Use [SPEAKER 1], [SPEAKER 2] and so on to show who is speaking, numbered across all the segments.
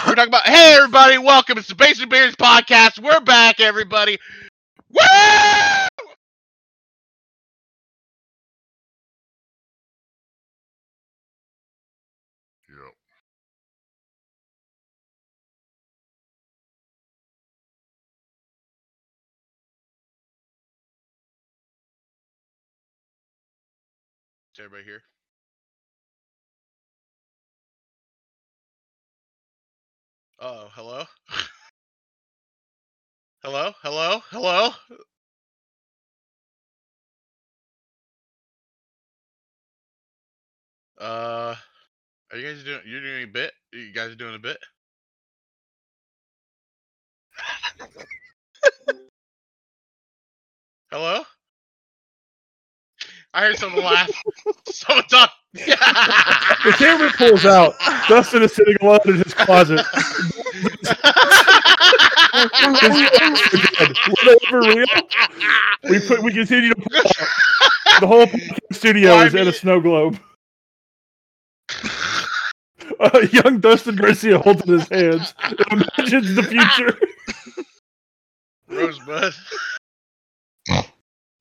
[SPEAKER 1] Hey everybody, welcome. It's the Basement Beers Podcast. We're back, everybody. Woo! Is everybody here? Oh, hello? hello? Hello? Hello? Uh, are you guys doing? You're doing a bit. You guys doing a bit? hello? I heard someone laugh. someone talk.
[SPEAKER 2] The camera pulls out. Dustin is sitting alone in his closet. Were they ever real? We put we continue to pull out. The whole podcast studio
[SPEAKER 1] Well, I
[SPEAKER 2] is in
[SPEAKER 1] mean-
[SPEAKER 2] a snow globe. Uh, young Dustin Garcia holds in his hands and imagines the future.
[SPEAKER 1] Rosebud.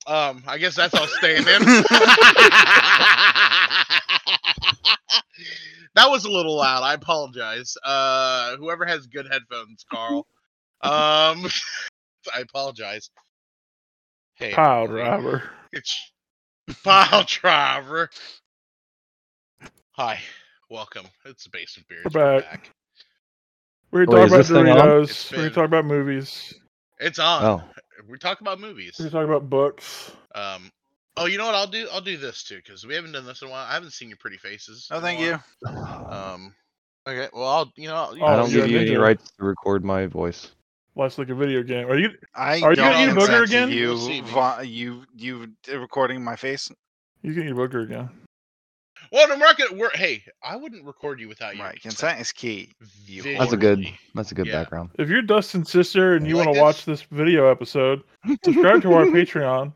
[SPEAKER 1] um, I guess that's all staying in. that was a little loud. I apologize. Uh, whoever has good headphones, Carl. Um, I apologize. Hey,
[SPEAKER 2] Pile
[SPEAKER 1] everybody.
[SPEAKER 2] driver.
[SPEAKER 1] It's pile driver. Hi, welcome. It's the Basement Beers.
[SPEAKER 2] We're back. We're
[SPEAKER 3] Wait,
[SPEAKER 2] gonna
[SPEAKER 3] is
[SPEAKER 2] talk about
[SPEAKER 3] this thing on?
[SPEAKER 2] Doritos.
[SPEAKER 1] It's
[SPEAKER 2] We're gonna
[SPEAKER 1] been-
[SPEAKER 2] talk about movies.
[SPEAKER 1] It's on.
[SPEAKER 3] Oh,
[SPEAKER 1] We talked about movies.
[SPEAKER 2] We're gonna talk about books.
[SPEAKER 1] Um. Oh, you know what? I'll do. I'll do this too because we haven't done this in a while. I haven't seen your pretty faces.
[SPEAKER 4] No,
[SPEAKER 1] in a
[SPEAKER 4] Oh, thank
[SPEAKER 1] while.
[SPEAKER 4] you.
[SPEAKER 1] Um. Oh, Okay. Well, I'll. You know. I'll- you
[SPEAKER 2] Oh,
[SPEAKER 3] Oh. I
[SPEAKER 1] know,
[SPEAKER 3] don't
[SPEAKER 2] you're
[SPEAKER 3] give you
[SPEAKER 2] a
[SPEAKER 3] any
[SPEAKER 2] ninja.
[SPEAKER 3] rights to record my voice.
[SPEAKER 2] Let's look at video game. Are you?
[SPEAKER 4] I
[SPEAKER 2] Are you
[SPEAKER 4] don't
[SPEAKER 1] gonna eat a
[SPEAKER 4] consent
[SPEAKER 2] booger
[SPEAKER 4] to
[SPEAKER 2] again?
[SPEAKER 1] You'll see
[SPEAKER 4] You,
[SPEAKER 1] me. Uh,
[SPEAKER 4] va- you, you d- recording my face?
[SPEAKER 2] You can eat Booker again.
[SPEAKER 1] Well, no, we're not gonna. We're, hey, I wouldn't record you without your
[SPEAKER 4] Right, consent is key. you
[SPEAKER 1] visually.
[SPEAKER 3] That's a good. That's a good
[SPEAKER 1] Yeah.
[SPEAKER 3] background.
[SPEAKER 2] If you're Dustin's sister and
[SPEAKER 1] You
[SPEAKER 2] you
[SPEAKER 1] like
[SPEAKER 2] want to watch this video episode, subscribe to our Patreon.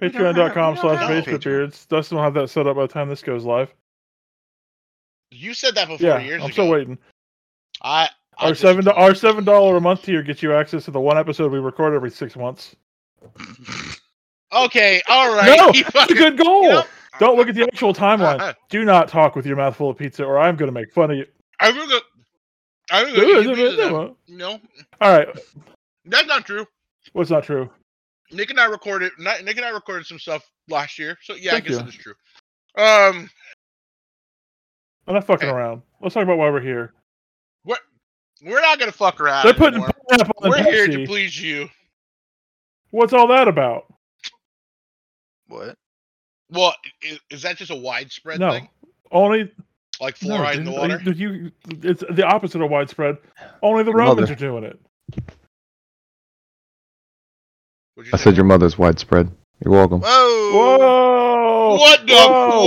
[SPEAKER 4] We don't have-
[SPEAKER 2] Patreon.com
[SPEAKER 4] we don't
[SPEAKER 2] slash
[SPEAKER 4] have a
[SPEAKER 2] basement
[SPEAKER 4] Patreon.
[SPEAKER 2] beards. Dustin will have that set up by the time this goes live.
[SPEAKER 1] You said that before
[SPEAKER 2] Yeah,
[SPEAKER 1] years
[SPEAKER 2] I'm
[SPEAKER 1] ago.
[SPEAKER 2] still waiting.
[SPEAKER 1] I. I
[SPEAKER 2] Our
[SPEAKER 1] just-
[SPEAKER 2] seven our seven dollar a month tier gets you access to the one episode we record every six months.
[SPEAKER 1] Okay. All right.
[SPEAKER 2] No,
[SPEAKER 1] you
[SPEAKER 2] That's a
[SPEAKER 1] fucking-
[SPEAKER 2] good goal.
[SPEAKER 1] you know-
[SPEAKER 2] Don't look at the actual timeline. Do not talk with your mouth full of pizza, or I'm going to make fun of you.
[SPEAKER 1] I'm gonna. I'm gonna. eat your pizza then.
[SPEAKER 2] All
[SPEAKER 1] No,
[SPEAKER 2] right,
[SPEAKER 1] that's not true.
[SPEAKER 2] what's not true?
[SPEAKER 1] Nick and I recorded. Ni- Nick and I recorded some stuff last year. So yeah,
[SPEAKER 2] Thank
[SPEAKER 1] I guess
[SPEAKER 2] you.
[SPEAKER 1] it is true. Um.
[SPEAKER 2] I'm not fucking
[SPEAKER 1] Hey.
[SPEAKER 2] around. Let's talk about why we're here.
[SPEAKER 1] We're not gonna fuck around.
[SPEAKER 2] They're putting
[SPEAKER 1] anymore.
[SPEAKER 2] pineapple on
[SPEAKER 1] We're here to
[SPEAKER 2] Pepsi.
[SPEAKER 1] please you.
[SPEAKER 2] What's all that about?
[SPEAKER 4] What?
[SPEAKER 1] Well, is, is that just a widespread
[SPEAKER 2] No,
[SPEAKER 1] thing?
[SPEAKER 2] only
[SPEAKER 1] Like
[SPEAKER 2] No,
[SPEAKER 1] fluoride in the
[SPEAKER 2] dude,
[SPEAKER 1] water?
[SPEAKER 2] like, you- it's the opposite of widespread. Only the
[SPEAKER 3] Your
[SPEAKER 2] Romans
[SPEAKER 3] mother.
[SPEAKER 2] are doing it.
[SPEAKER 1] What'd
[SPEAKER 3] I
[SPEAKER 1] you say?
[SPEAKER 3] said your mother's widespread. You're welcome.
[SPEAKER 4] Whoa!
[SPEAKER 2] Whoa!
[SPEAKER 1] What the
[SPEAKER 2] Oh,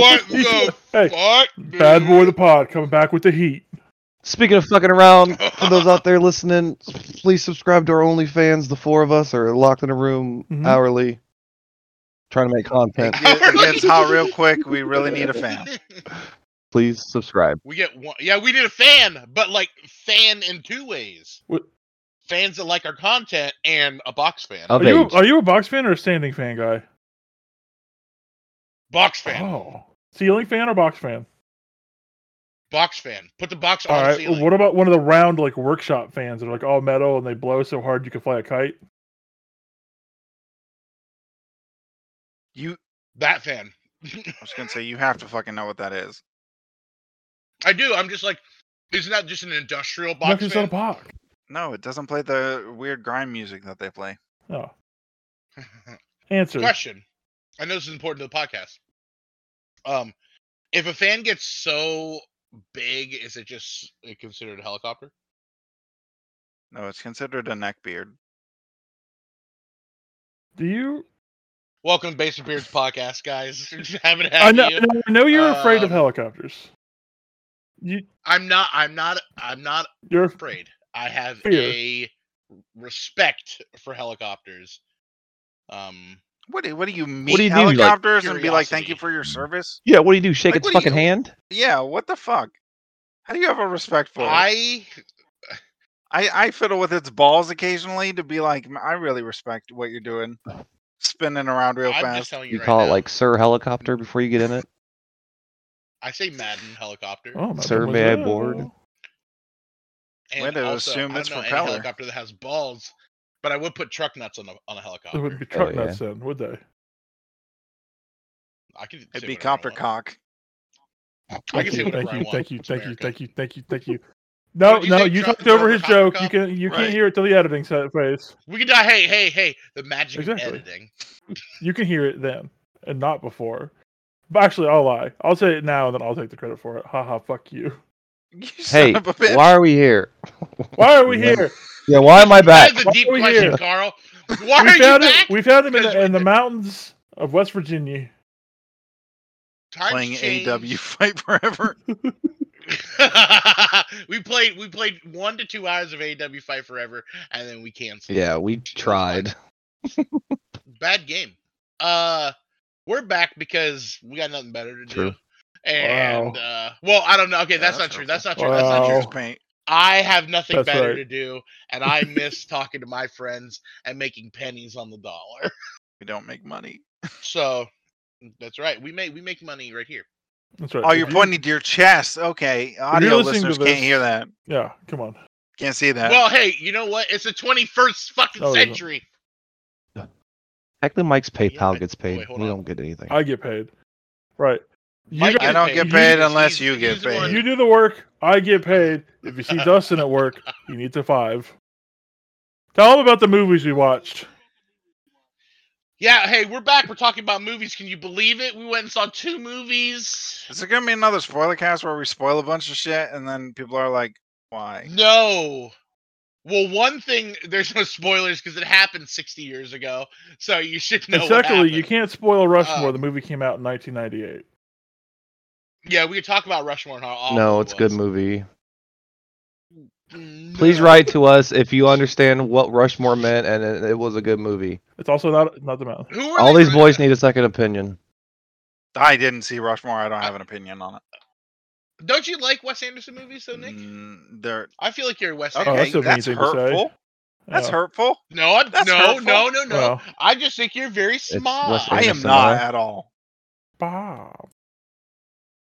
[SPEAKER 2] Whoa!
[SPEAKER 1] what the
[SPEAKER 2] hey,
[SPEAKER 1] fuck?
[SPEAKER 2] bad boy the
[SPEAKER 1] dude?
[SPEAKER 2] pod coming back with the heat.
[SPEAKER 3] Speaking of fucking around, for those out there listening, please subscribe to our OnlyFans. The four of us are locked in a room
[SPEAKER 2] Mhm.
[SPEAKER 3] hourly, trying to make
[SPEAKER 4] It,
[SPEAKER 3] content.
[SPEAKER 4] get- it gets hot real quick. We really need a fan.
[SPEAKER 3] Please subscribe.
[SPEAKER 1] we get one. Yeah, we need a fan, but like fan in two ways.
[SPEAKER 2] What-
[SPEAKER 1] Fans that like our content and a box fan.
[SPEAKER 3] Of
[SPEAKER 2] Are you,
[SPEAKER 3] age.
[SPEAKER 2] are you a box fan or a standing fan guy?
[SPEAKER 1] box fan.
[SPEAKER 2] Oh, ceiling fan or box fan?
[SPEAKER 1] Box fan. Put the box
[SPEAKER 2] All
[SPEAKER 1] on the
[SPEAKER 2] right.
[SPEAKER 1] Uh, ceiling.
[SPEAKER 2] What about one of the round like workshop fans that are like all metal and they blow so hard you can fly a kite?
[SPEAKER 4] You,
[SPEAKER 1] That fan.
[SPEAKER 4] I was gonna say you have to fucking know what that is.
[SPEAKER 1] I do. I'm just like, isn't that just an industrial
[SPEAKER 2] No, 'cause
[SPEAKER 1] box
[SPEAKER 2] it's not a
[SPEAKER 1] fan?
[SPEAKER 2] box.
[SPEAKER 4] No, it doesn't play the weird grime music that they play.
[SPEAKER 2] No. Oh. Answer.
[SPEAKER 1] Question. I know this is important to the podcast. Um, if a fan gets so big, is it just uh, considered a helicopter?
[SPEAKER 4] No, it's considered a neck beard.
[SPEAKER 2] Do you?
[SPEAKER 1] Welcome to Basement Beards podcast, guys. Haven't had
[SPEAKER 2] I know.
[SPEAKER 1] you.
[SPEAKER 2] I know you're afraid of
[SPEAKER 1] Um,
[SPEAKER 2] helicopters. You,
[SPEAKER 1] I'm not. I'm not. I'm not
[SPEAKER 2] you're
[SPEAKER 1] afraid. I have
[SPEAKER 2] Fear.
[SPEAKER 1] a respect for helicopters. Um,
[SPEAKER 4] What do, what do you meet
[SPEAKER 3] do you do, like,
[SPEAKER 4] helicopters and be like, thank you
[SPEAKER 1] curiosity?
[SPEAKER 4] for your service?
[SPEAKER 3] Yeah, what do you do? Shake
[SPEAKER 4] Like,
[SPEAKER 3] its
[SPEAKER 4] what do
[SPEAKER 3] fucking
[SPEAKER 4] you-
[SPEAKER 3] hand?
[SPEAKER 4] Yeah, what the fuck? How do you have a respect for it?
[SPEAKER 1] I
[SPEAKER 4] I, I fiddle with its balls occasionally to be like, "M- I really respect what you're doing, spinning around real
[SPEAKER 1] I'm just
[SPEAKER 4] fast.
[SPEAKER 1] telling you,
[SPEAKER 3] You
[SPEAKER 1] right
[SPEAKER 3] call it
[SPEAKER 1] now,
[SPEAKER 3] like Sir Helicopter before you get in it.
[SPEAKER 1] I say Madden helicopter.
[SPEAKER 2] Oh, my
[SPEAKER 3] Sir,
[SPEAKER 2] bad,
[SPEAKER 3] may I
[SPEAKER 2] my
[SPEAKER 3] board?
[SPEAKER 2] bad.
[SPEAKER 1] and
[SPEAKER 4] Way to
[SPEAKER 1] also,
[SPEAKER 4] assume
[SPEAKER 1] I don't
[SPEAKER 4] it's
[SPEAKER 1] know
[SPEAKER 4] propeller.
[SPEAKER 1] any helicopter that has balls, but I would put truck nuts on a on a
[SPEAKER 2] It
[SPEAKER 1] helicopter.
[SPEAKER 2] would be truck
[SPEAKER 3] yeah.
[SPEAKER 2] nuts then, would they?
[SPEAKER 1] I could
[SPEAKER 4] It'd
[SPEAKER 1] say whatever
[SPEAKER 4] be
[SPEAKER 1] I
[SPEAKER 4] copper
[SPEAKER 1] want.
[SPEAKER 4] cock.
[SPEAKER 1] I can say whatever
[SPEAKER 2] thank
[SPEAKER 1] I
[SPEAKER 2] you,
[SPEAKER 1] want.
[SPEAKER 2] thank you,
[SPEAKER 1] It's
[SPEAKER 2] thank you,
[SPEAKER 1] America.
[SPEAKER 2] thank you, thank you, thank you. No,
[SPEAKER 1] What'd you
[SPEAKER 2] no,
[SPEAKER 1] think,
[SPEAKER 2] you
[SPEAKER 1] Trump-
[SPEAKER 2] talked over
[SPEAKER 1] Trump
[SPEAKER 2] his
[SPEAKER 1] cop
[SPEAKER 2] joke. You
[SPEAKER 1] cop?
[SPEAKER 2] can you
[SPEAKER 4] Right.
[SPEAKER 2] can't hear it till the editing sa- phase.
[SPEAKER 1] We could die. Hey, hey, hey! The magic of
[SPEAKER 2] Exactly.
[SPEAKER 1] editing.
[SPEAKER 2] You can hear it then and not before. But actually, I'll lie. I'll say it now, and then I'll take the credit for it. Haha, fuck you.
[SPEAKER 4] You
[SPEAKER 3] Hey,
[SPEAKER 4] son of a bitch.
[SPEAKER 3] why are we here?
[SPEAKER 2] Why are we
[SPEAKER 3] Yeah.
[SPEAKER 2] here?
[SPEAKER 3] Yeah, why am I back?
[SPEAKER 1] That is a
[SPEAKER 2] Why
[SPEAKER 1] deep
[SPEAKER 2] are we
[SPEAKER 1] question,
[SPEAKER 2] here?
[SPEAKER 1] Carl. Why
[SPEAKER 2] we
[SPEAKER 1] are you
[SPEAKER 2] found him.
[SPEAKER 1] back?
[SPEAKER 2] We found him in
[SPEAKER 1] Because
[SPEAKER 2] the, in
[SPEAKER 1] we-
[SPEAKER 2] the mountains of West Virginia.
[SPEAKER 1] Times
[SPEAKER 4] playing
[SPEAKER 1] change.
[SPEAKER 4] AW Fight Forever.
[SPEAKER 1] we played. We played one to two hours of AW Fight Forever, and then we canceled.
[SPEAKER 3] Yeah, we tried.
[SPEAKER 1] Bad game. Uh, we're back because we got nothing better to do.
[SPEAKER 3] True.
[SPEAKER 1] And uh, well, I don't know. Okay,
[SPEAKER 4] Yeah,
[SPEAKER 1] that's, not
[SPEAKER 4] that's
[SPEAKER 1] true.
[SPEAKER 4] helpful.
[SPEAKER 1] That's not true. That's not
[SPEAKER 2] Wow.
[SPEAKER 1] true.
[SPEAKER 4] That's
[SPEAKER 2] Oh.
[SPEAKER 4] yours, paint.
[SPEAKER 1] I have nothing
[SPEAKER 2] That's
[SPEAKER 1] better
[SPEAKER 2] right.
[SPEAKER 1] to do, and I miss talking to my friends and making pennies on the dollar.
[SPEAKER 4] We don't make money.
[SPEAKER 1] So that's right. We make we make money right here.
[SPEAKER 2] That's right.
[SPEAKER 4] Oh,
[SPEAKER 2] If
[SPEAKER 4] you're
[SPEAKER 2] you-
[SPEAKER 4] pointing to your chest. Okay, audio
[SPEAKER 2] listening to
[SPEAKER 4] listeners can't
[SPEAKER 2] this-
[SPEAKER 4] hear that.
[SPEAKER 2] Yeah, come on.
[SPEAKER 4] Can't see that.
[SPEAKER 1] Well, hey, you know what? It's the 21st fucking
[SPEAKER 2] Oh, is it?
[SPEAKER 1] century.
[SPEAKER 3] Actually, Mike's
[SPEAKER 1] Yeah,
[SPEAKER 3] PayPal
[SPEAKER 1] I-
[SPEAKER 3] gets
[SPEAKER 1] wait,
[SPEAKER 3] paid.
[SPEAKER 1] hold
[SPEAKER 3] we
[SPEAKER 1] on.
[SPEAKER 3] don't get anything.
[SPEAKER 2] I get paid. Right. You
[SPEAKER 1] Mike
[SPEAKER 2] guys-
[SPEAKER 1] get
[SPEAKER 4] I don't
[SPEAKER 1] paid.
[SPEAKER 4] get
[SPEAKER 2] You-
[SPEAKER 4] paid unless
[SPEAKER 1] he's-
[SPEAKER 4] you
[SPEAKER 1] he's
[SPEAKER 4] get
[SPEAKER 1] the one-
[SPEAKER 4] paid.
[SPEAKER 2] You do the work, I get paid. If you see Dustin at work, you need to five. Tell him about the movies we watched.
[SPEAKER 1] Yeah, hey, we're back. We're talking about movies. Can you believe it? We went and saw two movies.
[SPEAKER 4] Is there gonna be another spoiler cast where we spoil a bunch of shit and then people are like,
[SPEAKER 1] Mm-hmm.
[SPEAKER 4] "Why?"
[SPEAKER 1] No. Well, one thing, there's no spoilers because it happened 60 years ago, so you should know.
[SPEAKER 2] and
[SPEAKER 1] what
[SPEAKER 2] secondly, you
[SPEAKER 1] happened.
[SPEAKER 2] can't spoil Rushmore.
[SPEAKER 1] Uh,
[SPEAKER 2] the movie came out in 1998.
[SPEAKER 1] Yeah, we could talk about Rushmore and how awful
[SPEAKER 3] no,
[SPEAKER 1] it
[SPEAKER 3] it's a good
[SPEAKER 1] was.
[SPEAKER 3] movie.
[SPEAKER 1] Mm,
[SPEAKER 3] Please
[SPEAKER 1] no.
[SPEAKER 3] write to us if you understand what Rushmore meant and it, it was a good movie.
[SPEAKER 2] It's also not not the mountain.
[SPEAKER 1] Who are
[SPEAKER 3] All
[SPEAKER 1] they
[SPEAKER 3] these
[SPEAKER 1] writing
[SPEAKER 3] boys
[SPEAKER 1] to?
[SPEAKER 3] need a second opinion.
[SPEAKER 4] I didn't see Rushmore. I
[SPEAKER 1] Uh,
[SPEAKER 4] don't have an opinion on it.
[SPEAKER 1] Don't you like Wes Anderson movies, though, Nick? Oh,
[SPEAKER 4] Mm, they're
[SPEAKER 1] I feel like you're a Wes
[SPEAKER 4] okay.
[SPEAKER 1] Anderson.
[SPEAKER 2] Oh, that's a mean
[SPEAKER 4] that's
[SPEAKER 2] thing to say.
[SPEAKER 4] hurtful. That's
[SPEAKER 2] Yeah.
[SPEAKER 4] hurtful.
[SPEAKER 1] No, I'm,
[SPEAKER 4] That's
[SPEAKER 1] no,
[SPEAKER 4] hurtful.
[SPEAKER 1] no, no, no.
[SPEAKER 2] Well.
[SPEAKER 1] I just think you're very smart.
[SPEAKER 3] Wes
[SPEAKER 4] I am
[SPEAKER 3] Anderson,
[SPEAKER 4] not
[SPEAKER 3] huh?
[SPEAKER 4] at all.
[SPEAKER 2] Bob.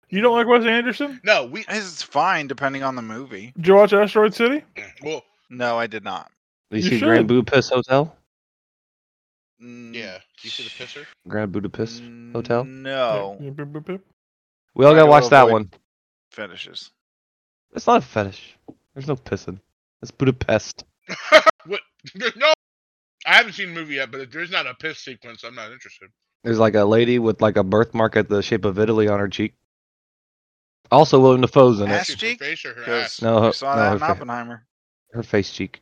[SPEAKER 2] You don't like Wes Anderson?
[SPEAKER 1] No, we
[SPEAKER 4] It's fine depending on the movie.
[SPEAKER 2] Did you watch Asteroid City?
[SPEAKER 1] well,
[SPEAKER 4] No, I did not.
[SPEAKER 3] You,
[SPEAKER 2] You
[SPEAKER 3] see
[SPEAKER 2] should.
[SPEAKER 3] Grand Budapest Hotel?
[SPEAKER 4] Mm,
[SPEAKER 1] yeah. You see the pisser?
[SPEAKER 3] Grand Budapest Hotel?
[SPEAKER 4] No
[SPEAKER 2] Yeah, boop, boop, boop.
[SPEAKER 3] We all
[SPEAKER 4] I
[SPEAKER 3] gotta
[SPEAKER 4] will
[SPEAKER 3] watch that
[SPEAKER 4] avoid-
[SPEAKER 3] one.
[SPEAKER 4] finishes.
[SPEAKER 3] It's not a fetish. There's no pissing. It's Budapest.
[SPEAKER 1] What? There's no. I haven't seen the movie yet, but if there's not a piss sequence, I'm not interested.
[SPEAKER 3] There's like a lady with like a birthmark at the shape of Italy on her cheek. Also, Willem Dafoe's in it.
[SPEAKER 4] Ass
[SPEAKER 1] She's her
[SPEAKER 4] cheek?
[SPEAKER 1] face or her ass?
[SPEAKER 4] Because
[SPEAKER 3] No,
[SPEAKER 4] we
[SPEAKER 3] her-
[SPEAKER 4] saw
[SPEAKER 3] no,
[SPEAKER 4] that
[SPEAKER 3] her
[SPEAKER 4] in
[SPEAKER 3] fa-
[SPEAKER 4] Oppenheimer.
[SPEAKER 3] Her face cheek.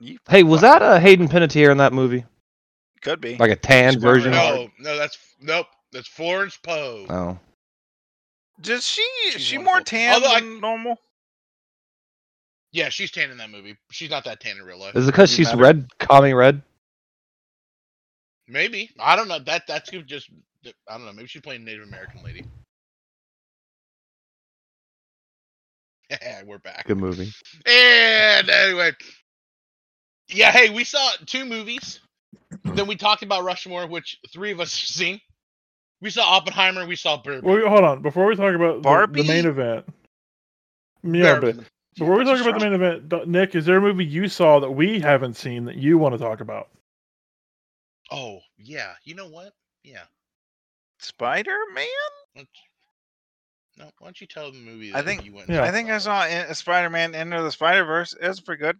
[SPEAKER 4] You
[SPEAKER 3] Hey, was that
[SPEAKER 4] fucking-
[SPEAKER 3] uh, Hayden Panettiere in that movie?
[SPEAKER 4] Could be.
[SPEAKER 3] Like a tan
[SPEAKER 4] Spoiler
[SPEAKER 3] version?
[SPEAKER 4] alert.
[SPEAKER 1] No, no, that's nope. That's Florence Poe.
[SPEAKER 3] Oh.
[SPEAKER 4] Does she? Is
[SPEAKER 1] She's
[SPEAKER 4] she more
[SPEAKER 1] wonderful.
[SPEAKER 4] tan
[SPEAKER 1] Although I-
[SPEAKER 4] than normal?
[SPEAKER 1] Yeah, she's tan in that movie. She's not that tan in real life.
[SPEAKER 3] Is it because
[SPEAKER 4] Doesn't
[SPEAKER 3] she's
[SPEAKER 4] matter.
[SPEAKER 3] red, commie red?
[SPEAKER 1] Maybe I don't know. That that's who just I don't know. Maybe she's playing Native American lady. We're back.
[SPEAKER 3] Good movie.
[SPEAKER 1] And anyway, yeah, hey, we saw two movies. Then we talked about Rushmore, which three of us have seen. We saw Oppenheimer. We saw Barbie.
[SPEAKER 2] Well, hold on. Before we talk about the, the
[SPEAKER 4] Barbie?
[SPEAKER 2] main event, yeah, but
[SPEAKER 1] Barbie.
[SPEAKER 2] before we
[SPEAKER 4] Jesus
[SPEAKER 2] talk about the main event, Do- Nick, is there a movie you saw that we haven't seen that you want to talk about?
[SPEAKER 1] Oh yeah, you know what? Yeah.
[SPEAKER 4] Spider Man.
[SPEAKER 1] Why don't you- No, why don't you tell the movie?
[SPEAKER 4] I
[SPEAKER 1] That
[SPEAKER 4] think-
[SPEAKER 1] you went.
[SPEAKER 2] yeah.
[SPEAKER 4] I think I saw E, Spider Man Enter the Spider Verse. It was pretty good.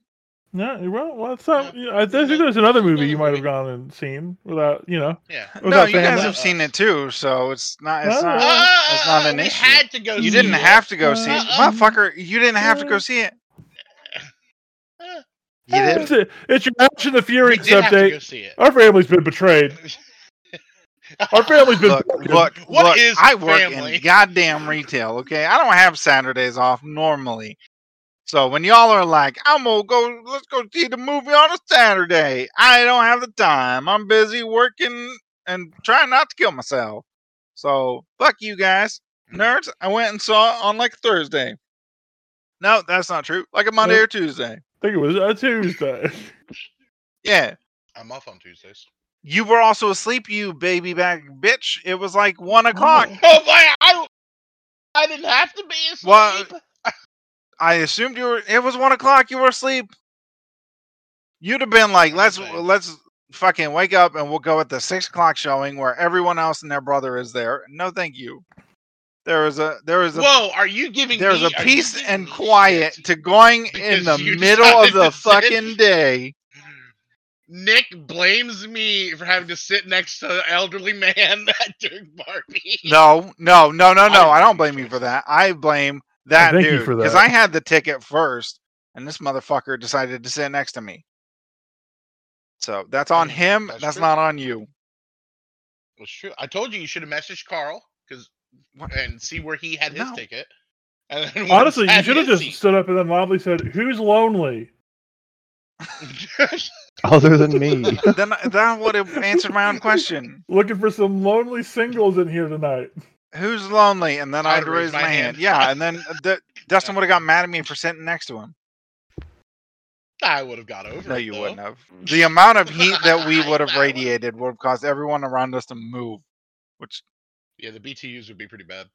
[SPEAKER 2] No, well, well, it's not. you know, I think there's another movie you might have gone and seen without, you know.
[SPEAKER 1] Yeah.
[SPEAKER 2] Was
[SPEAKER 4] no,
[SPEAKER 2] that
[SPEAKER 4] you guys
[SPEAKER 2] Family?
[SPEAKER 4] have seen it too, so it's not. It's
[SPEAKER 2] No,
[SPEAKER 4] not.
[SPEAKER 2] no,
[SPEAKER 1] Uh-uh.
[SPEAKER 2] no.
[SPEAKER 4] that's not an
[SPEAKER 1] Ah, we
[SPEAKER 4] issue.
[SPEAKER 1] had to go.
[SPEAKER 4] You
[SPEAKER 1] see
[SPEAKER 4] didn't
[SPEAKER 1] it.
[SPEAKER 4] have to go see it,
[SPEAKER 1] Uh-uh.
[SPEAKER 4] motherfucker. You didn't have to go see it.
[SPEAKER 1] Uh-uh.
[SPEAKER 4] You did.
[SPEAKER 2] It's, a- it's your Ash and the
[SPEAKER 1] We
[SPEAKER 2] Fury
[SPEAKER 1] did have to go
[SPEAKER 2] update.
[SPEAKER 1] see it.
[SPEAKER 2] Our family's been betrayed. Our family's been
[SPEAKER 4] Look,
[SPEAKER 2] broken.
[SPEAKER 4] look,
[SPEAKER 1] What
[SPEAKER 4] look.
[SPEAKER 1] is
[SPEAKER 4] I work
[SPEAKER 1] family?
[SPEAKER 4] in goddamn retail. Okay, I don't have Saturdays off normally. So when y'all are like, "I'm gonna go, let's go see the movie on a Saturday," I don't have the time. I'm busy working and trying not to kill myself. So fuck you guys, nerds. I went and saw it on like Thursday. No, that's not true. Like a Monday
[SPEAKER 2] Nope.
[SPEAKER 4] or Tuesday.
[SPEAKER 2] think it was a Tuesday.
[SPEAKER 4] Yeah.
[SPEAKER 1] I'm off on Tuesdays.
[SPEAKER 4] You were also asleep, you baby back bitch. It was like one o'clock.
[SPEAKER 1] Oh my! I I didn't have to be asleep.
[SPEAKER 4] Well, I assumed you were. It was one o'clock. You were asleep. You'd have been like, let's
[SPEAKER 1] Okay.
[SPEAKER 4] let's fucking wake up and we'll go at the six o'clock showing where everyone else and their brother is there. No, thank you. There is a there is a
[SPEAKER 1] Whoa! Are you giving?
[SPEAKER 4] there is
[SPEAKER 1] me-
[SPEAKER 4] a
[SPEAKER 1] are you
[SPEAKER 4] peace
[SPEAKER 1] giving
[SPEAKER 4] and
[SPEAKER 1] me
[SPEAKER 4] quiet
[SPEAKER 1] shit?
[SPEAKER 4] to going in
[SPEAKER 1] because
[SPEAKER 4] the
[SPEAKER 1] you
[SPEAKER 4] middle of
[SPEAKER 1] decided
[SPEAKER 4] the
[SPEAKER 1] to sit.
[SPEAKER 4] fucking day.
[SPEAKER 1] Nick blames me for having to sit next to the elderly man during Barbie.
[SPEAKER 4] No, no, no, no, no.
[SPEAKER 1] I
[SPEAKER 4] I don't
[SPEAKER 1] didn't
[SPEAKER 4] blame you for that. I blame
[SPEAKER 2] Yeah,
[SPEAKER 4] that
[SPEAKER 2] thank you
[SPEAKER 4] dude
[SPEAKER 2] for
[SPEAKER 4] because
[SPEAKER 2] that.
[SPEAKER 4] I had the ticket first, and this motherfucker decided to sit next to me. So that's on
[SPEAKER 1] Mm,
[SPEAKER 4] him.
[SPEAKER 1] that's
[SPEAKER 4] that's
[SPEAKER 1] true.
[SPEAKER 4] not on you.
[SPEAKER 1] That's true. I told you you should have messaged Carl because
[SPEAKER 4] What?
[SPEAKER 1] and see where he had his
[SPEAKER 4] No.
[SPEAKER 1] ticket. And then when
[SPEAKER 2] Honestly,
[SPEAKER 1] he
[SPEAKER 2] you
[SPEAKER 1] had
[SPEAKER 2] should have
[SPEAKER 1] his
[SPEAKER 2] just stood up and then loudly said, "Who's lonely?"
[SPEAKER 1] seat-
[SPEAKER 3] Other than me.
[SPEAKER 4] then I- then I would have answered my own question.
[SPEAKER 2] Looking for some lonely singles in here tonight.
[SPEAKER 4] Who's lonely? And then
[SPEAKER 1] I
[SPEAKER 4] I'd
[SPEAKER 1] would've
[SPEAKER 4] raise my, hand. Yeah, and then D- Dustin would have got mad at me for sitting next to him.
[SPEAKER 1] I would have got over.
[SPEAKER 4] No,
[SPEAKER 1] it,
[SPEAKER 4] you
[SPEAKER 1] though.
[SPEAKER 4] wouldn't have. The amount of heat that we would have
[SPEAKER 1] That would-
[SPEAKER 4] radiated would have caused everyone around us to move, which
[SPEAKER 1] Yeah, the BTUs would be pretty bad.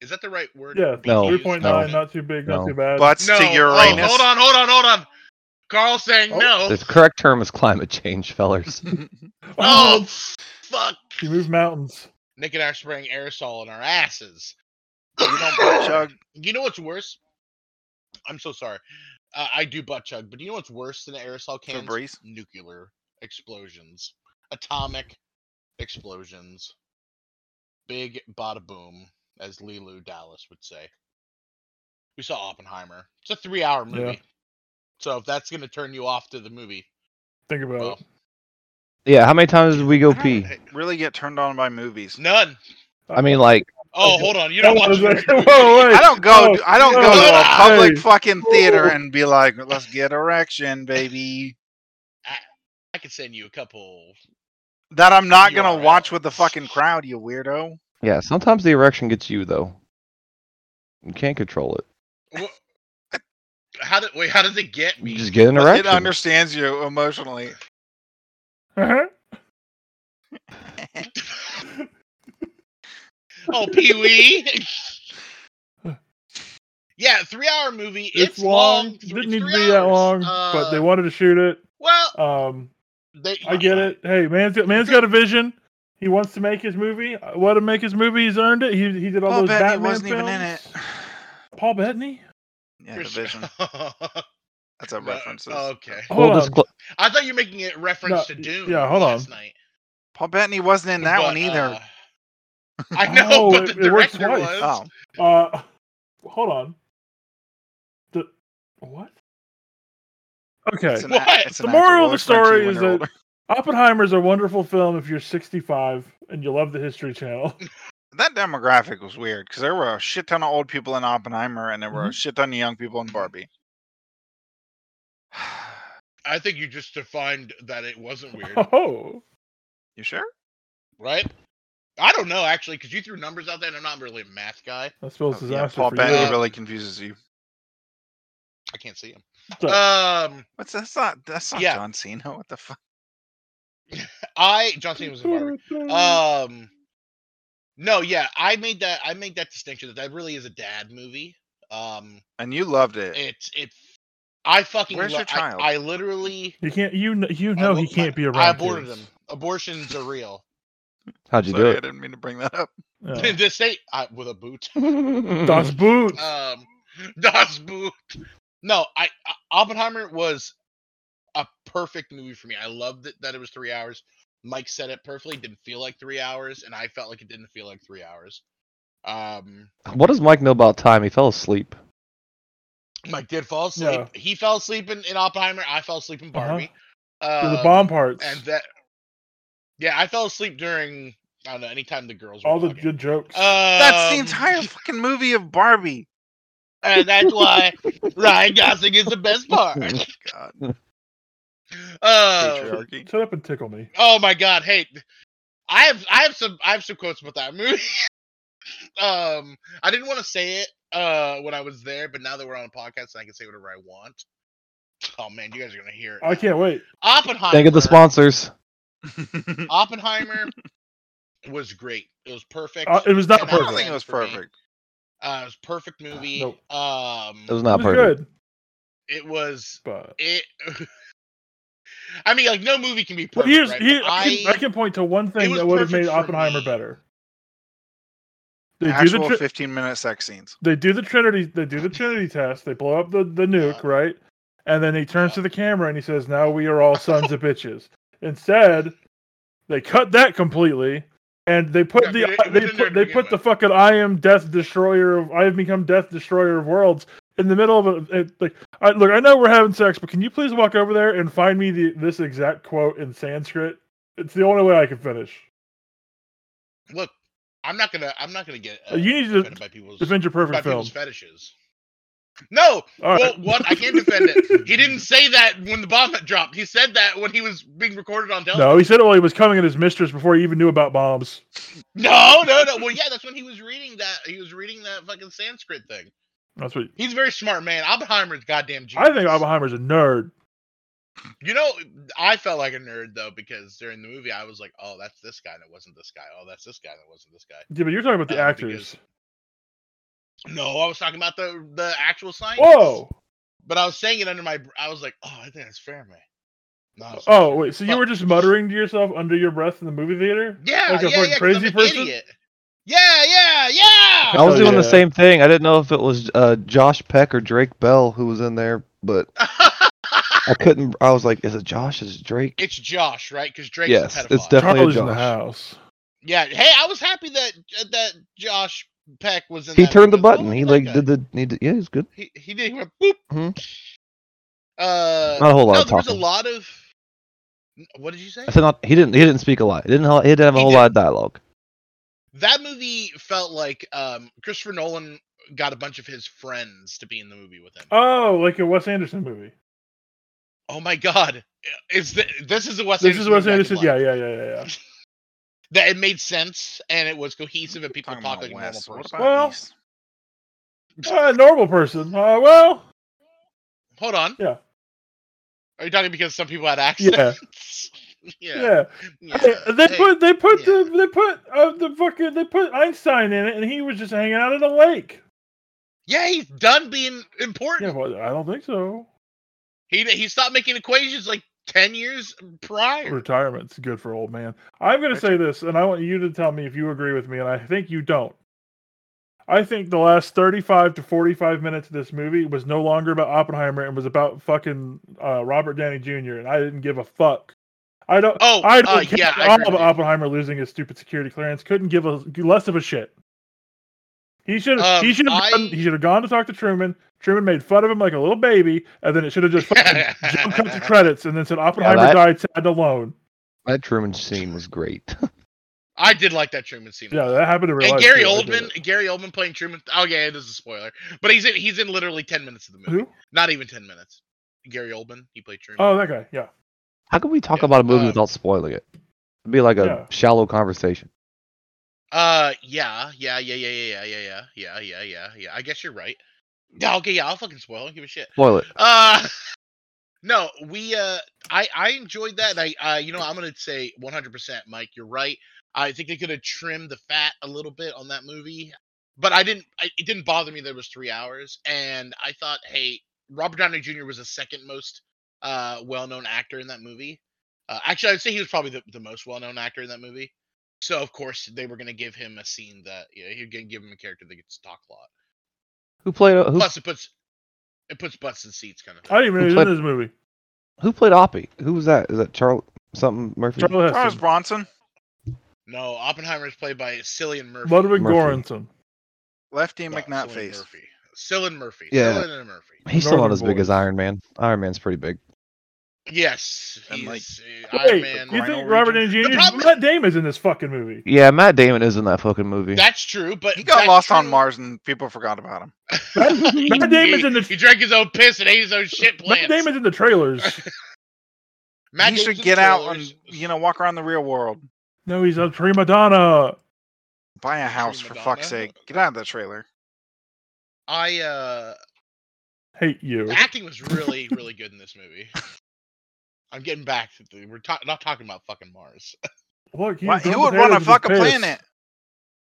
[SPEAKER 1] Is that the right word?
[SPEAKER 2] Yeah,
[SPEAKER 3] No,
[SPEAKER 2] three point nine,
[SPEAKER 3] no,
[SPEAKER 2] not too big,
[SPEAKER 3] no.
[SPEAKER 2] not too bad.
[SPEAKER 4] butts
[SPEAKER 1] Uh, No.
[SPEAKER 4] to Uranus.
[SPEAKER 1] Oh, hold on, hold on, hold on. Carl's saying
[SPEAKER 2] Oh.
[SPEAKER 1] no.
[SPEAKER 3] The correct term is climate change, fellers.
[SPEAKER 1] Oh, fuck.
[SPEAKER 2] you move mountains.
[SPEAKER 1] Nick and I are spraying aerosol in our asses.
[SPEAKER 4] You don't butt chug.
[SPEAKER 1] You know what's worse? I'm so sorry. Uh, I do butt chug, but you know what's worse than aerosol cans?
[SPEAKER 4] Febreze?
[SPEAKER 1] Nuclear explosions, atomic explosions, big bada boom, as Lulu Dallas would say. We saw Oppenheimer. It's a three-hour
[SPEAKER 2] Yeah.
[SPEAKER 1] movie, so if that's gonna turn you off to the movie,
[SPEAKER 2] Think about
[SPEAKER 1] well,
[SPEAKER 2] it.
[SPEAKER 3] yeah, how many times did we go
[SPEAKER 1] I don't-
[SPEAKER 3] pee?
[SPEAKER 4] Really get turned on by movies.
[SPEAKER 1] none.
[SPEAKER 3] I mean, like,
[SPEAKER 1] Oh, hold on. You don't
[SPEAKER 2] Oh,
[SPEAKER 1] watch.
[SPEAKER 2] I was
[SPEAKER 1] the
[SPEAKER 2] like,
[SPEAKER 1] movie.
[SPEAKER 2] whoa, wait.
[SPEAKER 4] I don't go.
[SPEAKER 2] no,
[SPEAKER 4] I don't
[SPEAKER 2] no,
[SPEAKER 4] go to a
[SPEAKER 1] no,
[SPEAKER 4] public
[SPEAKER 2] hey. Oh.
[SPEAKER 4] fucking theater
[SPEAKER 2] Whoa.
[SPEAKER 4] and be like, "Let's get erection, baby."
[SPEAKER 1] I could send you a couple.
[SPEAKER 4] That I'm not
[SPEAKER 1] You
[SPEAKER 4] gonna
[SPEAKER 1] are
[SPEAKER 4] watch
[SPEAKER 1] out.
[SPEAKER 4] with the fucking crowd, you weirdo.
[SPEAKER 3] yeah, sometimes the erection gets you, though. You can't control it.
[SPEAKER 1] How did wait? How does it get me?
[SPEAKER 3] You just get an
[SPEAKER 4] It
[SPEAKER 3] erection.
[SPEAKER 4] understands you emotionally.
[SPEAKER 2] Uh-huh.
[SPEAKER 1] Oh, Pee Wee. yeah, three hour movie. It's, long. three-
[SPEAKER 2] Didn't need to
[SPEAKER 1] three
[SPEAKER 2] be that
[SPEAKER 1] hours.
[SPEAKER 2] long, but they
[SPEAKER 1] Uh,
[SPEAKER 2] wanted to shoot it.
[SPEAKER 1] Well,
[SPEAKER 2] Um,
[SPEAKER 1] they,
[SPEAKER 2] I get it. Hey, man's man's got a vision. He wants to make his movie. Uh, Let him make his movie. He's earned it. He, he did all
[SPEAKER 4] Paul
[SPEAKER 2] those
[SPEAKER 4] Bettany
[SPEAKER 2] Batman
[SPEAKER 4] wasn't even in it.
[SPEAKER 2] films. Paul Bettany.
[SPEAKER 4] Yeah,
[SPEAKER 1] You're
[SPEAKER 4] the vision.
[SPEAKER 1] s-
[SPEAKER 4] That's a
[SPEAKER 1] No,
[SPEAKER 4] reference.
[SPEAKER 1] okay.
[SPEAKER 3] Full
[SPEAKER 2] Hold on.
[SPEAKER 3] disclo-
[SPEAKER 1] I thought you were making it reference
[SPEAKER 2] No,
[SPEAKER 1] to Dune.
[SPEAKER 2] yeah, hold on.
[SPEAKER 1] last Night,
[SPEAKER 4] Paul Bettany wasn't in that
[SPEAKER 1] But,
[SPEAKER 4] one either.
[SPEAKER 1] uh, I know,
[SPEAKER 2] No,
[SPEAKER 1] but
[SPEAKER 2] it-
[SPEAKER 1] the
[SPEAKER 2] it works
[SPEAKER 1] director
[SPEAKER 2] twice.
[SPEAKER 1] was.
[SPEAKER 4] oh,
[SPEAKER 2] Uh, hold on. The what? Okay.
[SPEAKER 4] it's an,
[SPEAKER 1] What?
[SPEAKER 4] act- it's
[SPEAKER 2] The
[SPEAKER 4] an actor.
[SPEAKER 2] moral of
[SPEAKER 4] We'll
[SPEAKER 2] the
[SPEAKER 4] explain to you
[SPEAKER 2] story
[SPEAKER 4] when
[SPEAKER 2] is
[SPEAKER 4] you're
[SPEAKER 2] that
[SPEAKER 4] older.
[SPEAKER 2] Oppenheimer's a wonderful film if you're 65 and you love the History Channel.
[SPEAKER 4] that demographic was weird because there were a shit ton of old people in Oppenheimer and there were a shit ton of young people in Barbie.
[SPEAKER 1] I think you just defined that it wasn't weird,
[SPEAKER 2] Oh,
[SPEAKER 4] you sure?
[SPEAKER 1] right? I don't know actually, because you threw numbers out there, and I'm not really a math guy.
[SPEAKER 2] that spells
[SPEAKER 4] Oh, yeah,
[SPEAKER 2] disaster
[SPEAKER 4] Paul
[SPEAKER 2] for
[SPEAKER 4] Bettany
[SPEAKER 1] Uh,
[SPEAKER 2] you.
[SPEAKER 4] really confuses you.
[SPEAKER 1] I can't see him.
[SPEAKER 2] So-
[SPEAKER 1] Um,
[SPEAKER 4] What's that's not that's not
[SPEAKER 1] Yeah.
[SPEAKER 4] John Cena. What the fuck?
[SPEAKER 1] I John Cena was in Barbie.
[SPEAKER 2] Uh,
[SPEAKER 4] Mm-hmm.
[SPEAKER 1] Um, no, yeah, I made that. I made that distinction that that really is a dad movie. Um,
[SPEAKER 4] And you loved it.
[SPEAKER 1] it's it. I fucking.
[SPEAKER 4] Where's your
[SPEAKER 1] I-
[SPEAKER 4] child?
[SPEAKER 1] I, literally.
[SPEAKER 2] you can't. You kn- you know
[SPEAKER 1] I,
[SPEAKER 2] he
[SPEAKER 1] wo-
[SPEAKER 2] can't be around.
[SPEAKER 1] I aborted
[SPEAKER 2] kids.
[SPEAKER 1] him. Abortions are real
[SPEAKER 3] How'd you do
[SPEAKER 4] Sorry, I
[SPEAKER 3] it?
[SPEAKER 4] didn't mean to bring that up.
[SPEAKER 2] Yeah.
[SPEAKER 4] Oh.
[SPEAKER 1] in this state I, with a boot.
[SPEAKER 2] Das Boot.
[SPEAKER 1] Um, das Boot. No, I, I Oppenheimer was a perfect movie for me. I loved it that it was three hours. Mike said it perfectly. Didn't feel like three hours, and I felt like it didn't feel like three hours. Um,
[SPEAKER 3] what does Mike know about time? He fell asleep.
[SPEAKER 1] Mike did fall asleep.
[SPEAKER 2] Yeah.
[SPEAKER 1] He fell asleep in, in Oppenheimer. I fell asleep in
[SPEAKER 2] Uh-huh.
[SPEAKER 1] Barbie.
[SPEAKER 2] They're the
[SPEAKER 1] Um,
[SPEAKER 2] bomb parts.
[SPEAKER 1] And that, yeah, I fell asleep during I don't know anytime the girls. Were
[SPEAKER 2] all the
[SPEAKER 1] talking.
[SPEAKER 2] good jokes.
[SPEAKER 4] That's the
[SPEAKER 1] Um,
[SPEAKER 4] entire fucking movie of Barbie.
[SPEAKER 1] and that's why Ryan Gosling is the best part.
[SPEAKER 4] God,
[SPEAKER 1] Uh,
[SPEAKER 4] patriarchy.
[SPEAKER 2] Shut up and tickle me.
[SPEAKER 1] oh my God! Hey, I have I have some I have some quotes about that movie. um, I didn't want to say it uh when I was there, but now that we're on a podcast and I can say whatever I want. Oh man, you guys are gonna hear it.
[SPEAKER 2] I can't wait.
[SPEAKER 1] Oppenheimer.
[SPEAKER 3] Thank you, the sponsors.
[SPEAKER 1] Oppenheimer was great. It was perfect.
[SPEAKER 2] Uh, it was
[SPEAKER 1] I
[SPEAKER 2] not
[SPEAKER 4] I
[SPEAKER 1] don't
[SPEAKER 4] don't
[SPEAKER 2] perfect.
[SPEAKER 4] think it was
[SPEAKER 1] For me.
[SPEAKER 4] perfect.
[SPEAKER 1] Uh, it was a perfect movie.
[SPEAKER 2] Nope.
[SPEAKER 1] Um,
[SPEAKER 3] It was
[SPEAKER 2] It
[SPEAKER 3] not
[SPEAKER 2] was
[SPEAKER 3] perfect.
[SPEAKER 2] good,
[SPEAKER 1] it was
[SPEAKER 2] but
[SPEAKER 1] it. I mean, like no movie can be
[SPEAKER 2] But
[SPEAKER 1] perfect.
[SPEAKER 2] here's
[SPEAKER 1] right?
[SPEAKER 2] here,
[SPEAKER 1] But
[SPEAKER 2] I, can, I can point to one thing
[SPEAKER 1] was
[SPEAKER 2] that would have
[SPEAKER 1] perfect
[SPEAKER 2] made
[SPEAKER 1] for
[SPEAKER 2] Oppenheimer
[SPEAKER 1] me.
[SPEAKER 2] better. They do
[SPEAKER 4] Actual
[SPEAKER 2] the tri-
[SPEAKER 4] 15 minute sex scenes.
[SPEAKER 2] they do the Trinity they do the Trinity test. They blow up the the nuke,
[SPEAKER 1] Yeah.
[SPEAKER 2] right? And then he turns
[SPEAKER 1] Yeah.
[SPEAKER 2] to the camera and he says, "Now we are all sons of bitches." Instead, they cut that completely, and they put
[SPEAKER 1] Yeah, but it-
[SPEAKER 2] the
[SPEAKER 1] it
[SPEAKER 2] they
[SPEAKER 1] was in there to
[SPEAKER 2] put, they
[SPEAKER 1] begin
[SPEAKER 2] put the
[SPEAKER 1] with.
[SPEAKER 2] fucking "I am Death Destroyer of I have become Death Destroyer of Worlds" in the middle of it. Like, I, look, I know we're having sex, but can you please walk over there and find me the, this exact quote in Sanskrit? It's the only way I can finish.
[SPEAKER 1] look, I'm not gonna. I'm not gonna get.
[SPEAKER 2] Uh, you need to
[SPEAKER 1] offended by people's,
[SPEAKER 2] Defend your perfect
[SPEAKER 1] by
[SPEAKER 2] film.
[SPEAKER 1] people's fetishes. No,
[SPEAKER 2] All right.
[SPEAKER 1] well, what I can't defend it. He didn't say that when the bomb had dropped. He said that when he was being recorded on television.
[SPEAKER 2] No, he said it while he was coming at his mistress before he even knew about bombs.
[SPEAKER 1] No, no, no. Well, yeah, that's when he was reading that. He was reading that fucking Sanskrit thing.
[SPEAKER 2] That's what
[SPEAKER 1] He's a very smart man. Oppenheimer's goddamn genius.
[SPEAKER 2] I think Oppenheimer's a nerd.
[SPEAKER 1] You know, I felt like a nerd though because during the movie I was like, "Oh, that's this guy that wasn't this guy. Oh, that's this guy that wasn't this guy."
[SPEAKER 2] Yeah, but you're talking about the
[SPEAKER 1] Uh,
[SPEAKER 2] actors.
[SPEAKER 1] No, I was talking about the the actual science.
[SPEAKER 2] Whoa!
[SPEAKER 1] But I was saying it under my. br- I was like, "Oh, I think that's fair, man." No, it's not
[SPEAKER 2] Oh
[SPEAKER 1] fair.
[SPEAKER 2] wait, so you
[SPEAKER 1] But-
[SPEAKER 2] were just muttering to yourself under your breath in the movie theater?
[SPEAKER 1] Yeah,
[SPEAKER 2] like
[SPEAKER 1] yeah,
[SPEAKER 2] a fucking
[SPEAKER 1] yeah, 'cause
[SPEAKER 2] crazy
[SPEAKER 1] I'm an
[SPEAKER 2] person?
[SPEAKER 1] Idiot. Yeah, yeah, yeah.
[SPEAKER 3] I was
[SPEAKER 2] Oh,
[SPEAKER 3] doing
[SPEAKER 2] yeah.
[SPEAKER 3] the same thing. I didn't know if it was uh, Josh Peck or Drake Bell who was in there, but I couldn't. I was like, is it Josh? Is it Drake?
[SPEAKER 1] it's Josh, right? Because Drake's
[SPEAKER 3] Yes,
[SPEAKER 1] a pedophile.
[SPEAKER 3] it's definitely
[SPEAKER 2] Charlie's in
[SPEAKER 3] Josh.
[SPEAKER 2] the house.
[SPEAKER 1] yeah. Hey, I was happy that uh, that Josh Peck was in.
[SPEAKER 3] He
[SPEAKER 1] that
[SPEAKER 3] turned the
[SPEAKER 1] movie. Oh,
[SPEAKER 3] button. He
[SPEAKER 1] that
[SPEAKER 3] like
[SPEAKER 1] guy.
[SPEAKER 3] did the. He did, yeah, he's good.
[SPEAKER 1] He he did. He went boop. Uh,
[SPEAKER 3] Not a whole lot
[SPEAKER 1] no,
[SPEAKER 3] of
[SPEAKER 1] there was a
[SPEAKER 3] Hmm? talking.
[SPEAKER 1] lot of. What did you say?
[SPEAKER 3] I said not. He didn't. He didn't speak a lot. He didn't. He didn't have a
[SPEAKER 1] He
[SPEAKER 3] whole
[SPEAKER 1] did.
[SPEAKER 3] lot of dialogue.
[SPEAKER 1] That movie felt like um, Christopher Nolan got a bunch of his friends to be in the movie with him.
[SPEAKER 2] Oh, like a Wes Anderson movie.
[SPEAKER 1] oh my god! Is the, this is the Wes?
[SPEAKER 2] This is Wes
[SPEAKER 1] movie I
[SPEAKER 2] Anderson.
[SPEAKER 1] could
[SPEAKER 2] Yeah,
[SPEAKER 1] love.
[SPEAKER 2] yeah, yeah, yeah,
[SPEAKER 1] That it made sense and it was cohesive and people
[SPEAKER 4] Talking
[SPEAKER 1] talked
[SPEAKER 4] about
[SPEAKER 1] like a normal
[SPEAKER 4] Wes. What
[SPEAKER 1] person.
[SPEAKER 4] about
[SPEAKER 2] Well-
[SPEAKER 4] East?
[SPEAKER 2] yeah. Uh, normal person. Uh, well,
[SPEAKER 1] Hold on.
[SPEAKER 2] Yeah.
[SPEAKER 1] Are you talking because some people had
[SPEAKER 2] Yeah.
[SPEAKER 1] accents?
[SPEAKER 2] yeah.
[SPEAKER 1] yeah.
[SPEAKER 2] Hey, they
[SPEAKER 1] Hey,
[SPEAKER 2] put they put
[SPEAKER 1] yeah.
[SPEAKER 2] the they put uh, the fucking they put Einstein in it, and he was just hanging out at a lake.
[SPEAKER 1] yeah, he's done being
[SPEAKER 2] Yeah,
[SPEAKER 1] important.
[SPEAKER 2] well, I don't think so.
[SPEAKER 1] He he stopped making equations like ten years prior.
[SPEAKER 2] Retirement's good for old man. I'm going to say this, and I want you to tell me if you agree with me, and I think you don't. I think the last 35 to 45 minutes of this movie was no longer about Oppenheimer and was about fucking uh, Robert Downey Jr. and I didn't give a fuck. I don't.
[SPEAKER 1] Oh,
[SPEAKER 2] I don't
[SPEAKER 1] uh,
[SPEAKER 2] care
[SPEAKER 1] yeah,
[SPEAKER 2] at
[SPEAKER 1] I
[SPEAKER 2] all
[SPEAKER 1] agree with
[SPEAKER 2] about
[SPEAKER 1] you.
[SPEAKER 2] Oppenheimer losing his stupid security clearance. Couldn't give a less of a shit. He should have. he
[SPEAKER 1] Um,
[SPEAKER 2] should have.
[SPEAKER 1] I-
[SPEAKER 2] gone He should have gone to talk to Truman. Truman made fun of him like a little baby, and then it should have just fucking jump cut to credits, and then said Oppenheimer
[SPEAKER 3] that-
[SPEAKER 2] died sad and alone.
[SPEAKER 3] That Truman scene was great.
[SPEAKER 1] I did like that Truman scene. a
[SPEAKER 2] Yeah,
[SPEAKER 1] lot.
[SPEAKER 2] that happened in
[SPEAKER 1] and
[SPEAKER 2] real life.
[SPEAKER 1] Gary
[SPEAKER 2] too. I did
[SPEAKER 1] Oldman, Gary Oldman playing Truman. Oh yeah, it is a spoiler, but he's in he's in literally ten minutes of the
[SPEAKER 2] it.
[SPEAKER 1] movie.
[SPEAKER 2] Who?
[SPEAKER 1] Not even ten minutes. Gary Oldman, he played Truman.
[SPEAKER 2] Oh, that guy. Yeah.
[SPEAKER 3] How can we talk
[SPEAKER 1] Yeah,
[SPEAKER 3] about a movie
[SPEAKER 1] uh,
[SPEAKER 3] without spoiling it? It'd be like a
[SPEAKER 2] Yeah.
[SPEAKER 3] shallow conversation.
[SPEAKER 1] Uh, yeah, yeah, yeah, yeah, yeah, yeah, yeah, yeah, yeah, yeah, yeah, yeah. I guess you're right. Yeah, okay, yeah, I'll fucking spoil. it, Give a shit.
[SPEAKER 3] Spoil it.
[SPEAKER 1] Uh, no, we uh, I I enjoyed that. And I uh, you know, I'm gonna say 100, percent Mike. You're right. I think they could have trimmed the fat a little bit on that movie, but I didn't. I, it didn't bother me that it was three hours, and I thought, hey, Robert Downey Jr. was the second most uh well-known actor in that movie. Uh, actually, I'd say he was probably the, the most well-known actor in that movie. So of course they were gonna give him a scene that you know, he gonna give him a character that gets to talk a lot.
[SPEAKER 3] Who played who,
[SPEAKER 1] Plus, it puts it puts butts in seats, kind of. Thing.
[SPEAKER 2] I didn't even know he was in this movie.
[SPEAKER 3] who played Oppie? Who was that? Is that Charlie something Murphy?
[SPEAKER 2] Charlie
[SPEAKER 4] Charles
[SPEAKER 2] Heston.
[SPEAKER 4] Bronson,
[SPEAKER 1] No, Oppenheimer is played by Cillian Murphy.
[SPEAKER 2] Ludwig
[SPEAKER 3] Murphy.
[SPEAKER 2] Göransson.
[SPEAKER 4] Lefty
[SPEAKER 1] No,
[SPEAKER 4] McNutt
[SPEAKER 1] Cillian
[SPEAKER 4] face.
[SPEAKER 1] Murphy. Cillian Murphy.
[SPEAKER 3] Yeah.
[SPEAKER 1] Cillian and Murphy.
[SPEAKER 3] He's still not
[SPEAKER 2] Northern
[SPEAKER 3] as big as
[SPEAKER 2] Boys.
[SPEAKER 3] Iron Man. Iron Man's pretty big.
[SPEAKER 1] Yes,
[SPEAKER 4] And,
[SPEAKER 1] he's
[SPEAKER 4] like-
[SPEAKER 1] uh, Iron
[SPEAKER 2] Wait,
[SPEAKER 1] Man.
[SPEAKER 2] you
[SPEAKER 4] Rhino
[SPEAKER 2] think Robert Downey
[SPEAKER 4] region.
[SPEAKER 2] Jr.
[SPEAKER 1] The problem-
[SPEAKER 2] Matt Damon's in this fucking movie?
[SPEAKER 3] Yeah, Matt Damon is in that fucking movie.
[SPEAKER 1] That's true, but
[SPEAKER 4] He got
[SPEAKER 1] that's
[SPEAKER 4] lost on
[SPEAKER 1] true.
[SPEAKER 4] Mars and people forgot about him.
[SPEAKER 1] he,
[SPEAKER 2] Matt Damon's in the-
[SPEAKER 1] he drank his own piss and ate his own shit plants.
[SPEAKER 2] Matt Damon's in the trailers.
[SPEAKER 1] Matt
[SPEAKER 4] he
[SPEAKER 1] Damon's
[SPEAKER 4] should
[SPEAKER 1] in
[SPEAKER 4] get out
[SPEAKER 1] trailers.
[SPEAKER 4] and you know walk around the real world.
[SPEAKER 2] no, he's a prima donna.
[SPEAKER 4] Buy a house for
[SPEAKER 1] Prima
[SPEAKER 4] fuck's
[SPEAKER 1] donna?
[SPEAKER 4] sake. Get out of the trailer.
[SPEAKER 1] I uh
[SPEAKER 2] Hate you.
[SPEAKER 1] the acting was really really good in this movie. I'm getting back to the, we're ta- not talking about fucking Mars.
[SPEAKER 2] Look, he
[SPEAKER 4] Why,
[SPEAKER 2] was
[SPEAKER 4] he
[SPEAKER 2] done
[SPEAKER 4] would run
[SPEAKER 2] potatoes with
[SPEAKER 4] a
[SPEAKER 2] his
[SPEAKER 4] fucking
[SPEAKER 2] piss.
[SPEAKER 4] planet.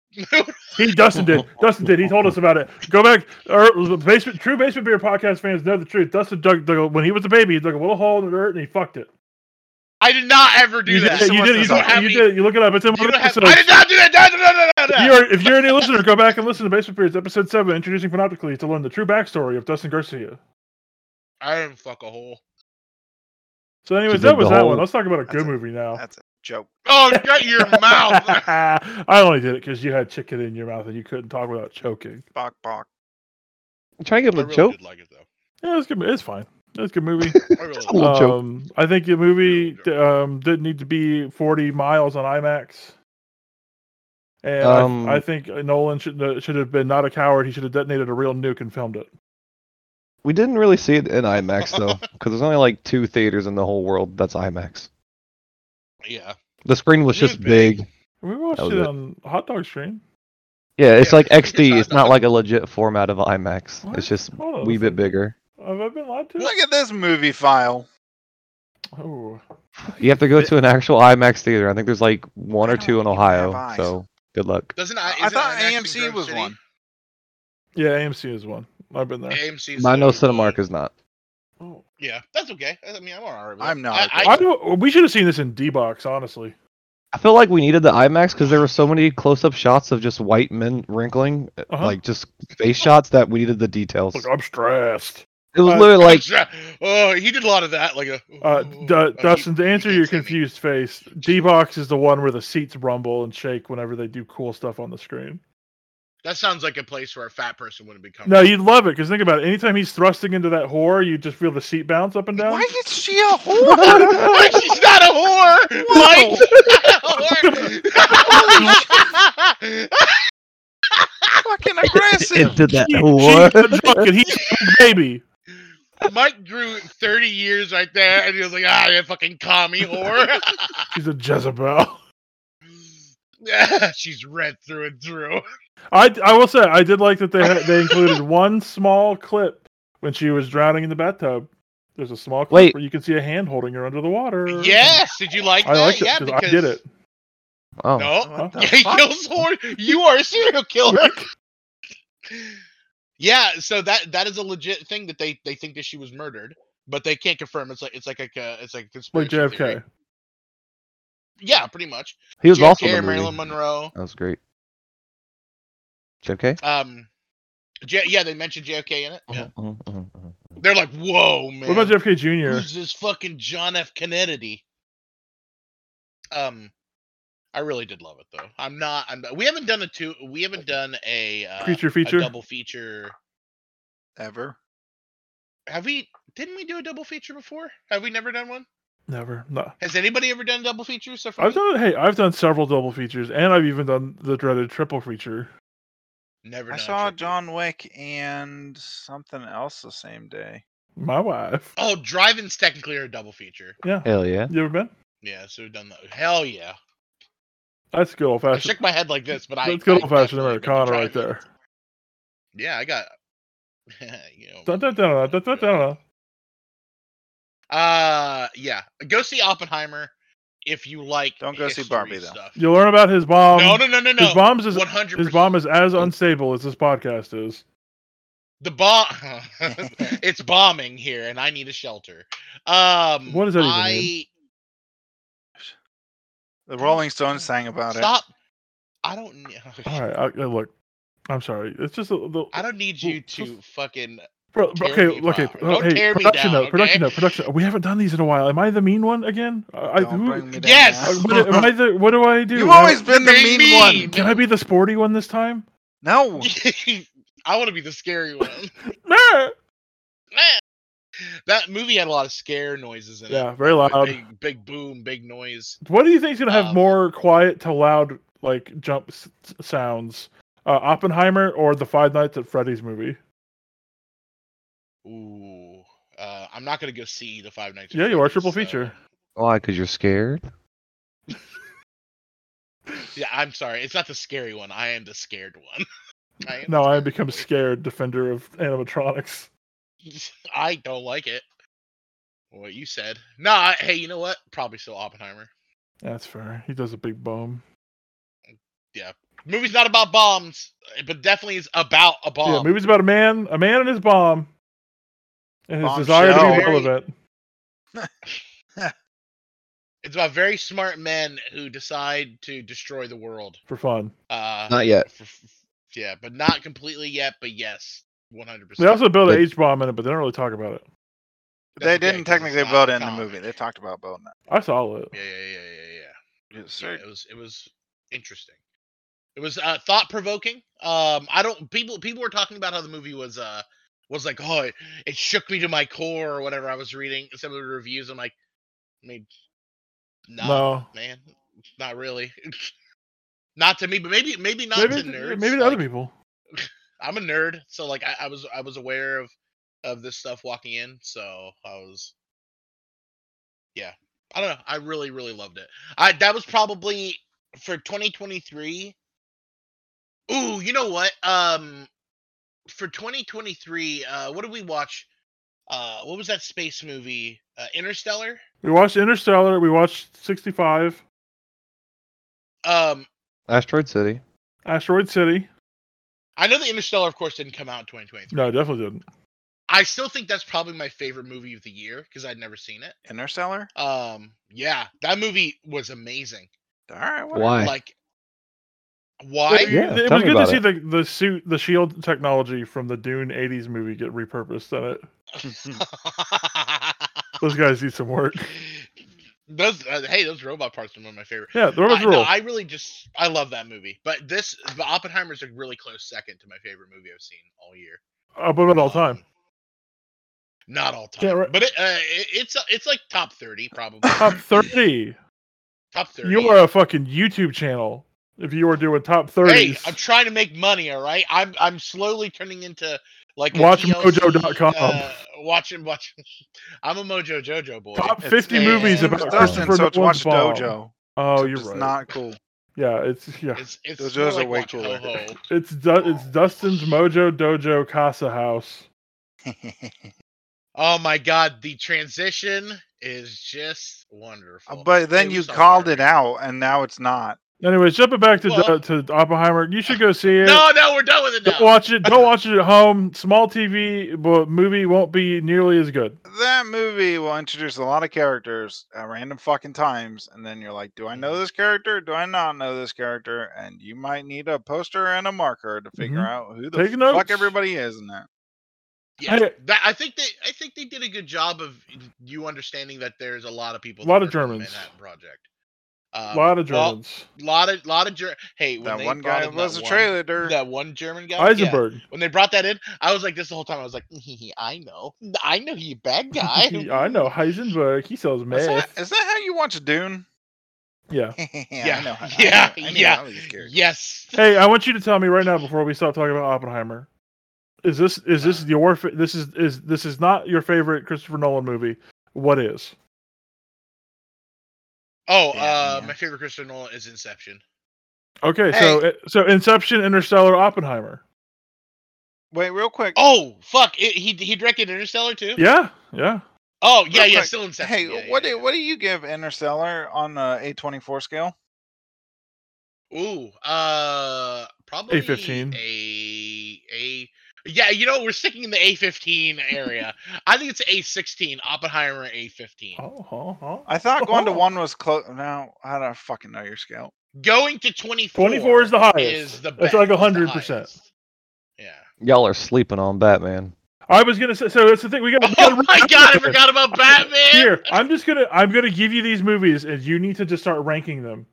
[SPEAKER 2] He Dustin did. Dustin did. He told us about it. Go back. Our basement, true basement beer podcast fans know the truth. Dustin dug, dug when he was a baby. He dug a little hole in the dirt and he fucked it.
[SPEAKER 1] I did not ever do
[SPEAKER 2] you
[SPEAKER 1] that.
[SPEAKER 2] Did, you did. You,
[SPEAKER 1] You don't have
[SPEAKER 2] you
[SPEAKER 1] any-
[SPEAKER 2] did. You look it up. It's in
[SPEAKER 1] you
[SPEAKER 2] one
[SPEAKER 1] don't have-
[SPEAKER 2] episode.
[SPEAKER 1] I did not do that. No, no, no, no, no,
[SPEAKER 2] If
[SPEAKER 1] no.
[SPEAKER 2] you're, if you're any listener, go back and listen to Basement Beers episode seven, introducing Panoptically, to learn the true backstory of Dustin Garcia.
[SPEAKER 1] I didn't fuck a hole.
[SPEAKER 2] So, anyways,
[SPEAKER 3] She
[SPEAKER 2] that
[SPEAKER 3] dug
[SPEAKER 2] was
[SPEAKER 3] the
[SPEAKER 2] that
[SPEAKER 3] hole.
[SPEAKER 2] one. Let's talk about a good
[SPEAKER 4] That's a-
[SPEAKER 2] movie now.
[SPEAKER 4] That's a joke.
[SPEAKER 1] Oh, shut your mouth.
[SPEAKER 2] I only did it because you had chicken in your mouth and you couldn't talk without choking.
[SPEAKER 4] Bok bok.
[SPEAKER 3] I'm trying to give
[SPEAKER 1] I
[SPEAKER 3] him a
[SPEAKER 1] really
[SPEAKER 3] joke.
[SPEAKER 1] did like it though.
[SPEAKER 2] Yeah, it's good. It's fine. It's a good movie.
[SPEAKER 1] I really
[SPEAKER 3] Just a
[SPEAKER 1] liked
[SPEAKER 3] little joke.
[SPEAKER 2] Um, I think the movie
[SPEAKER 1] Little
[SPEAKER 2] d- um, didn't need to be 40 miles on IMAX. And I-
[SPEAKER 3] Um,
[SPEAKER 2] I, think Nolan should uh, should have been not a coward. He should have detonated a real nuke and filmed it.
[SPEAKER 3] We didn't really see it in IMAX though, because there's only like two theaters in the whole world that's IMAX.
[SPEAKER 1] it. Yeah.
[SPEAKER 3] The screen was
[SPEAKER 1] It is
[SPEAKER 3] just
[SPEAKER 1] big.
[SPEAKER 3] big.
[SPEAKER 2] We watched
[SPEAKER 3] was
[SPEAKER 2] it,
[SPEAKER 3] it.
[SPEAKER 2] on Hot Dog Stream.
[SPEAKER 3] Yeah, it's
[SPEAKER 1] Yeah,
[SPEAKER 3] like
[SPEAKER 1] it's big as
[SPEAKER 3] XD. It's
[SPEAKER 1] IMAX.
[SPEAKER 3] not like a legit format of IMAX.
[SPEAKER 2] What?
[SPEAKER 3] It's just
[SPEAKER 2] Hold
[SPEAKER 3] a
[SPEAKER 2] on
[SPEAKER 3] wee bit
[SPEAKER 2] second.
[SPEAKER 3] bigger.
[SPEAKER 2] Have I been lied to?
[SPEAKER 4] Look at this movie file.
[SPEAKER 2] Oh,
[SPEAKER 3] You have to go
[SPEAKER 4] It-
[SPEAKER 3] to an actual IMAX theator. I think there's like one
[SPEAKER 4] I
[SPEAKER 3] or
[SPEAKER 4] don't
[SPEAKER 3] two in
[SPEAKER 4] even have
[SPEAKER 3] Ohio.
[SPEAKER 4] eyes.
[SPEAKER 3] So good luck.
[SPEAKER 1] Doesn't I?
[SPEAKER 4] I
[SPEAKER 1] isn't
[SPEAKER 4] thought
[SPEAKER 1] IMAX in
[SPEAKER 4] AMC
[SPEAKER 1] Grove
[SPEAKER 4] was
[SPEAKER 1] City?
[SPEAKER 4] one.
[SPEAKER 2] yeah, AMC is one. I've
[SPEAKER 3] Uh,
[SPEAKER 2] been there.
[SPEAKER 1] AMC. is
[SPEAKER 3] I know
[SPEAKER 1] the only one.
[SPEAKER 3] Cinemark is not.
[SPEAKER 2] Oh.
[SPEAKER 1] Yeah, that's okay. I mean, I'm alright. with
[SPEAKER 4] I'm
[SPEAKER 1] it.
[SPEAKER 4] not
[SPEAKER 1] I,
[SPEAKER 4] okay.
[SPEAKER 2] I
[SPEAKER 1] I,
[SPEAKER 2] don't, we should have seen this in D box, honestly.
[SPEAKER 3] I feel like we needed the IMAX because there were so many close-up shots of just white men wrinkling, uh,
[SPEAKER 2] Uh-huh.
[SPEAKER 3] like just face shots that we needed the details.
[SPEAKER 2] Look, I'm stressed.
[SPEAKER 3] It was
[SPEAKER 2] uh,
[SPEAKER 3] literally like
[SPEAKER 1] oh, he did a lot of that. Like a.
[SPEAKER 2] Uh,
[SPEAKER 1] oh,
[SPEAKER 2] D-
[SPEAKER 1] oh, he-
[SPEAKER 2] Dustin, to
[SPEAKER 1] he
[SPEAKER 2] answer
[SPEAKER 1] did
[SPEAKER 2] your
[SPEAKER 1] something.
[SPEAKER 2] confused face, D box is the one where the seats rumble and shake whenever they do cool stuff on the screen.
[SPEAKER 1] That sounds like a place where a fat person wouldn't be comfortable.
[SPEAKER 2] No, you'd love it because think about it. Anytime he's thrusting into that whore, you just feel the seat bounce up and down.
[SPEAKER 4] Why is she a whore?
[SPEAKER 1] Mike, she's not a whore. Mike, she's not a whore.
[SPEAKER 4] fucking aggressive.
[SPEAKER 3] into that
[SPEAKER 2] She-
[SPEAKER 3] war.
[SPEAKER 2] she's the drunk and he's the baby.
[SPEAKER 1] Mike drew 30 years right there, and he was like, "Ah, you fucking commie whore."
[SPEAKER 2] She's a Jezebel.
[SPEAKER 1] she's red through and through.
[SPEAKER 2] I, I will say I did like that they had, they included one small clip when she was drowning in the bathtub. There's a small clip
[SPEAKER 3] Wait.
[SPEAKER 2] where you can see a hand holding her under the water.
[SPEAKER 1] Yes, did you like
[SPEAKER 2] I
[SPEAKER 1] that?
[SPEAKER 2] liked it
[SPEAKER 1] yeah,
[SPEAKER 2] 'cause I did it.
[SPEAKER 3] oh,
[SPEAKER 1] No,
[SPEAKER 4] What the
[SPEAKER 1] Yeah, he
[SPEAKER 4] fuck?
[SPEAKER 1] kills whore. You are a serial killer. yeah, so that that is a legit thing that they they think that she was murdered, but they can't confirm. It's like it's like a co- it's like a conspiracy
[SPEAKER 2] Like JFK.
[SPEAKER 1] theory. Yeah, pretty much.
[SPEAKER 3] he was
[SPEAKER 1] JFK,
[SPEAKER 3] also in the movie.
[SPEAKER 1] Marilyn Monroe.
[SPEAKER 3] That was great. JFK.
[SPEAKER 1] Um, J- yeah, they mentioned JFK in it. Yeah.
[SPEAKER 3] Mhm, mhm, mhm.
[SPEAKER 1] They're like, whoa, man.
[SPEAKER 2] What about JFK Jr.?
[SPEAKER 1] Who's this fucking John F. Kennedy? Um, I really did love it though. I'm not. I'm. We haven't done a two. We haven't done a uh,
[SPEAKER 2] Creature
[SPEAKER 1] a
[SPEAKER 2] feature.
[SPEAKER 1] double feature.
[SPEAKER 4] Ever.
[SPEAKER 1] Have we? Didn't we do a double feature before? Have we never done one?
[SPEAKER 2] Never. No.
[SPEAKER 1] Has anybody ever done a double feature? So far?
[SPEAKER 2] I've done hey, I've done several double features, and I've even done the dreaded triple feature.
[SPEAKER 1] Never.
[SPEAKER 4] I
[SPEAKER 1] done a
[SPEAKER 4] saw
[SPEAKER 1] triple.
[SPEAKER 4] John Wick and something else the same day.
[SPEAKER 2] My wife.
[SPEAKER 1] Oh, drive-ins technically are a double feature.
[SPEAKER 3] Hell yeah.
[SPEAKER 2] You ever been?
[SPEAKER 1] Yeah, so we've done that. Hell yeah!
[SPEAKER 2] That's good old
[SPEAKER 1] I
[SPEAKER 2] fashioned.
[SPEAKER 1] shook my head like this, but I.
[SPEAKER 2] That's good
[SPEAKER 1] I
[SPEAKER 2] old fashioned
[SPEAKER 1] definitely went to
[SPEAKER 2] Americana right there.
[SPEAKER 1] drive-ins. Yeah, I got. you know.
[SPEAKER 2] Dun, dun, dun, dun, dun, dun, dun.
[SPEAKER 1] Uh, yeah. Go see Oppenheimer if you like.
[SPEAKER 4] Don't go see
[SPEAKER 1] history
[SPEAKER 4] Barbie, though.
[SPEAKER 1] Stuff.
[SPEAKER 2] You learn about his bomb.
[SPEAKER 1] no, no, no, no,
[SPEAKER 2] His
[SPEAKER 1] no.
[SPEAKER 2] bombs Um, is
[SPEAKER 1] One hundred
[SPEAKER 2] his
[SPEAKER 1] percent.
[SPEAKER 2] bomb is as unstable as this podcast is.
[SPEAKER 1] The bomb. it's bombing here, and I need a shelter. Um,
[SPEAKER 2] What does that even
[SPEAKER 1] I...
[SPEAKER 2] mean?
[SPEAKER 4] The Rolling Stones sang about it.
[SPEAKER 1] Stop. I don't. ne- oh,
[SPEAKER 2] All right, I, I- look, I'm sorry. It's just a, the
[SPEAKER 1] I don't need you
[SPEAKER 2] Well, just-
[SPEAKER 1] to fucking.
[SPEAKER 2] bro,
[SPEAKER 1] tear
[SPEAKER 2] okay.
[SPEAKER 1] me
[SPEAKER 2] Okay,
[SPEAKER 1] down.
[SPEAKER 2] oh,
[SPEAKER 1] Don't
[SPEAKER 2] hey,
[SPEAKER 1] tear me
[SPEAKER 2] production
[SPEAKER 1] down,
[SPEAKER 2] note, production
[SPEAKER 1] okay?
[SPEAKER 2] note, production. We haven't done these in a while. Am I the mean one again? I, I,
[SPEAKER 4] Don't
[SPEAKER 2] who,
[SPEAKER 4] bring me down
[SPEAKER 1] Yes!
[SPEAKER 4] now.
[SPEAKER 2] I- what, am I the, what do I do?
[SPEAKER 4] You've
[SPEAKER 2] Am I-
[SPEAKER 4] always been the
[SPEAKER 1] Big
[SPEAKER 4] mean,
[SPEAKER 1] mean.
[SPEAKER 4] one.
[SPEAKER 2] Can I be the sporty one this time?
[SPEAKER 4] No.
[SPEAKER 1] I want to be the scary one.
[SPEAKER 2] No.
[SPEAKER 1] that movie had a lot of scare noises in it.
[SPEAKER 2] Yeah, very
[SPEAKER 1] Like
[SPEAKER 2] loud.
[SPEAKER 1] Big, big boom, big noise.
[SPEAKER 2] What do you think is going to have
[SPEAKER 1] Um,
[SPEAKER 2] more quiet to loud like jump s- s- sounds? Uh, Oppenheimer or the Five Nights at Freddy's movie?
[SPEAKER 1] Ooh. Uh, I'm not gonna go see the Five Nights. at
[SPEAKER 2] Yeah, you are
[SPEAKER 1] Freddy's,
[SPEAKER 2] triple
[SPEAKER 1] so-
[SPEAKER 2] feature.
[SPEAKER 3] Why? Because you're scared.
[SPEAKER 1] Yeah, I'm sorry. It's not the scary one. I am the scared one. I,
[SPEAKER 2] Now I have become scared defender of animatronics.
[SPEAKER 1] I don't like it. What you said. Nah, hey, you know what? Probably still Oppenheimer.
[SPEAKER 2] That's fair. He does a big boom.
[SPEAKER 1] Movie's not about bombs, eh, but definitely is about a bomb.
[SPEAKER 2] Yeah, movie's about a man, a man and his bomb, and his desire to be
[SPEAKER 4] Bombshell.
[SPEAKER 2] relevant.
[SPEAKER 1] It's about very smart men who decide to destroy the world.
[SPEAKER 2] for fun.
[SPEAKER 1] Uh,
[SPEAKER 3] Not yet.
[SPEAKER 1] f- f- f- yeah, but not completely yet. But yes, one hundred
[SPEAKER 2] They
[SPEAKER 1] percent.
[SPEAKER 2] also built an
[SPEAKER 3] But-
[SPEAKER 2] H bomb in it, but they don't really talk about it.
[SPEAKER 4] They didn't technically vote in the movie. They talked about voting
[SPEAKER 2] I saw it.
[SPEAKER 1] Yeah, yeah, yeah, yeah, yeah,
[SPEAKER 4] it. Yes,
[SPEAKER 1] yeah.
[SPEAKER 4] sir.
[SPEAKER 1] It was it was interesting. It was uh, thought provoking. Um, I don't people people were talking about how the movie was uh was like oh it, it shook me to my core or whatever. I was reading some of the reviews. I'm like, I mean, nah,
[SPEAKER 2] No.
[SPEAKER 1] man, not really. not to me, but maybe maybe not
[SPEAKER 2] Maybe,
[SPEAKER 1] to nerds.
[SPEAKER 2] maybe to other
[SPEAKER 1] like-
[SPEAKER 2] people.
[SPEAKER 1] I'm a nerd, so like I, I was I was aware of of this stuff walking in, so I was yeah. I don't know. I really really loved it. I that was probably for 2023. Ooh, you know what? Um for 2023, uh what did we watch? Uh what was that space movie? Uh Interstellar?
[SPEAKER 2] We watched Interstellar. We watched 65,
[SPEAKER 1] Um
[SPEAKER 3] Asteroid City.
[SPEAKER 2] Asteroid City.
[SPEAKER 1] I know the Interstellar of course didn't come out in 2023.
[SPEAKER 2] No, it definitely didn't.
[SPEAKER 1] I still think that's probably my favorite movie of the year because I'd never seen it.
[SPEAKER 4] Interstellar.
[SPEAKER 1] Um, yeah, that movie was amazing.
[SPEAKER 4] All right. whatever.
[SPEAKER 3] Why?
[SPEAKER 1] Like, why?
[SPEAKER 2] It,
[SPEAKER 3] Yeah,
[SPEAKER 2] it
[SPEAKER 3] tell me
[SPEAKER 2] was good to
[SPEAKER 3] about
[SPEAKER 2] see
[SPEAKER 3] it.
[SPEAKER 2] the, the suit, the shield technology from the Dune 80s movie get repurposed in it. Those guys need some work.
[SPEAKER 1] those uh, hey, those robot parts are one of my favorite.
[SPEAKER 2] Yeah, the robots
[SPEAKER 1] I, no,
[SPEAKER 2] rule.
[SPEAKER 1] I really just I love that movie. But this, but Oppenheimer's a really close second to my favorite movie I've seen all year.
[SPEAKER 2] Above it all time.
[SPEAKER 1] Um, Not all time,
[SPEAKER 2] Can't re-
[SPEAKER 1] but it, uh, it, it's it's like top thirty probably.
[SPEAKER 2] Top 30.
[SPEAKER 1] top thirty.
[SPEAKER 2] You are a fucking YouTube channel if you were doing top 30s.
[SPEAKER 1] Hey, I'm trying to make money, all right? I'm I'm slowly turning into like a
[SPEAKER 2] WatchMojo.com.
[SPEAKER 1] TLC, Uh, watching watch I'm a Mojo Jojo boy.
[SPEAKER 2] Top
[SPEAKER 4] It's-
[SPEAKER 2] 50
[SPEAKER 1] it's
[SPEAKER 2] movies
[SPEAKER 4] it's
[SPEAKER 2] about
[SPEAKER 4] Dustin,
[SPEAKER 2] Christopher
[SPEAKER 4] so it's
[SPEAKER 2] Nolan's
[SPEAKER 4] Watch
[SPEAKER 2] bomb.
[SPEAKER 4] Dojo.
[SPEAKER 2] Oh,
[SPEAKER 4] It's
[SPEAKER 2] you're
[SPEAKER 4] just
[SPEAKER 2] right.
[SPEAKER 4] not cool.
[SPEAKER 2] Yeah, it's yeah,
[SPEAKER 1] It's it's
[SPEAKER 4] Those-
[SPEAKER 1] more
[SPEAKER 4] those are
[SPEAKER 1] like
[SPEAKER 4] way
[SPEAKER 1] Watch
[SPEAKER 4] cooler.
[SPEAKER 1] Ho-Ho.
[SPEAKER 2] it's du- it's Dustin's Mojo Dojo Casa House.
[SPEAKER 1] Oh my god, the transition is just wonderful.
[SPEAKER 4] Uh, but then
[SPEAKER 1] It
[SPEAKER 4] you
[SPEAKER 1] was so
[SPEAKER 4] called
[SPEAKER 1] hard.
[SPEAKER 4] it out, and now it's not.
[SPEAKER 2] Anyways, jumping back to
[SPEAKER 1] Well-
[SPEAKER 2] Du- to Oppenheimer, you should go see it.
[SPEAKER 1] No, no, we're done with it
[SPEAKER 2] Don't
[SPEAKER 1] now.
[SPEAKER 2] watch it. Don't watch it at home. Small TV, but movie won't be nearly as good.
[SPEAKER 4] That movie will introduce a lot of characters at random fucking times, and then you're like, "Do I know
[SPEAKER 1] Mhm.
[SPEAKER 4] this character? Do I not know this character?" And you might need a poster and a marker to figure
[SPEAKER 2] Mhm.
[SPEAKER 4] out who the
[SPEAKER 2] Take
[SPEAKER 4] fuck
[SPEAKER 2] notes.
[SPEAKER 4] everybody is in that.
[SPEAKER 1] Yeah,
[SPEAKER 2] Hey.
[SPEAKER 1] that, I think they I think they did a good job of you understanding that there's a lot of people.
[SPEAKER 2] A
[SPEAKER 1] that
[SPEAKER 2] lot of
[SPEAKER 1] work on the
[SPEAKER 2] Germans.
[SPEAKER 1] Manhattan Project. Um,
[SPEAKER 2] a lot of
[SPEAKER 1] well,
[SPEAKER 2] Germans.
[SPEAKER 1] lot of lot of Ger- hey when
[SPEAKER 4] That
[SPEAKER 1] they
[SPEAKER 4] one
[SPEAKER 1] brought
[SPEAKER 4] guy
[SPEAKER 1] in
[SPEAKER 4] was
[SPEAKER 1] that
[SPEAKER 4] a
[SPEAKER 1] one-
[SPEAKER 4] trailer. dude.
[SPEAKER 1] that one German guy yeah.
[SPEAKER 2] Eisenberg.
[SPEAKER 1] when they brought that in I was like this the whole time I was like "Hehe, I know I know you bad guy
[SPEAKER 2] I know Heisenberg. He sells
[SPEAKER 4] Is that,
[SPEAKER 2] meth.
[SPEAKER 4] is that how you watch Dune?
[SPEAKER 2] Yeah.
[SPEAKER 4] yeah,
[SPEAKER 1] Yeah,
[SPEAKER 4] I know, how- I
[SPEAKER 1] yeah,
[SPEAKER 4] know- I know
[SPEAKER 1] yeah,
[SPEAKER 4] how these characters-
[SPEAKER 1] yes
[SPEAKER 2] Hey, I want you to tell me right now before we stop talking about Oppenheimer. Is this is this
[SPEAKER 1] Uh.
[SPEAKER 2] your fa- this is is this is not your favorite Christopher Nolan movie? What is?
[SPEAKER 1] oh
[SPEAKER 4] Yeah,
[SPEAKER 1] uh
[SPEAKER 4] yeah.
[SPEAKER 1] my favorite Christopher Nolan is Inception
[SPEAKER 2] Okay, so so Inception, Interstellar, Oppenheimer.
[SPEAKER 4] Wait, real quick.
[SPEAKER 1] oh fuck it, he he directed Interstellar too
[SPEAKER 2] Yeah, yeah.
[SPEAKER 1] oh yeah
[SPEAKER 4] Real
[SPEAKER 1] yeah
[SPEAKER 4] quick,
[SPEAKER 1] still Inception
[SPEAKER 4] Hey,
[SPEAKER 1] yeah,
[SPEAKER 4] what
[SPEAKER 1] yeah,
[SPEAKER 4] do
[SPEAKER 1] yeah.
[SPEAKER 4] what do you give Interstellar on the A twenty four scale?
[SPEAKER 1] ooh uh probably
[SPEAKER 2] A15.
[SPEAKER 1] a a yeah you know we're sticking in the A15 area I think it's A16 Oppenheimer A15
[SPEAKER 2] Oh, oh, oh.
[SPEAKER 4] I thought going to
[SPEAKER 2] Oh.
[SPEAKER 4] one was close. Now I don't fucking know your scale.
[SPEAKER 1] going to 24
[SPEAKER 2] 24 is the highest.
[SPEAKER 1] is the best.
[SPEAKER 2] That's like
[SPEAKER 1] the
[SPEAKER 2] 100%.
[SPEAKER 1] highest. Yeah.
[SPEAKER 3] Y'all are sleeping on Batman.
[SPEAKER 2] I was gonna say. So that's the thing. We got. we gotta
[SPEAKER 1] Oh my
[SPEAKER 2] rank
[SPEAKER 1] god, I
[SPEAKER 2] them.
[SPEAKER 1] forgot about Batman.
[SPEAKER 2] Here, I'm just gonna I'm gonna give you these movies, and you need to just start ranking them.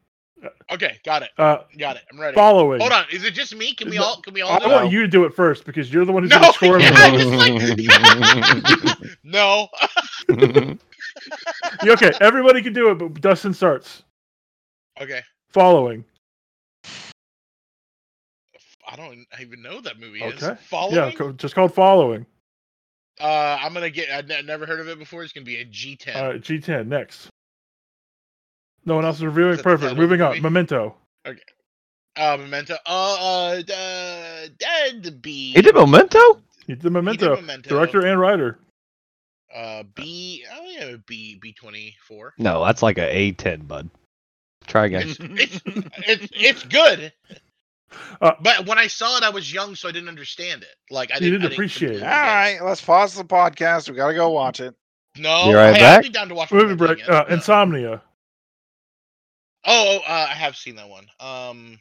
[SPEAKER 1] Okay, got it.
[SPEAKER 2] Uh,
[SPEAKER 1] Got it. I'm ready.
[SPEAKER 2] following.
[SPEAKER 1] Hold on. Is it just me? Can we
[SPEAKER 2] No,
[SPEAKER 1] all can we all
[SPEAKER 2] I
[SPEAKER 1] do
[SPEAKER 2] want
[SPEAKER 1] it?
[SPEAKER 2] you to do it first because you're the one who's
[SPEAKER 1] No,
[SPEAKER 2] gonna score
[SPEAKER 1] yeah,
[SPEAKER 2] them.
[SPEAKER 1] I just like No.
[SPEAKER 2] Yeah, okay, everybody can do it, but Dustin starts.
[SPEAKER 1] Okay.
[SPEAKER 2] Following.
[SPEAKER 1] I don't even know that movie
[SPEAKER 2] Okay.
[SPEAKER 1] is. Following?
[SPEAKER 2] Yeah, co- just called following.
[SPEAKER 1] Uh I'm gonna get I've ne- never heard of it before. It's gonna be a G ten.
[SPEAKER 2] All right, G10 next. No one else is reviewing.
[SPEAKER 1] Is that the
[SPEAKER 2] Perfect.
[SPEAKER 1] title of
[SPEAKER 2] Moving
[SPEAKER 1] the
[SPEAKER 2] on.
[SPEAKER 1] movie?
[SPEAKER 2] Memento.
[SPEAKER 1] Uh, Memento. Uh, uh, uh dead B.
[SPEAKER 3] He did Memento.
[SPEAKER 2] He did
[SPEAKER 1] He did
[SPEAKER 2] Memento,
[SPEAKER 1] Memento.
[SPEAKER 2] director and writer.
[SPEAKER 1] Uh, B. Oh yeah, B. B twenty four.
[SPEAKER 3] No, that's like a A10, bud. Try again.
[SPEAKER 1] It's, it's, it's it's good.
[SPEAKER 2] Uh,
[SPEAKER 1] but when I saw it, I was young, so I didn't understand it. Like I
[SPEAKER 2] You
[SPEAKER 1] didn't,
[SPEAKER 2] didn't
[SPEAKER 1] I
[SPEAKER 2] appreciate it.
[SPEAKER 1] completely
[SPEAKER 4] All
[SPEAKER 1] get
[SPEAKER 4] right, let's pause the podcast. We gotta go watch it.
[SPEAKER 1] No,
[SPEAKER 3] Be right
[SPEAKER 1] hey,
[SPEAKER 3] back.
[SPEAKER 1] I'd be down to watch
[SPEAKER 2] Movie
[SPEAKER 1] Memento
[SPEAKER 2] break.
[SPEAKER 1] again.
[SPEAKER 2] Uh, Insomnia.
[SPEAKER 1] Oh, oh, uh, I have seen that one. Um,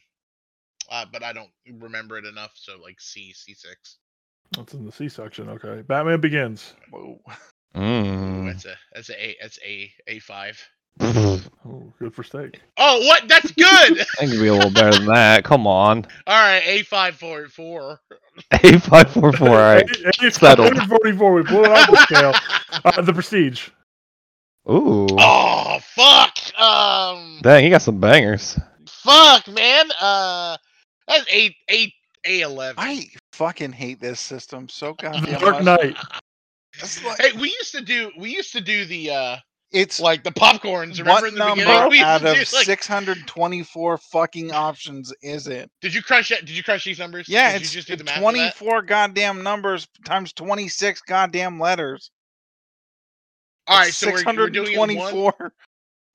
[SPEAKER 1] uh, but I don't remember it enough. So like C C six.
[SPEAKER 2] That's in the C section. Okay. Batman Begins.
[SPEAKER 4] Whoa.
[SPEAKER 3] Mm.
[SPEAKER 1] That's a that's a A that's a A five.
[SPEAKER 3] I
[SPEAKER 2] Oh, good for steak.
[SPEAKER 1] Oh, what? That's good.
[SPEAKER 3] can Mm. be a little better than that. Come on.
[SPEAKER 1] All right, A five four four.
[SPEAKER 3] A544. All right. Settled.
[SPEAKER 2] 44. We blew it off the scale. Uh, the Prestige.
[SPEAKER 3] Ooh.
[SPEAKER 1] Oh fuck. Um.
[SPEAKER 3] Dang, he got some bangers.
[SPEAKER 1] Fuck, man. Uh, that's eight, eight, a eleven.
[SPEAKER 4] I fucking hate this system so
[SPEAKER 2] The
[SPEAKER 4] goddamn
[SPEAKER 2] Dark
[SPEAKER 4] much.
[SPEAKER 2] Knight.
[SPEAKER 4] It's like,
[SPEAKER 1] Hey, we used to do we used to do the uh
[SPEAKER 4] it's
[SPEAKER 1] like
[SPEAKER 4] like
[SPEAKER 1] the popcorns. Remember
[SPEAKER 4] what
[SPEAKER 1] in the
[SPEAKER 4] number
[SPEAKER 1] beginning? We used
[SPEAKER 4] out
[SPEAKER 1] to
[SPEAKER 4] of
[SPEAKER 1] do, like,
[SPEAKER 4] 624 fucking options is it?
[SPEAKER 1] Did you crush that? Did you crush these numbers?
[SPEAKER 4] Yeah,
[SPEAKER 1] Did
[SPEAKER 4] it's
[SPEAKER 1] you just do the math for that?
[SPEAKER 4] 24 goddamn numbers times 26 goddamn letters.
[SPEAKER 1] All right,
[SPEAKER 4] It's
[SPEAKER 1] so we're, we're doing it in one.
[SPEAKER 4] 624.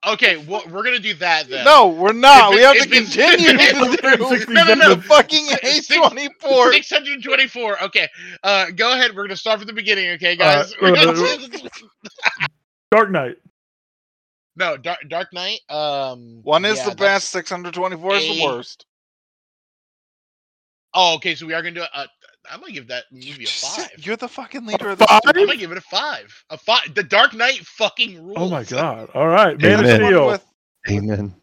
[SPEAKER 1] Okay, well, we're gonna do that then.
[SPEAKER 4] No, we're not.
[SPEAKER 1] It's
[SPEAKER 4] we
[SPEAKER 1] been-
[SPEAKER 4] have to
[SPEAKER 1] it's been-
[SPEAKER 4] continue to
[SPEAKER 2] 160
[SPEAKER 4] do no, no, no.
[SPEAKER 1] numbers.
[SPEAKER 4] fucking
[SPEAKER 1] Six- six-
[SPEAKER 4] 824.
[SPEAKER 1] Six hundred twenty-four. Okay, uh, go ahead. We're gonna start from the beginning. Okay,
[SPEAKER 2] Uh,
[SPEAKER 1] guys. We're gonna
[SPEAKER 2] uh,
[SPEAKER 1] do the-
[SPEAKER 2] Dark Knight.
[SPEAKER 1] no, Dark, Dark Knight. Um,
[SPEAKER 4] One is
[SPEAKER 1] yeah,
[SPEAKER 4] the
[SPEAKER 1] that's-
[SPEAKER 4] best, 624 is the
[SPEAKER 1] A-
[SPEAKER 4] worst.
[SPEAKER 1] Oh, okay. So we are gonna do. A, I'm gonna give that movie a
[SPEAKER 4] Just
[SPEAKER 1] five.
[SPEAKER 4] sit- You're the fucking leader of the
[SPEAKER 2] five?
[SPEAKER 1] I'm gonna give it a five. A five. The Dark Knight fucking rules.
[SPEAKER 2] Oh my God. All right. Man
[SPEAKER 3] Amen.
[SPEAKER 2] of Steel.
[SPEAKER 3] Amen.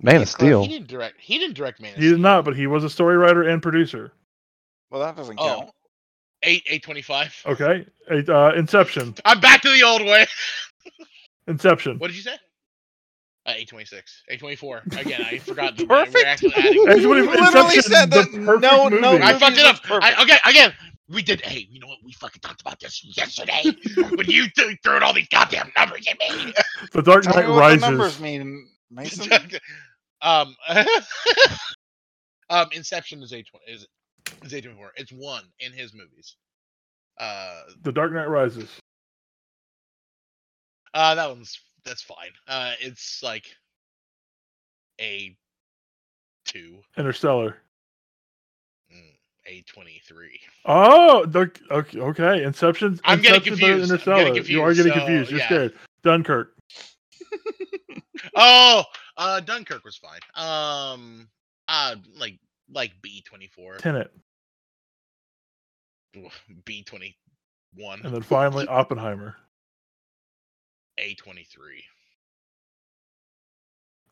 [SPEAKER 3] Man of
[SPEAKER 1] Heathcliff,
[SPEAKER 3] Steel.
[SPEAKER 1] He didn't direct. He didn't direct Man. of
[SPEAKER 2] He did
[SPEAKER 1] Steel.
[SPEAKER 2] not, but he was a story writer and producer.
[SPEAKER 4] Well, that doesn't
[SPEAKER 1] Oh.
[SPEAKER 4] count.
[SPEAKER 1] Eight eight twenty five.
[SPEAKER 2] Okay. It, Uh, Inception.
[SPEAKER 1] I'm back to the old way.
[SPEAKER 2] Inception.
[SPEAKER 1] What did you say? Uh, eight twenty six. Eight twenty four. Again, I forgot. the- We're
[SPEAKER 4] Perfect.
[SPEAKER 1] actually adding.
[SPEAKER 2] Hey, what if
[SPEAKER 4] You literally
[SPEAKER 2] Inception,
[SPEAKER 4] said
[SPEAKER 2] the
[SPEAKER 4] that-
[SPEAKER 2] perfect
[SPEAKER 4] no, no,
[SPEAKER 2] movie?
[SPEAKER 1] I fucked it up.
[SPEAKER 4] Perfect.
[SPEAKER 1] I, okay, again. We did. Hey, you know what? We fucking talked about this yesterday when you two throwing all these goddamn numbers at me.
[SPEAKER 2] The Dark
[SPEAKER 4] Tell me
[SPEAKER 2] Knight
[SPEAKER 4] what the numbers
[SPEAKER 2] Rises.
[SPEAKER 4] mean, Mason.
[SPEAKER 1] um, um, Inception is eight twenty is is eight twenty four. It's one in his movies. Uh,
[SPEAKER 2] The Dark Knight Rises.
[SPEAKER 1] uh, that one's that's fine. Uh, it's like a two,
[SPEAKER 2] Interstellar.
[SPEAKER 1] mm, a twenty three.
[SPEAKER 2] Oh, the, okay, okay. Inception.
[SPEAKER 1] I'm getting
[SPEAKER 2] Inception better than
[SPEAKER 1] confused. I'm getting
[SPEAKER 2] Interstellar. You are getting
[SPEAKER 1] confused, so,
[SPEAKER 2] confused. You're
[SPEAKER 1] yeah.
[SPEAKER 2] scared. Dunkirk.
[SPEAKER 1] Oh, uh, Dunkirk was fine. Um, uh, like like B twenty four,
[SPEAKER 2] Tenet.
[SPEAKER 1] B twenty
[SPEAKER 2] And
[SPEAKER 1] one,
[SPEAKER 2] then finally uh, Oppenheimer.
[SPEAKER 1] A twenty three.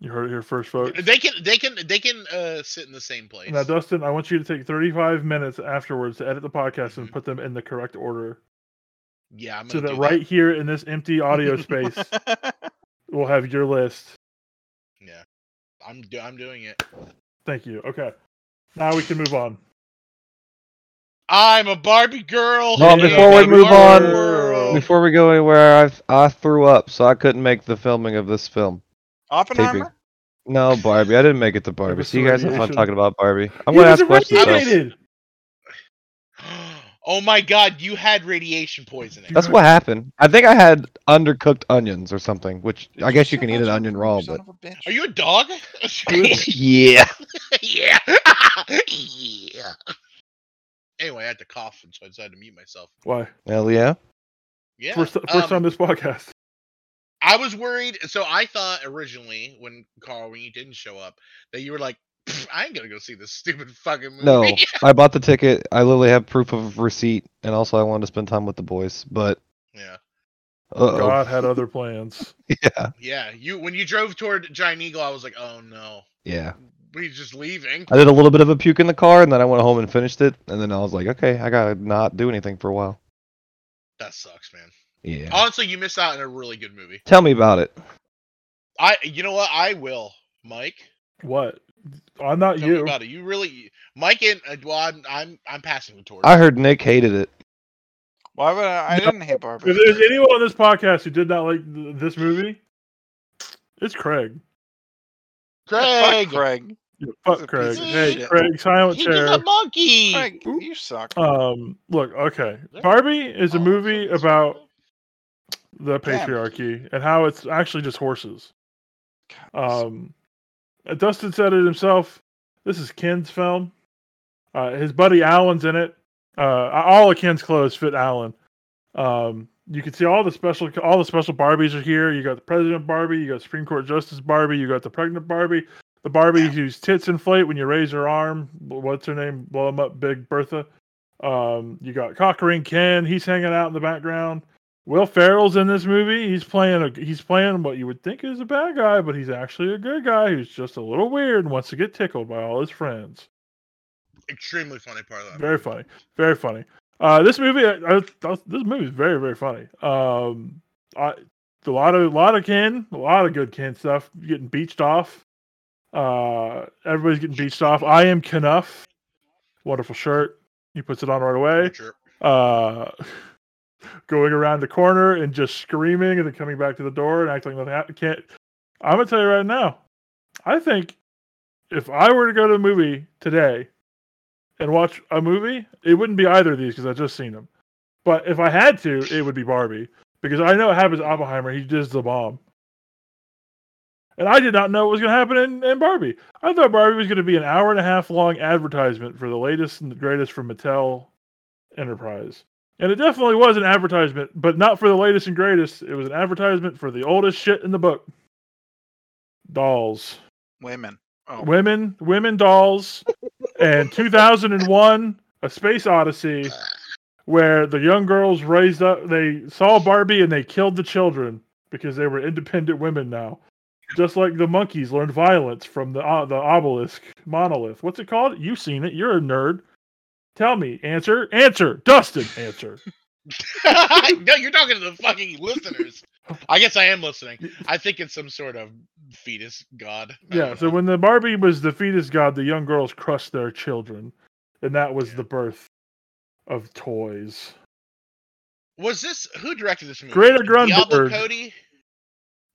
[SPEAKER 2] You heard it here first, folks.
[SPEAKER 1] They can they can they can uh sit in the same place.
[SPEAKER 2] Now, Dustin, I want you to take 35 minutes afterwards to edit the podcast and
[SPEAKER 1] Mhm.
[SPEAKER 2] put them in the correct order,
[SPEAKER 1] yeah, I'm
[SPEAKER 2] so
[SPEAKER 1] gonna
[SPEAKER 2] that
[SPEAKER 1] do
[SPEAKER 2] right here in this empty audio space, we'll have your list.
[SPEAKER 1] Yeah, I'm do- I'm doing it.
[SPEAKER 2] Thank you. Okay. Now we can move on.
[SPEAKER 1] I'm a Barbie girl.
[SPEAKER 3] Well,
[SPEAKER 1] in a
[SPEAKER 3] before we
[SPEAKER 1] Barbie
[SPEAKER 3] move
[SPEAKER 1] girl
[SPEAKER 3] on-
[SPEAKER 1] world.
[SPEAKER 3] Before we go anywhere, I I threw up, so I couldn't make the filming of this film.
[SPEAKER 4] Oppenheimer.
[SPEAKER 3] Taping. No, Barbie. I didn't make it to Barbie.
[SPEAKER 2] was
[SPEAKER 3] So you guys have fun
[SPEAKER 2] radiation.
[SPEAKER 3] talking about Barbie. I'm
[SPEAKER 2] He
[SPEAKER 3] gonna
[SPEAKER 2] was
[SPEAKER 3] ask questions. though.
[SPEAKER 2] irradiated!
[SPEAKER 1] oh my God, you had radiation poisoning.
[SPEAKER 3] That's what happened. I think I had undercooked onions or something, which I guess you can eat an onion raw, but
[SPEAKER 1] Are you a dog?
[SPEAKER 3] yeah.
[SPEAKER 1] yeah, yeah. Anyway, I had to cough, and so I decided to mute myself.
[SPEAKER 2] Why?
[SPEAKER 3] Hell yeah.
[SPEAKER 1] Yeah.
[SPEAKER 2] First, first
[SPEAKER 1] um,
[SPEAKER 2] time this podcast.
[SPEAKER 1] I was worried. So I thought originally when Carl, when you didn't show up, that you were like, "Pfft, I ain't gonna go see this stupid fucking movie.
[SPEAKER 3] No, I bought the ticket. I literally have proof of receipt, and also I wanted to spend time with the boys. But
[SPEAKER 1] yeah,
[SPEAKER 3] uh
[SPEAKER 2] God had other plans.
[SPEAKER 3] yeah,
[SPEAKER 1] yeah. You when you drove toward Giant Eagle, I was like, oh no,
[SPEAKER 3] yeah.
[SPEAKER 1] we just leaving.
[SPEAKER 3] I did a little bit of a puke in the car, and then I went home and finished it. And then I was like, okay, I gotta not do anything for a while.
[SPEAKER 1] That sucks, man.
[SPEAKER 3] Yeah.
[SPEAKER 1] Honestly, you missed out on a really good movie.
[SPEAKER 3] Tell me about it.
[SPEAKER 1] I, you know what? I will, Mike.
[SPEAKER 2] What? I'm not
[SPEAKER 1] Tell me
[SPEAKER 2] you.
[SPEAKER 1] about it. You really, Mike and uh, well, I'm, I'm, I'm passing the torch.
[SPEAKER 3] I heard Nick hated it.
[SPEAKER 4] Why would I? I
[SPEAKER 2] No.
[SPEAKER 4] didn't hate Barbie.
[SPEAKER 2] If there's anyone on this podcast who did not like th- this movie, it's Craig.
[SPEAKER 4] Fuck
[SPEAKER 1] Craig.
[SPEAKER 4] Craig.
[SPEAKER 2] Yeah,
[SPEAKER 4] He's a
[SPEAKER 2] Fuck Craig.
[SPEAKER 4] piece
[SPEAKER 1] of
[SPEAKER 2] Hey,
[SPEAKER 4] shit.
[SPEAKER 2] Craig, silent
[SPEAKER 1] He's just a
[SPEAKER 2] chair.
[SPEAKER 1] monkey.
[SPEAKER 4] Craig, you suck.
[SPEAKER 2] Um, look, okay.
[SPEAKER 1] There-
[SPEAKER 2] Barbie is a
[SPEAKER 1] Oh,
[SPEAKER 2] movie
[SPEAKER 1] that's-
[SPEAKER 2] about the
[SPEAKER 4] Damn.
[SPEAKER 2] patriarchy and how it's actually just horses. Um, uh, Dustin said it himself. This is Ken's film. Uh, his buddy Alan's in it. Uh, all of Ken's clothes fit Alan. Um, you can see all the special, all the special Barbies are here. You got the President Barbie, you got Supreme Court Justice Barbie, you got the pregnant Barbie, the Barbie
[SPEAKER 4] Yeah.
[SPEAKER 2] whose tits inflate when you raise her arm. What's her name? Blow 'em up, Big Bertha. Um, you got Cockering Ken. He's hanging out in the background. Will Ferrell's in this movie. He's playing a he's playing what you would think is a bad guy, but he's actually a good guy who's just a little weird and wants to get tickled by all his friends.
[SPEAKER 1] Extremely funny part of that.
[SPEAKER 2] Very funny, very funny. Uh, this movie, I, I, this movie is very very funny. Um, I, a lot of lot of Ken, a lot of good Ken stuff. Getting beached off. Uh, everybody's getting beached off. I am Knuff. Wonderful shirt. He puts it on right away
[SPEAKER 1] Sure.
[SPEAKER 2] uh, going around the corner and just screaming and then coming back to the door and acting like nothing happened. Can't. I'm gonna tell you right now. I think if I were to go to a movie today and watch a movie, it wouldn't be either of these because I just seen them. But if I had to, it would be Barbie because I know it happens to Oppenheimer. He does the bomb. And I did not know what was going to happen in, in Barbie. I thought Barbie was going to be an hour and a half long advertisement for the latest and the greatest from Mattel Enterprise. And it definitely was an advertisement, but not for the latest and greatest. It was an advertisement for the oldest shit in the book. Dolls.
[SPEAKER 4] Women. Oh,
[SPEAKER 2] Women, women dolls, and 2001 A Space Odyssey where the young girls raised up they saw Barbie and they killed the children because they were independent women now. Just like the monkeys learned violence from the uh, the obelisk monolith. What's it called? You've seen it. You're a nerd. Tell me. Answer. Answer. Dustin. Answer.
[SPEAKER 1] no, you're talking to the fucking listeners. I guess I am listening. I think it's some sort of fetus god. I
[SPEAKER 2] yeah.
[SPEAKER 1] don't
[SPEAKER 2] So
[SPEAKER 1] know.
[SPEAKER 2] when the Barbie was the fetus god, the young girls crushed their children, and that was
[SPEAKER 1] Yeah.
[SPEAKER 2] the birth of toys.
[SPEAKER 1] was this who directed this movie?
[SPEAKER 2] Greta
[SPEAKER 1] Diablo
[SPEAKER 2] Grunberg.
[SPEAKER 1] Cody.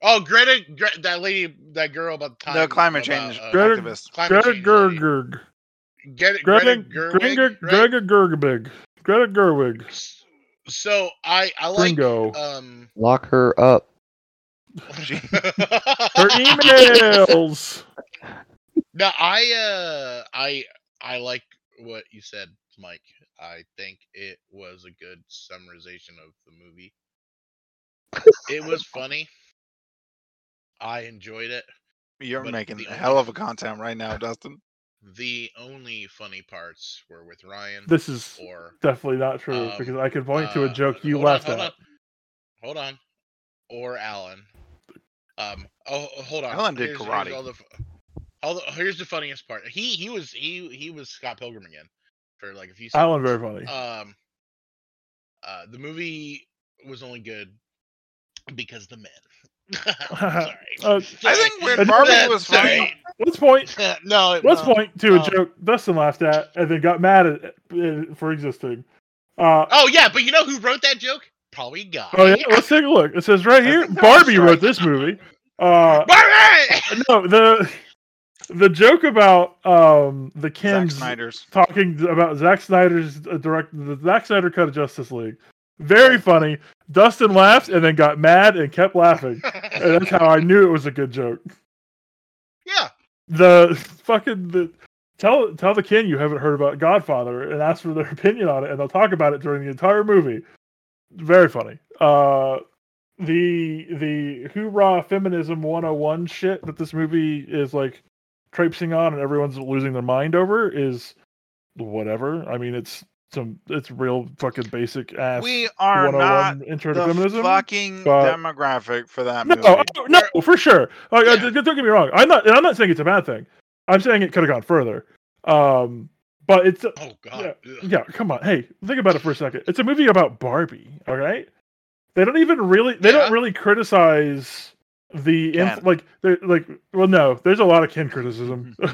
[SPEAKER 1] Oh, Greta, Gre- that lady, that girl about the time,
[SPEAKER 4] the climate
[SPEAKER 1] about,
[SPEAKER 4] change
[SPEAKER 1] uh,
[SPEAKER 2] Greta-
[SPEAKER 4] activist.
[SPEAKER 1] climate
[SPEAKER 2] Greta
[SPEAKER 1] change lady.
[SPEAKER 2] Gergerg.
[SPEAKER 1] Greta, Greta
[SPEAKER 2] Greta
[SPEAKER 1] Gerwig,
[SPEAKER 2] Greta
[SPEAKER 1] right?
[SPEAKER 2] Greta Gerwig. Greta Gerwig.
[SPEAKER 1] So I, I like
[SPEAKER 2] Gringo.
[SPEAKER 1] um.
[SPEAKER 3] Lock her up.
[SPEAKER 2] Her emails.
[SPEAKER 1] No, I uh I I like what you said, Mike. I think it was a good summarization of the movie. It was funny. I enjoyed it.
[SPEAKER 4] You're
[SPEAKER 1] But
[SPEAKER 4] making
[SPEAKER 1] the
[SPEAKER 4] a
[SPEAKER 1] only-
[SPEAKER 4] hell of a content right now, Dustin.
[SPEAKER 1] The only funny parts were with Ryan
[SPEAKER 2] This is
[SPEAKER 1] or
[SPEAKER 2] definitely not true
[SPEAKER 1] Um,
[SPEAKER 2] because I can point to a
[SPEAKER 1] uh,
[SPEAKER 2] joke you
[SPEAKER 1] hold on,
[SPEAKER 2] laughed
[SPEAKER 1] hold
[SPEAKER 2] at.
[SPEAKER 1] On. Hold on. Or Alan. Um oh oh, hold on.
[SPEAKER 4] Alan did karate.
[SPEAKER 1] all the, f- all the, here's the funniest part. He he was he he was Scott Pilgrim again for like a few seconds.
[SPEAKER 2] Alan, very funny.
[SPEAKER 1] Um, uh, the movie was only good because the men. I'm
[SPEAKER 2] Uh,
[SPEAKER 4] I think
[SPEAKER 1] Sorry.
[SPEAKER 4] Weird Barbie
[SPEAKER 1] That's-
[SPEAKER 4] was funny.
[SPEAKER 2] What's point?
[SPEAKER 1] sorry. no, it
[SPEAKER 2] What's
[SPEAKER 1] was.
[SPEAKER 2] point to a
[SPEAKER 1] um,
[SPEAKER 2] joke Dustin laughed at and then got mad at it for existing? Uh,
[SPEAKER 1] Oh yeah, but you know who wrote that joke? Probably God.
[SPEAKER 2] oh yeah, let's take a look. It says right
[SPEAKER 4] I
[SPEAKER 2] here,
[SPEAKER 4] think that was
[SPEAKER 2] Barbie
[SPEAKER 4] right.
[SPEAKER 2] wrote this movie. Uh,
[SPEAKER 1] Barbie!
[SPEAKER 2] no, the the joke about um the
[SPEAKER 4] Zack
[SPEAKER 2] Ken's
[SPEAKER 4] Snyder's.
[SPEAKER 2] talking about Zack Snyder's uh, direct the Zack Snyder cut of Justice League. Very funny. Dustin laughed and then got mad and kept laughing. And that's how I knew it was a good joke.
[SPEAKER 1] yeah,
[SPEAKER 2] The fucking the tell tell the kin you haven't heard about Godfather and ask for their opinion on it, and they'll talk about it during the entire movie. Very funny. Uh, the the hoorah feminism 101 shit that this movie is like traipsing on and everyone's losing their mind over is whatever. I mean, it's some it's real fucking basic ass
[SPEAKER 4] We are
[SPEAKER 2] oh
[SPEAKER 4] not
[SPEAKER 2] intro
[SPEAKER 4] the
[SPEAKER 2] to feminism.
[SPEAKER 4] fucking
[SPEAKER 2] but-
[SPEAKER 4] demographic for that
[SPEAKER 2] No,
[SPEAKER 4] movie.
[SPEAKER 2] I- no, for sure. Like, uh,
[SPEAKER 1] Yeah.
[SPEAKER 2] d- don't get me wrong. I'm not. and I'm not saying it's a bad thing. I'm saying it could have gone further. Um, but it's
[SPEAKER 1] oh god, Ugh.
[SPEAKER 2] yeah. Come on. Hey, think about it for a second. It's a movie about Barbie. All right. They don't even really. They
[SPEAKER 1] Yeah.
[SPEAKER 2] don't really criticize the inf-
[SPEAKER 4] Ken.
[SPEAKER 2] like. They're like. Well, no. There's a lot of Ken criticism.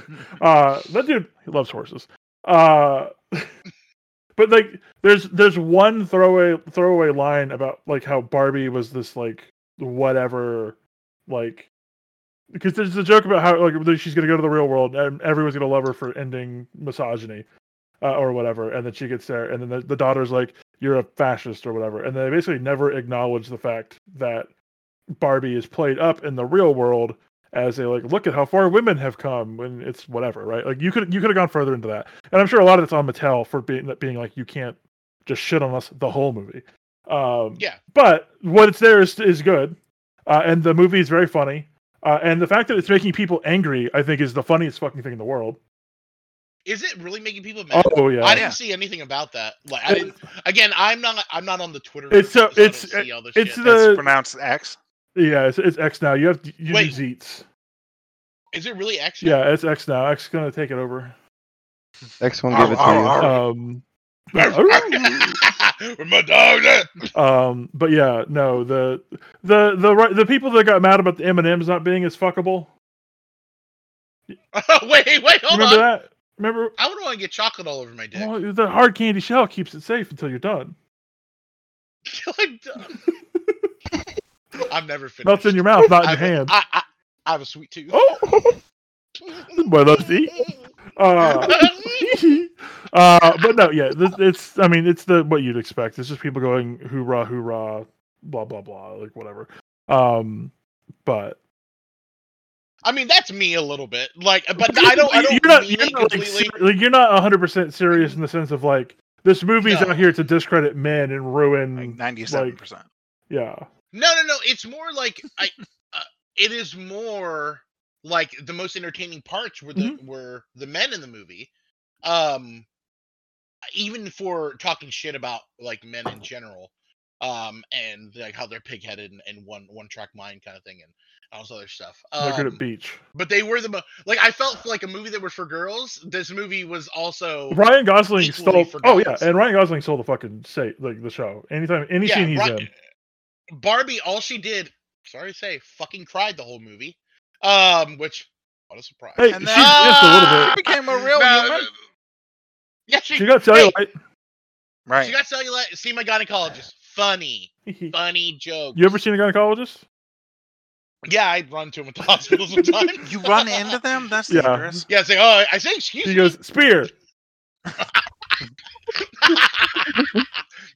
[SPEAKER 2] uh, that dude. He loves horses. Uh. But like, there's there's one throwaway throwaway line about like how Barbie was this like whatever like because there's a joke about how like she's gonna go to the real world and everyone's gonna love her for ending misogyny uh, or whatever, and then she gets there, and then the, the daughter's like, "You're a fascist" or whatever, and they basically never acknowledge the fact that Barbie is played up in the real world as a like, look at how far women have come, and it's whatever, right? Like you could you could have gone further into that, and I'm sure a lot of it's on Mattel for being that being like you can't just shit on us the whole movie. Um,
[SPEAKER 1] Yeah.
[SPEAKER 2] but what it's there is is good, uh, and the movie is very funny, uh, and the fact that it's making people angry, I think, is the funniest fucking thing in the world.
[SPEAKER 1] Is it really making people mad?
[SPEAKER 2] Oh yeah,
[SPEAKER 1] I didn't
[SPEAKER 4] Yeah.
[SPEAKER 1] see anything about that. Like I didn't. Again, I'm not. I'm not on the Twitter.
[SPEAKER 2] It's so-
[SPEAKER 1] I don't
[SPEAKER 2] it's-
[SPEAKER 1] see all this
[SPEAKER 2] it's
[SPEAKER 1] shit.
[SPEAKER 2] the-
[SPEAKER 4] It's pronounced X.
[SPEAKER 2] yeah, it's, it's X now. You have to you
[SPEAKER 1] Wait.
[SPEAKER 2] use Zeets.
[SPEAKER 1] Is it really actually?
[SPEAKER 2] Yeah, it's X now. X is gonna take it over.
[SPEAKER 3] X one
[SPEAKER 2] Oh,
[SPEAKER 3] give it
[SPEAKER 4] Arr,
[SPEAKER 3] to you.
[SPEAKER 4] arr, arr.
[SPEAKER 2] Um,
[SPEAKER 1] Where my dog at?
[SPEAKER 2] um, but yeah, no the the the right the people that got mad about the M and M's not being as fuckable.
[SPEAKER 1] wait, wait, hold
[SPEAKER 2] remember
[SPEAKER 1] on.
[SPEAKER 2] that? Remember?
[SPEAKER 1] I would want to get chocolate all over my dick.
[SPEAKER 2] Well, the hard candy shell keeps it safe until you're done.
[SPEAKER 1] I'm done. I've never finished.
[SPEAKER 2] Melts in your mouth, not in
[SPEAKER 1] I
[SPEAKER 2] your
[SPEAKER 1] have a-
[SPEAKER 2] hand.
[SPEAKER 1] I, I, I have a sweet tooth.
[SPEAKER 2] oh, well, let's see. Uh, uh, but no, yeah, this, it's. I mean, it's the what you'd expect. It's just people going hoorah, hoorah, blah blah blah, like whatever. Um, but
[SPEAKER 1] I mean, that's me a little bit. Like, but I don't. I don't
[SPEAKER 2] you're not,
[SPEAKER 1] mean
[SPEAKER 2] you're
[SPEAKER 1] it
[SPEAKER 2] not, like,
[SPEAKER 1] completely.
[SPEAKER 2] ser- like, you're not 100 percent serious in the sense of like this movie's
[SPEAKER 1] No.
[SPEAKER 2] out here to discredit men and ruin.
[SPEAKER 4] Like ninety-seven percent.
[SPEAKER 2] yeah,
[SPEAKER 1] No, no, no. It's more like I. Uh, it is more like the most entertaining parts were the were the men in the movie. Um, even for talking shit about like men in general, um, and like how they're pigheaded and, and one one track mind kind of thing, and all this other stuff.
[SPEAKER 2] they're good
[SPEAKER 1] Um,
[SPEAKER 2] at beach.
[SPEAKER 1] but they were the mo- like I felt like a movie that was for girls. This movie was also
[SPEAKER 2] Ryan Gosling
[SPEAKER 1] equally
[SPEAKER 2] stole.
[SPEAKER 1] for
[SPEAKER 2] Oh yeah,
[SPEAKER 1] guys.
[SPEAKER 2] and Ryan Gosling stole the fucking say like the show. Anytime, any
[SPEAKER 1] Yeah,
[SPEAKER 2] scene he's
[SPEAKER 1] Ry-
[SPEAKER 2] in.
[SPEAKER 1] Barbie, all she did, sorry to say, fucking cried the whole movie. Um, which what a surprise.
[SPEAKER 2] Hey,
[SPEAKER 4] And
[SPEAKER 2] she
[SPEAKER 4] then-
[SPEAKER 2] just a little bit.
[SPEAKER 4] She became a real
[SPEAKER 1] No,
[SPEAKER 4] human.
[SPEAKER 1] Yeah, she,
[SPEAKER 2] She got
[SPEAKER 1] hey,
[SPEAKER 2] cellulite.
[SPEAKER 1] She
[SPEAKER 4] Right.
[SPEAKER 1] got cellulite. See my gynecologist. Funny, funny joke.
[SPEAKER 2] you ever seen a gynecologist?
[SPEAKER 1] Yeah, I run to him at the hospital sometimes.
[SPEAKER 4] You run into them? That's
[SPEAKER 2] Yeah.
[SPEAKER 4] dangerous.
[SPEAKER 1] Yeah, I say, oh, I say, excuse
[SPEAKER 2] She
[SPEAKER 1] me.
[SPEAKER 2] goes spear.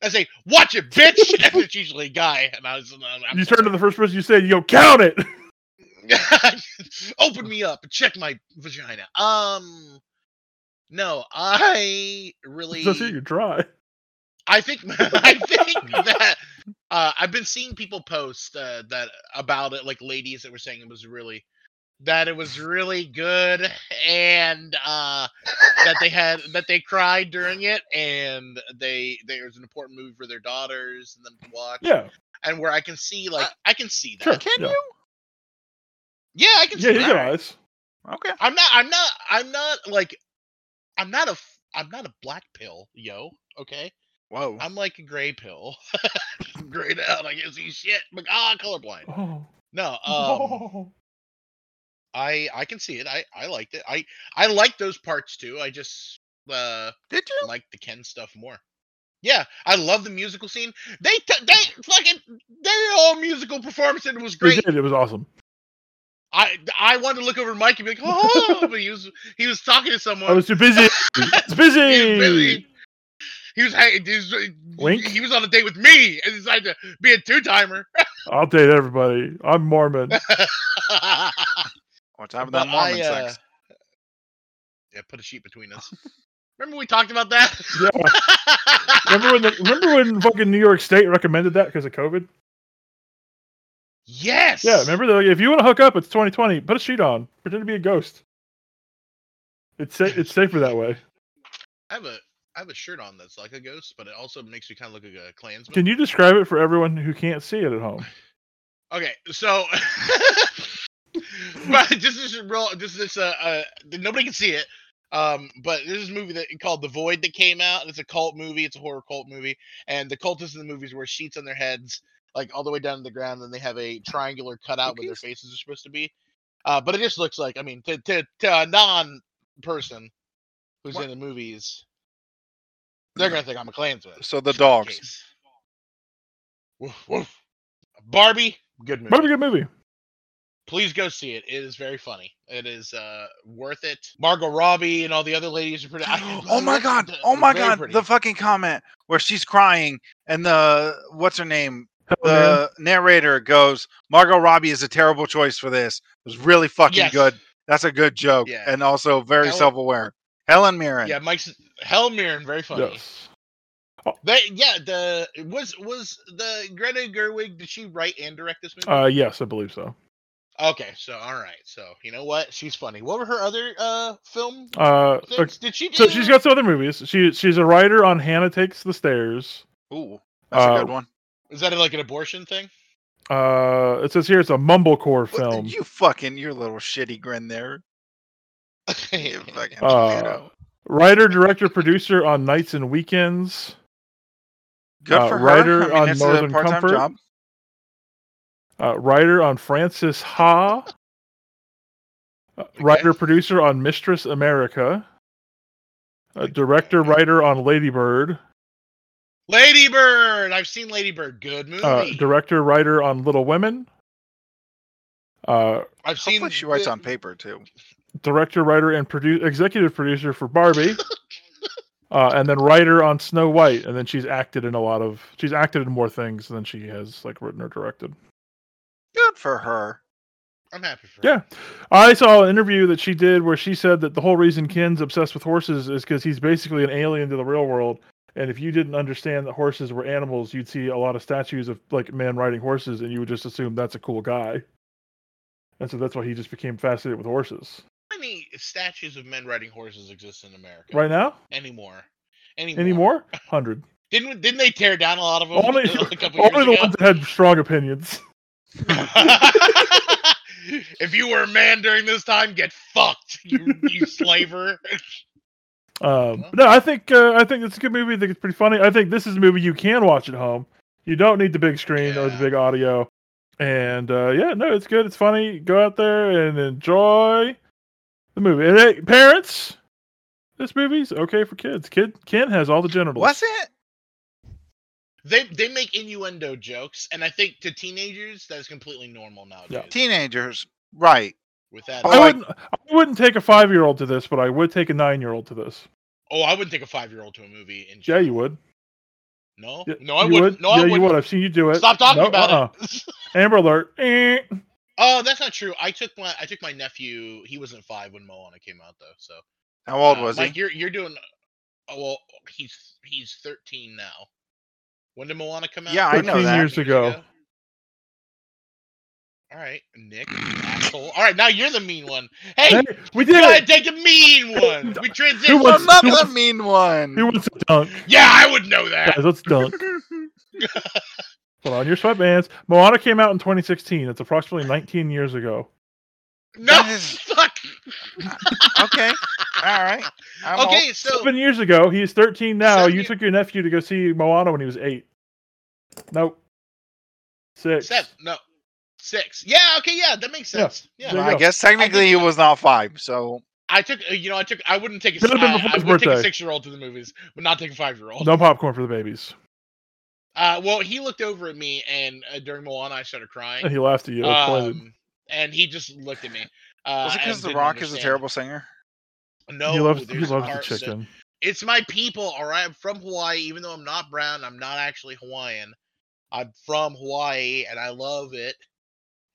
[SPEAKER 1] I say, watch it, bitch. And it's usually a guy, and I was. and I'm- I'm
[SPEAKER 2] You turn to the first person you say, you go count it.
[SPEAKER 1] open me up and check my vagina um no i really
[SPEAKER 2] That's it. You're dry.
[SPEAKER 1] i think i think that uh i've been seeing people post uh, that about it like ladies that were saying it was really that it was really good and uh that they had that they cried during it and they there was an important movie for their daughters and them to watch
[SPEAKER 2] Yeah, Uh,
[SPEAKER 1] and where i can see like i can see that
[SPEAKER 2] sure.
[SPEAKER 4] Can
[SPEAKER 2] yeah.
[SPEAKER 4] you?
[SPEAKER 1] yeah i can
[SPEAKER 2] Yeah,
[SPEAKER 1] see
[SPEAKER 2] you
[SPEAKER 1] that.
[SPEAKER 2] got eyes.
[SPEAKER 4] Okay.
[SPEAKER 1] I'm not. I'm not. I'm not like. I'm not a. f- I'm not a black pill, yo. Okay.
[SPEAKER 4] Whoa.
[SPEAKER 1] I'm like a gray pill. I'm grayed out. I can't see shit. But ah, colorblind.
[SPEAKER 2] Oh.
[SPEAKER 1] No. Um. I I can see it. I I liked it. I I like those parts too. I just uh
[SPEAKER 4] Did you?
[SPEAKER 1] like the Ken stuff more. Yeah, I love the musical scene. They t- they fucking they did a whole musical performance and it was
[SPEAKER 2] We
[SPEAKER 1] great.
[SPEAKER 2] did. It was awesome.
[SPEAKER 1] I I wanted to look over at Mike and be like, oh, but he was he was talking to someone.
[SPEAKER 2] I was too busy. It's busy.
[SPEAKER 1] He really- he was, hey, he was,
[SPEAKER 2] Wink.
[SPEAKER 1] he was on a date with me and decided to be a two timer.
[SPEAKER 2] I'll date everybody. I'm Mormon.
[SPEAKER 4] On top of that Mormon sex.
[SPEAKER 1] Yeah, put a sheet between us. Remember we talked about that?
[SPEAKER 2] Yeah. Remember when? The, remember when fucking New York State recommended that because of COVID?
[SPEAKER 1] Yes.
[SPEAKER 2] Yeah, remember they're like, if you want to hook up, it's 2020. Put a sheet on. Pretend to be a ghost. It's sa- it's safer that way.
[SPEAKER 1] I have a I have a shirt on that's like a ghost, but it also makes me kind of look like a Klansman.
[SPEAKER 2] Can you describe it for everyone who can't see it at home?
[SPEAKER 1] Okay, so but this is real. This is uh, uh, nobody can see it. Um, but this is a movie that called The Void that came out. It's a cult movie. It's a horror cult movie, and the cultists in the movies wear sheets on their heads, like all the way down to the ground, and they have a triangular cutout where their faces are supposed to be. Uh, but it just looks like I mean, to to, to a non person who's
[SPEAKER 4] What?
[SPEAKER 1] in the movies, they're gonna think I'm a Klansman.
[SPEAKER 4] So the dogs.
[SPEAKER 1] Jeez. Woof, woof. Barbie, good movie.
[SPEAKER 2] But a good movie.
[SPEAKER 1] Please go see it. It is very funny. It is uh, worth it. Margot Robbie and all the other ladies are pretty. I-
[SPEAKER 4] oh my god! Oh my
[SPEAKER 1] Very
[SPEAKER 4] god!
[SPEAKER 1] pretty.
[SPEAKER 4] The fucking comment where she's crying and the what's her name?
[SPEAKER 2] Hell,
[SPEAKER 4] The narrator goes, "Margot Robbie is a terrible choice for this. It was really fucking
[SPEAKER 1] Yes.
[SPEAKER 4] good. That's a good joke,
[SPEAKER 1] Yeah.
[SPEAKER 4] and also very
[SPEAKER 1] Helen-
[SPEAKER 4] self-aware." Helen Mirren.
[SPEAKER 1] Yeah, Mike's Hell Mirren, very
[SPEAKER 2] man.
[SPEAKER 1] funny.
[SPEAKER 2] Yes.
[SPEAKER 1] They, yeah, the was was the Greta Gerwig. Did she write and direct this movie?
[SPEAKER 2] Uh, yes, I believe so.
[SPEAKER 1] okay, so all right, so you know what? She's funny. What were her other uh film
[SPEAKER 2] Uh,
[SPEAKER 1] things? Did she? Do?
[SPEAKER 2] so she's got some other movies. She she's a writer on Hannah Takes the Stairs.
[SPEAKER 4] Ooh, that's
[SPEAKER 2] Uh,
[SPEAKER 4] a good one.
[SPEAKER 1] Is that like an abortion thing?
[SPEAKER 2] Uh, it says here it's a mumblecore
[SPEAKER 4] What-
[SPEAKER 2] film.
[SPEAKER 4] You fucking your little shitty grin there. You fucking
[SPEAKER 2] Uh,
[SPEAKER 4] weirdo.
[SPEAKER 2] writer, director, producer on Nights and Weekends.
[SPEAKER 4] Good
[SPEAKER 2] uh,
[SPEAKER 4] for her.
[SPEAKER 2] writer
[SPEAKER 4] I mean,
[SPEAKER 2] on
[SPEAKER 4] that's
[SPEAKER 2] Northern
[SPEAKER 4] a part-time
[SPEAKER 2] Comfort.
[SPEAKER 4] job.
[SPEAKER 2] Uh, writer on Francis Ha. Uh, Writer, producer on Mistress America. Uh, director, writer on Ladybird.
[SPEAKER 1] Lady Bird. I've seen Lady Bird. Good movie.
[SPEAKER 2] Uh, director, writer on Little Women. Uh,
[SPEAKER 1] I've seen.
[SPEAKER 4] Hopefully, she writes
[SPEAKER 1] the-
[SPEAKER 4] on paper too.
[SPEAKER 2] director, writer, and produ- executive producer for Barbie, uh, and then writer on Snow White. And then she's acted in a lot of she's acted in more things than she has like written or directed.
[SPEAKER 4] Good for her.
[SPEAKER 1] I'm happy for.
[SPEAKER 2] Yeah, I saw an interview that she did where she said that the whole reason Ken's obsessed with horses is because he's basically an alien to the real world. And if you didn't understand that horses were animals, you'd see a lot of statues of like men riding horses, and you would just assume that's a cool guy. And so that's why he just became fascinated with horses.
[SPEAKER 1] How many statues of men riding horses exist in America
[SPEAKER 2] Right now,
[SPEAKER 1] anymore? Anymore?
[SPEAKER 2] anymore, hundred.
[SPEAKER 1] Didn't didn't they tear down a lot of them? uh,
[SPEAKER 2] Only,
[SPEAKER 1] a couple
[SPEAKER 2] only
[SPEAKER 1] years
[SPEAKER 2] the
[SPEAKER 1] ago?
[SPEAKER 2] ones that had strong opinions.
[SPEAKER 1] if you were a man during this time, get fucked, you, you slaver.
[SPEAKER 2] Um, no, I think uh, I think it's a good movie. I think it's pretty funny. I think this is a movie you can watch at home. You don't need the big screen or the
[SPEAKER 1] Yeah.
[SPEAKER 2] big audio. And uh, yeah, no, it's good. It's funny. Go out there and enjoy the movie. And hey, parents, this movie's okay for kids. Kid Ken has all the genitals.
[SPEAKER 4] Was it?
[SPEAKER 1] They they make innuendo jokes, and I think to teenagers that is completely normal nowadays.
[SPEAKER 4] Teenagers, right?
[SPEAKER 1] With that,
[SPEAKER 2] I
[SPEAKER 4] Oh, I-
[SPEAKER 2] wouldn't. I wouldn't take a five-year-old to this, but I would take a nine-year-old to this.
[SPEAKER 1] oh, I wouldn't take a five year old to a movie. In
[SPEAKER 2] Yeah, you would.
[SPEAKER 1] No,
[SPEAKER 2] Yeah,
[SPEAKER 1] no, I
[SPEAKER 2] you
[SPEAKER 1] wouldn't. No,
[SPEAKER 2] yeah,
[SPEAKER 1] I
[SPEAKER 2] you
[SPEAKER 1] wouldn't.
[SPEAKER 2] would. I've seen you do it.
[SPEAKER 1] Stop talking
[SPEAKER 2] No,
[SPEAKER 1] about
[SPEAKER 2] uh-uh.
[SPEAKER 1] it.
[SPEAKER 2] Amber Alert. Eh.
[SPEAKER 1] oh, that's not true. I took my I took my nephew. He wasn't five when Moana came out though. So
[SPEAKER 4] How old
[SPEAKER 1] uh,
[SPEAKER 4] was
[SPEAKER 1] Mike,
[SPEAKER 4] he?
[SPEAKER 1] You're you're doing. Oh, well, he's he's thirteen now. When did Moana come out?
[SPEAKER 4] Yeah, I know 13 that.
[SPEAKER 2] years ago.
[SPEAKER 1] All right, Nick, you asshole. All right, now you're the mean one. Hey,
[SPEAKER 2] Hey, we did
[SPEAKER 1] you
[SPEAKER 2] it.
[SPEAKER 1] gotta take the mean one. We transition.
[SPEAKER 2] wants-
[SPEAKER 4] I'm not
[SPEAKER 2] who
[SPEAKER 4] the
[SPEAKER 2] wants-
[SPEAKER 4] mean
[SPEAKER 2] Who
[SPEAKER 4] one.
[SPEAKER 2] wants a dunk?
[SPEAKER 1] Yeah, I would know that.
[SPEAKER 2] Guys, let's dunk. Put on your sweatbands. Moana came out in 2016. It's approximately 19 years ago.
[SPEAKER 1] No,
[SPEAKER 4] That is-
[SPEAKER 1] fuck.
[SPEAKER 4] okay. All right. I'm old.
[SPEAKER 1] Okay, so
[SPEAKER 2] Seven years ago. He's 13 now.
[SPEAKER 1] Seven
[SPEAKER 2] You
[SPEAKER 1] ye-
[SPEAKER 2] took your nephew to go see Moana when he was eight. Nope. Six.
[SPEAKER 1] seven. No, six. Yeah, okay, yeah, that makes
[SPEAKER 2] Yeah,
[SPEAKER 1] sense. Yeah,
[SPEAKER 2] there
[SPEAKER 4] Well,
[SPEAKER 2] you
[SPEAKER 4] I
[SPEAKER 2] go.
[SPEAKER 4] guess technically he was not five. So
[SPEAKER 1] I took. uh, You know, I took. I wouldn't take a.
[SPEAKER 2] Should've been
[SPEAKER 1] I,
[SPEAKER 2] before
[SPEAKER 1] I
[SPEAKER 2] his
[SPEAKER 1] would take a
[SPEAKER 2] birthday.
[SPEAKER 1] six-year-old to the movies, but not take a five-year-old.
[SPEAKER 2] No popcorn for the babies.
[SPEAKER 1] Uh, well, he looked over at me, and uh, during Moana, I started
[SPEAKER 2] And
[SPEAKER 1] crying.
[SPEAKER 2] he laughed at you. pointed.
[SPEAKER 1] Um, and he just looked at me. Uh,
[SPEAKER 4] was it because
[SPEAKER 1] and
[SPEAKER 4] The
[SPEAKER 1] didn't
[SPEAKER 4] Rock is a
[SPEAKER 1] understand.
[SPEAKER 4] terrible singer?
[SPEAKER 1] No,
[SPEAKER 2] he loves, he
[SPEAKER 1] there's
[SPEAKER 2] loves the
[SPEAKER 1] parts that-
[SPEAKER 2] chicken.
[SPEAKER 1] it's my people, all right. I'm from Hawaii, even though I'm not brown. I'm not actually Hawaiian. I'm from Hawaii, and I love it.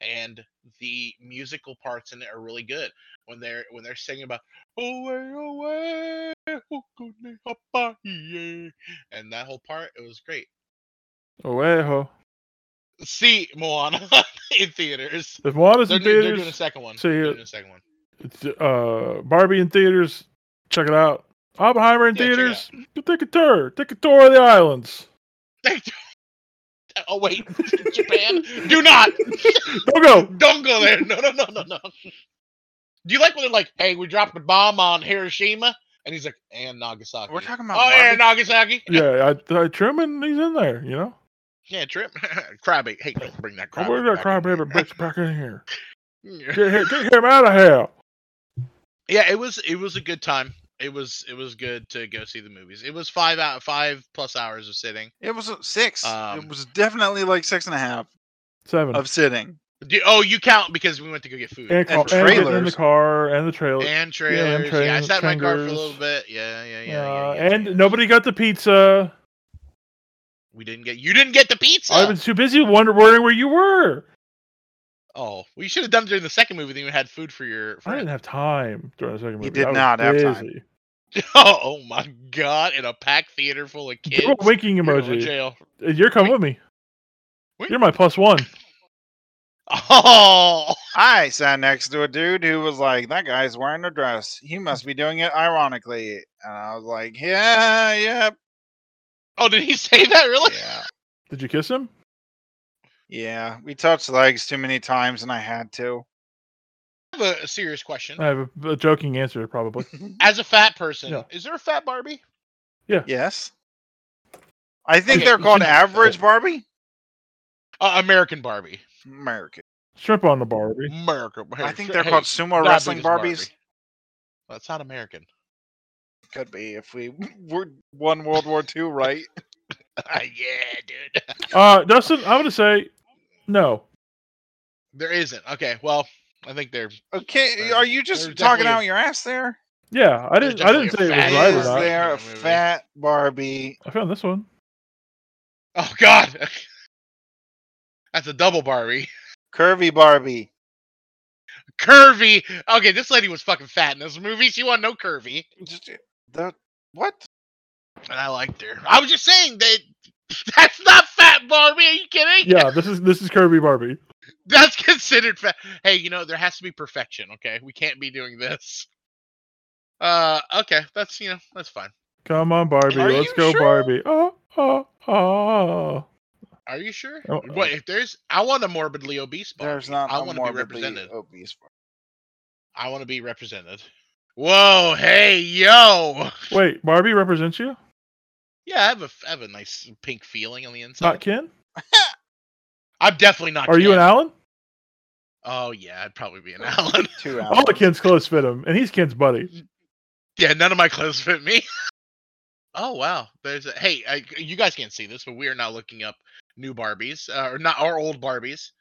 [SPEAKER 1] And the musical parts in it are really good when they're when they're singing about away, away, hukune hapai," and that whole part. It was great.
[SPEAKER 2] Oeho.
[SPEAKER 1] See Moana in theaters.
[SPEAKER 2] If Moana's
[SPEAKER 1] They're,
[SPEAKER 2] in
[SPEAKER 1] do- they're doing a
[SPEAKER 2] theaters,
[SPEAKER 1] second one.
[SPEAKER 2] so
[SPEAKER 1] They're
[SPEAKER 2] you-
[SPEAKER 1] doing a second one.
[SPEAKER 2] it's, uh, Barbie in theaters, check it out. Oppenheimer in
[SPEAKER 1] Yeah, check it
[SPEAKER 2] theaters, go take a tour. Take a tour of the islands.
[SPEAKER 1] Oh wait, Japan? Do not.
[SPEAKER 2] Don't go.
[SPEAKER 1] Don't go there. No, no, no, no, no. Do you like when they're like, "Hey, we dropped a bomb on Hiroshima," and he's like, "And Nagasaki."
[SPEAKER 4] We're talking
[SPEAKER 1] oh
[SPEAKER 4] about.
[SPEAKER 1] yeah,
[SPEAKER 4] Barbie-
[SPEAKER 1] Nagasaki.
[SPEAKER 2] yeah, I, I, Truman, he's in there, you know?
[SPEAKER 1] Yeah, trip. Crybaby. Hey, don't bring that
[SPEAKER 2] Cry
[SPEAKER 1] crybaby.
[SPEAKER 2] Where's that
[SPEAKER 1] back
[SPEAKER 2] crybaby
[SPEAKER 1] in here.
[SPEAKER 2] bitch back in here?
[SPEAKER 1] Yeah.
[SPEAKER 2] Get, him- get him out of here.
[SPEAKER 1] yeah, it was it was a good time. It was it was good to go see the movies. It was five out five plus hours of sitting.
[SPEAKER 4] It was a six.
[SPEAKER 1] Um,
[SPEAKER 4] it was definitely like six and a half
[SPEAKER 2] Seven.
[SPEAKER 4] of sitting.
[SPEAKER 1] Do- oh, you count because we went to go get food
[SPEAKER 2] And,
[SPEAKER 4] And
[SPEAKER 2] car,
[SPEAKER 4] for
[SPEAKER 2] and getting in the
[SPEAKER 4] trailers.
[SPEAKER 2] car and the trailer.
[SPEAKER 1] and trailers. Yeah, I
[SPEAKER 2] trailers,
[SPEAKER 1] sat in my car for a
[SPEAKER 2] tenders.
[SPEAKER 1] little bit. Yeah, yeah, yeah. yeah,
[SPEAKER 2] Uh,
[SPEAKER 1] yeah,
[SPEAKER 2] and
[SPEAKER 1] yeah.
[SPEAKER 2] nobody got the pizza.
[SPEAKER 1] we didn't get. You didn't get the pizza.
[SPEAKER 2] I was too busy wonder, wondering where you were.
[SPEAKER 1] Oh, we should have done it during the second movie. Then you had food for your.
[SPEAKER 2] I didn't
[SPEAKER 1] friend.
[SPEAKER 2] have time during the second movie.
[SPEAKER 4] You did
[SPEAKER 2] I was
[SPEAKER 4] not have time.
[SPEAKER 2] busy.
[SPEAKER 1] Oh, oh my god! In a packed theater full of kids.
[SPEAKER 2] Do a winking
[SPEAKER 1] You're going to
[SPEAKER 2] emoji.
[SPEAKER 1] jail.
[SPEAKER 2] Uh, You're coming with me.
[SPEAKER 1] Wink.
[SPEAKER 2] You're my plus one.
[SPEAKER 1] Oh,
[SPEAKER 4] I sat next to a dude who was like, "That guy's wearing a dress. He must be doing it ironically." And I was like, "Yeah, yeah,
[SPEAKER 1] oh! Did he say that really?
[SPEAKER 4] yeah,
[SPEAKER 2] Did you kiss him?
[SPEAKER 4] yeah." We touched legs too many times, and I had to.
[SPEAKER 1] I have a serious question.
[SPEAKER 2] I have a, a joking answer, probably.
[SPEAKER 1] As a fat person,
[SPEAKER 2] Uh, Yeah.
[SPEAKER 1] is there a fat Barbie?
[SPEAKER 4] Yes, I think
[SPEAKER 1] Okay,
[SPEAKER 4] they're
[SPEAKER 1] you
[SPEAKER 4] called
[SPEAKER 1] can-
[SPEAKER 4] average Barbie.
[SPEAKER 1] Uh, American Barbie.
[SPEAKER 4] American.
[SPEAKER 2] Shrimp on the Barbie.
[SPEAKER 1] American.
[SPEAKER 4] I think they're
[SPEAKER 1] hey,
[SPEAKER 4] called sumo
[SPEAKER 1] not
[SPEAKER 4] wrestling
[SPEAKER 1] biggest Barbie.
[SPEAKER 4] Barbies.
[SPEAKER 1] That's not American.
[SPEAKER 4] Could be if we were won World War II, right?
[SPEAKER 1] Uh, yeah, dude.
[SPEAKER 2] Uh, Dustin, I'm gonna say no.
[SPEAKER 1] There isn't. Okay, well, I think they're.
[SPEAKER 4] Okay,
[SPEAKER 1] There's-
[SPEAKER 4] are you just
[SPEAKER 1] there's
[SPEAKER 4] talking
[SPEAKER 1] definitely a-
[SPEAKER 4] out your ass there?
[SPEAKER 2] Yeah, I didn't. I didn't say it
[SPEAKER 1] definitely a fat ass
[SPEAKER 2] was right or
[SPEAKER 4] Is
[SPEAKER 2] not.
[SPEAKER 1] there.
[SPEAKER 4] there a
[SPEAKER 1] Movie.
[SPEAKER 4] fat Barbie?
[SPEAKER 2] I found this one.
[SPEAKER 1] Oh God, that's a double Barbie.
[SPEAKER 4] Curvy Barbie.
[SPEAKER 1] Curvy. Okay, this lady was fucking fat in this movie. She wanted no curvy,
[SPEAKER 4] Just- the- what?
[SPEAKER 1] and I liked her. I was just saying that. That's not fat Barbie. Are you kidding?
[SPEAKER 2] Yeah, this is this is Kirby Barbie.
[SPEAKER 1] That's considered fat. Hey, you know there has to be perfection. Okay, we can't be doing this. Uh, okay, that's you know that's fine.
[SPEAKER 2] Come on, Barbie.
[SPEAKER 1] Are
[SPEAKER 2] Let's
[SPEAKER 1] you
[SPEAKER 2] go,
[SPEAKER 1] sure?
[SPEAKER 2] Barbie. Oh, oh, oh.
[SPEAKER 1] Are you sure?
[SPEAKER 2] Oh,
[SPEAKER 1] Wait, if there's, I want a morbidly obese. Barbie.
[SPEAKER 4] There's not
[SPEAKER 1] I
[SPEAKER 4] no
[SPEAKER 1] want to be
[SPEAKER 4] morbidly
[SPEAKER 1] represented.
[SPEAKER 4] obese Barbie.
[SPEAKER 1] I want to be represented. Whoa, hey, yo.
[SPEAKER 2] Wait, Barbie represents you,
[SPEAKER 1] Yeah, I have a, f- I have a nice pink feeling on the inside.
[SPEAKER 2] not Ken.
[SPEAKER 1] I'm definitely not.
[SPEAKER 2] Are you an
[SPEAKER 1] Ken.
[SPEAKER 2] Alan?
[SPEAKER 1] Oh yeah, I'd probably be an Alan.
[SPEAKER 4] Two hours.
[SPEAKER 2] All the Ken's clothes fit him, and he's Ken's buddy.
[SPEAKER 1] yeah, none of my clothes fit me. oh wow, there's a hey. I, you guys can't see this, but we are now looking up new Barbies uh, or not our old Barbies.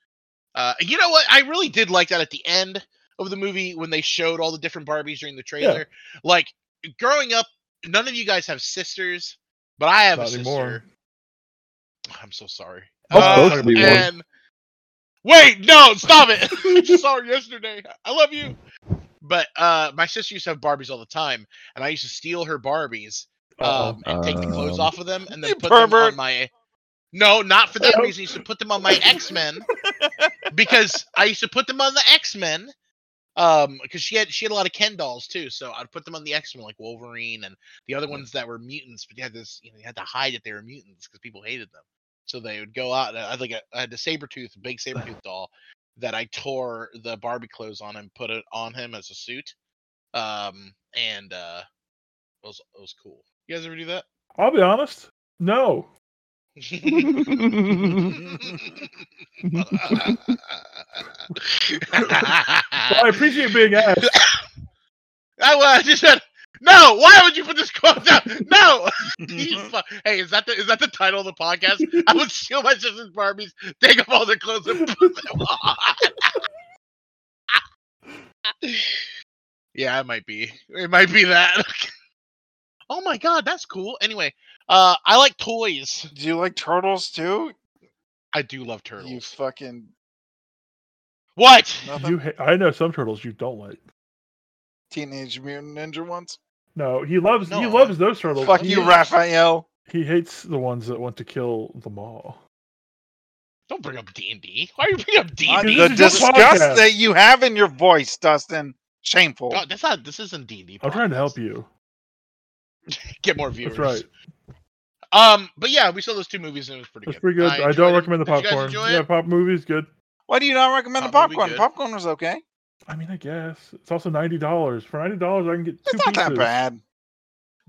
[SPEAKER 1] Uh, you know what? I really did like that at the end of the movie when they showed all the different Barbies during the trailer. Like growing up, none of you guys have sisters, but I have
[SPEAKER 2] Not
[SPEAKER 1] a sister.
[SPEAKER 2] anymore.
[SPEAKER 1] I'm so sorry.
[SPEAKER 3] I'm
[SPEAKER 2] Uh,
[SPEAKER 3] supposed to be one.
[SPEAKER 1] and wait, no, stop it. sorry, yesterday. I love you. But uh, my sister used to have Barbies all the time, and I used to steal her Barbies um, and take the clothes
[SPEAKER 3] Um,
[SPEAKER 1] off of them, and then
[SPEAKER 4] you
[SPEAKER 1] put them
[SPEAKER 4] pervert.
[SPEAKER 1] on my. No, not for that
[SPEAKER 2] Oh.
[SPEAKER 1] reason. I used to put them on my X Men because I used to put them on the X Men. Um, because she had she had a lot of Ken dolls too, so I'd put them on the X Men like Wolverine and the other ones that were mutants, but you had this you know you had to hide that they were mutants because people hated them. So they would go out and I think I I had a saber tooth, big saber tooth doll that I tore the Barbie clothes on and put it on him as a suit. Um, and uh, it was it was cool. You guys ever do that?
[SPEAKER 2] I'll be honest. No. Well, I appreciate being asked.
[SPEAKER 1] I was just said no. Why would you put this quote down? No. You fu- hey, is that the is that the title of the podcast? I would steal my sister's Barbies, take off all their clothes, and put them on. yeah, it might be. It might be that. oh my god, that's cool. Anyway, uh, I like toys.
[SPEAKER 4] Do you like turtles too?
[SPEAKER 1] I do love
[SPEAKER 4] You
[SPEAKER 1] turtles.
[SPEAKER 4] fucking
[SPEAKER 1] What?
[SPEAKER 4] nothing.
[SPEAKER 2] You, ha- I know some turtles you don't like.
[SPEAKER 4] Teenage Mutant Ninja ones.
[SPEAKER 2] No, he loves he
[SPEAKER 1] No.
[SPEAKER 2] loves those turtles.
[SPEAKER 4] Fuck
[SPEAKER 2] He
[SPEAKER 4] you,
[SPEAKER 2] hates-
[SPEAKER 4] Raphael.
[SPEAKER 2] He hates the ones that want to kill them all.
[SPEAKER 1] Don't bring up D and D. Why are you bringing up D
[SPEAKER 4] Uh,
[SPEAKER 1] and D?
[SPEAKER 2] this
[SPEAKER 4] the
[SPEAKER 2] is your
[SPEAKER 4] disgust
[SPEAKER 2] podcast.
[SPEAKER 4] that you have in your voice, Dustin. Shameful.
[SPEAKER 1] God, oh, that's not. This isn't D and D.
[SPEAKER 2] I'm trying to help you.
[SPEAKER 1] get more viewers.
[SPEAKER 2] That's right.
[SPEAKER 1] Um, but yeah, we saw those two movies and it was pretty
[SPEAKER 2] That's
[SPEAKER 1] good.
[SPEAKER 2] pretty good. I,
[SPEAKER 1] enjoyed
[SPEAKER 2] don't
[SPEAKER 1] it.
[SPEAKER 2] recommend the
[SPEAKER 1] Did you guys
[SPEAKER 2] popcorn.
[SPEAKER 1] enjoy it?
[SPEAKER 2] Yeah, pop movies good.
[SPEAKER 4] Why do you not recommend the
[SPEAKER 1] Probably
[SPEAKER 4] popcorn?
[SPEAKER 1] good.
[SPEAKER 4] Popcorn was okay.
[SPEAKER 2] I mean, I guess it's also ninety dollars. For ninety dollars, I can get two
[SPEAKER 4] It's not that
[SPEAKER 2] pizzas.
[SPEAKER 4] bad.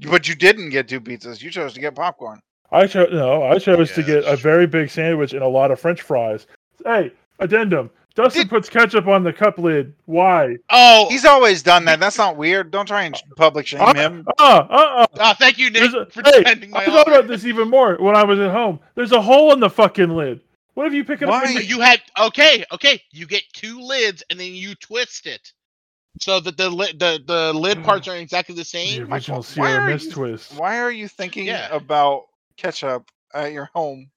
[SPEAKER 4] But you didn't get two pizzas. You chose to get popcorn.
[SPEAKER 2] I chose no. I chose to
[SPEAKER 1] Yeah,
[SPEAKER 2] get a
[SPEAKER 1] that's
[SPEAKER 2] very big sandwich and a lot of French fries. Hey, addendum. Dustin
[SPEAKER 4] Did-
[SPEAKER 2] puts ketchup on the cup lid. Why?
[SPEAKER 1] Oh,
[SPEAKER 4] He's always done that. That's not weird. Don't try and public shame him.
[SPEAKER 2] Uh, uh, uh.
[SPEAKER 1] uh, thank you, Nick,
[SPEAKER 2] There's a-
[SPEAKER 1] for
[SPEAKER 2] hey,
[SPEAKER 1] defending my.
[SPEAKER 2] I thought
[SPEAKER 1] honor.
[SPEAKER 2] about this even more when I was at home. There's a hole in the fucking lid. What if you pick it up?
[SPEAKER 4] Why?
[SPEAKER 2] and you-
[SPEAKER 1] You had okay, okay. You get two lids and then you twist it so that the lid the, the
[SPEAKER 2] Hmm.
[SPEAKER 1] lid parts are exactly the
[SPEAKER 2] The
[SPEAKER 1] same.
[SPEAKER 2] original
[SPEAKER 4] why
[SPEAKER 2] Sierra
[SPEAKER 4] are
[SPEAKER 2] Mist
[SPEAKER 4] you-
[SPEAKER 2] twist.
[SPEAKER 4] Why are you thinking
[SPEAKER 1] Yeah.
[SPEAKER 4] about ketchup at your home?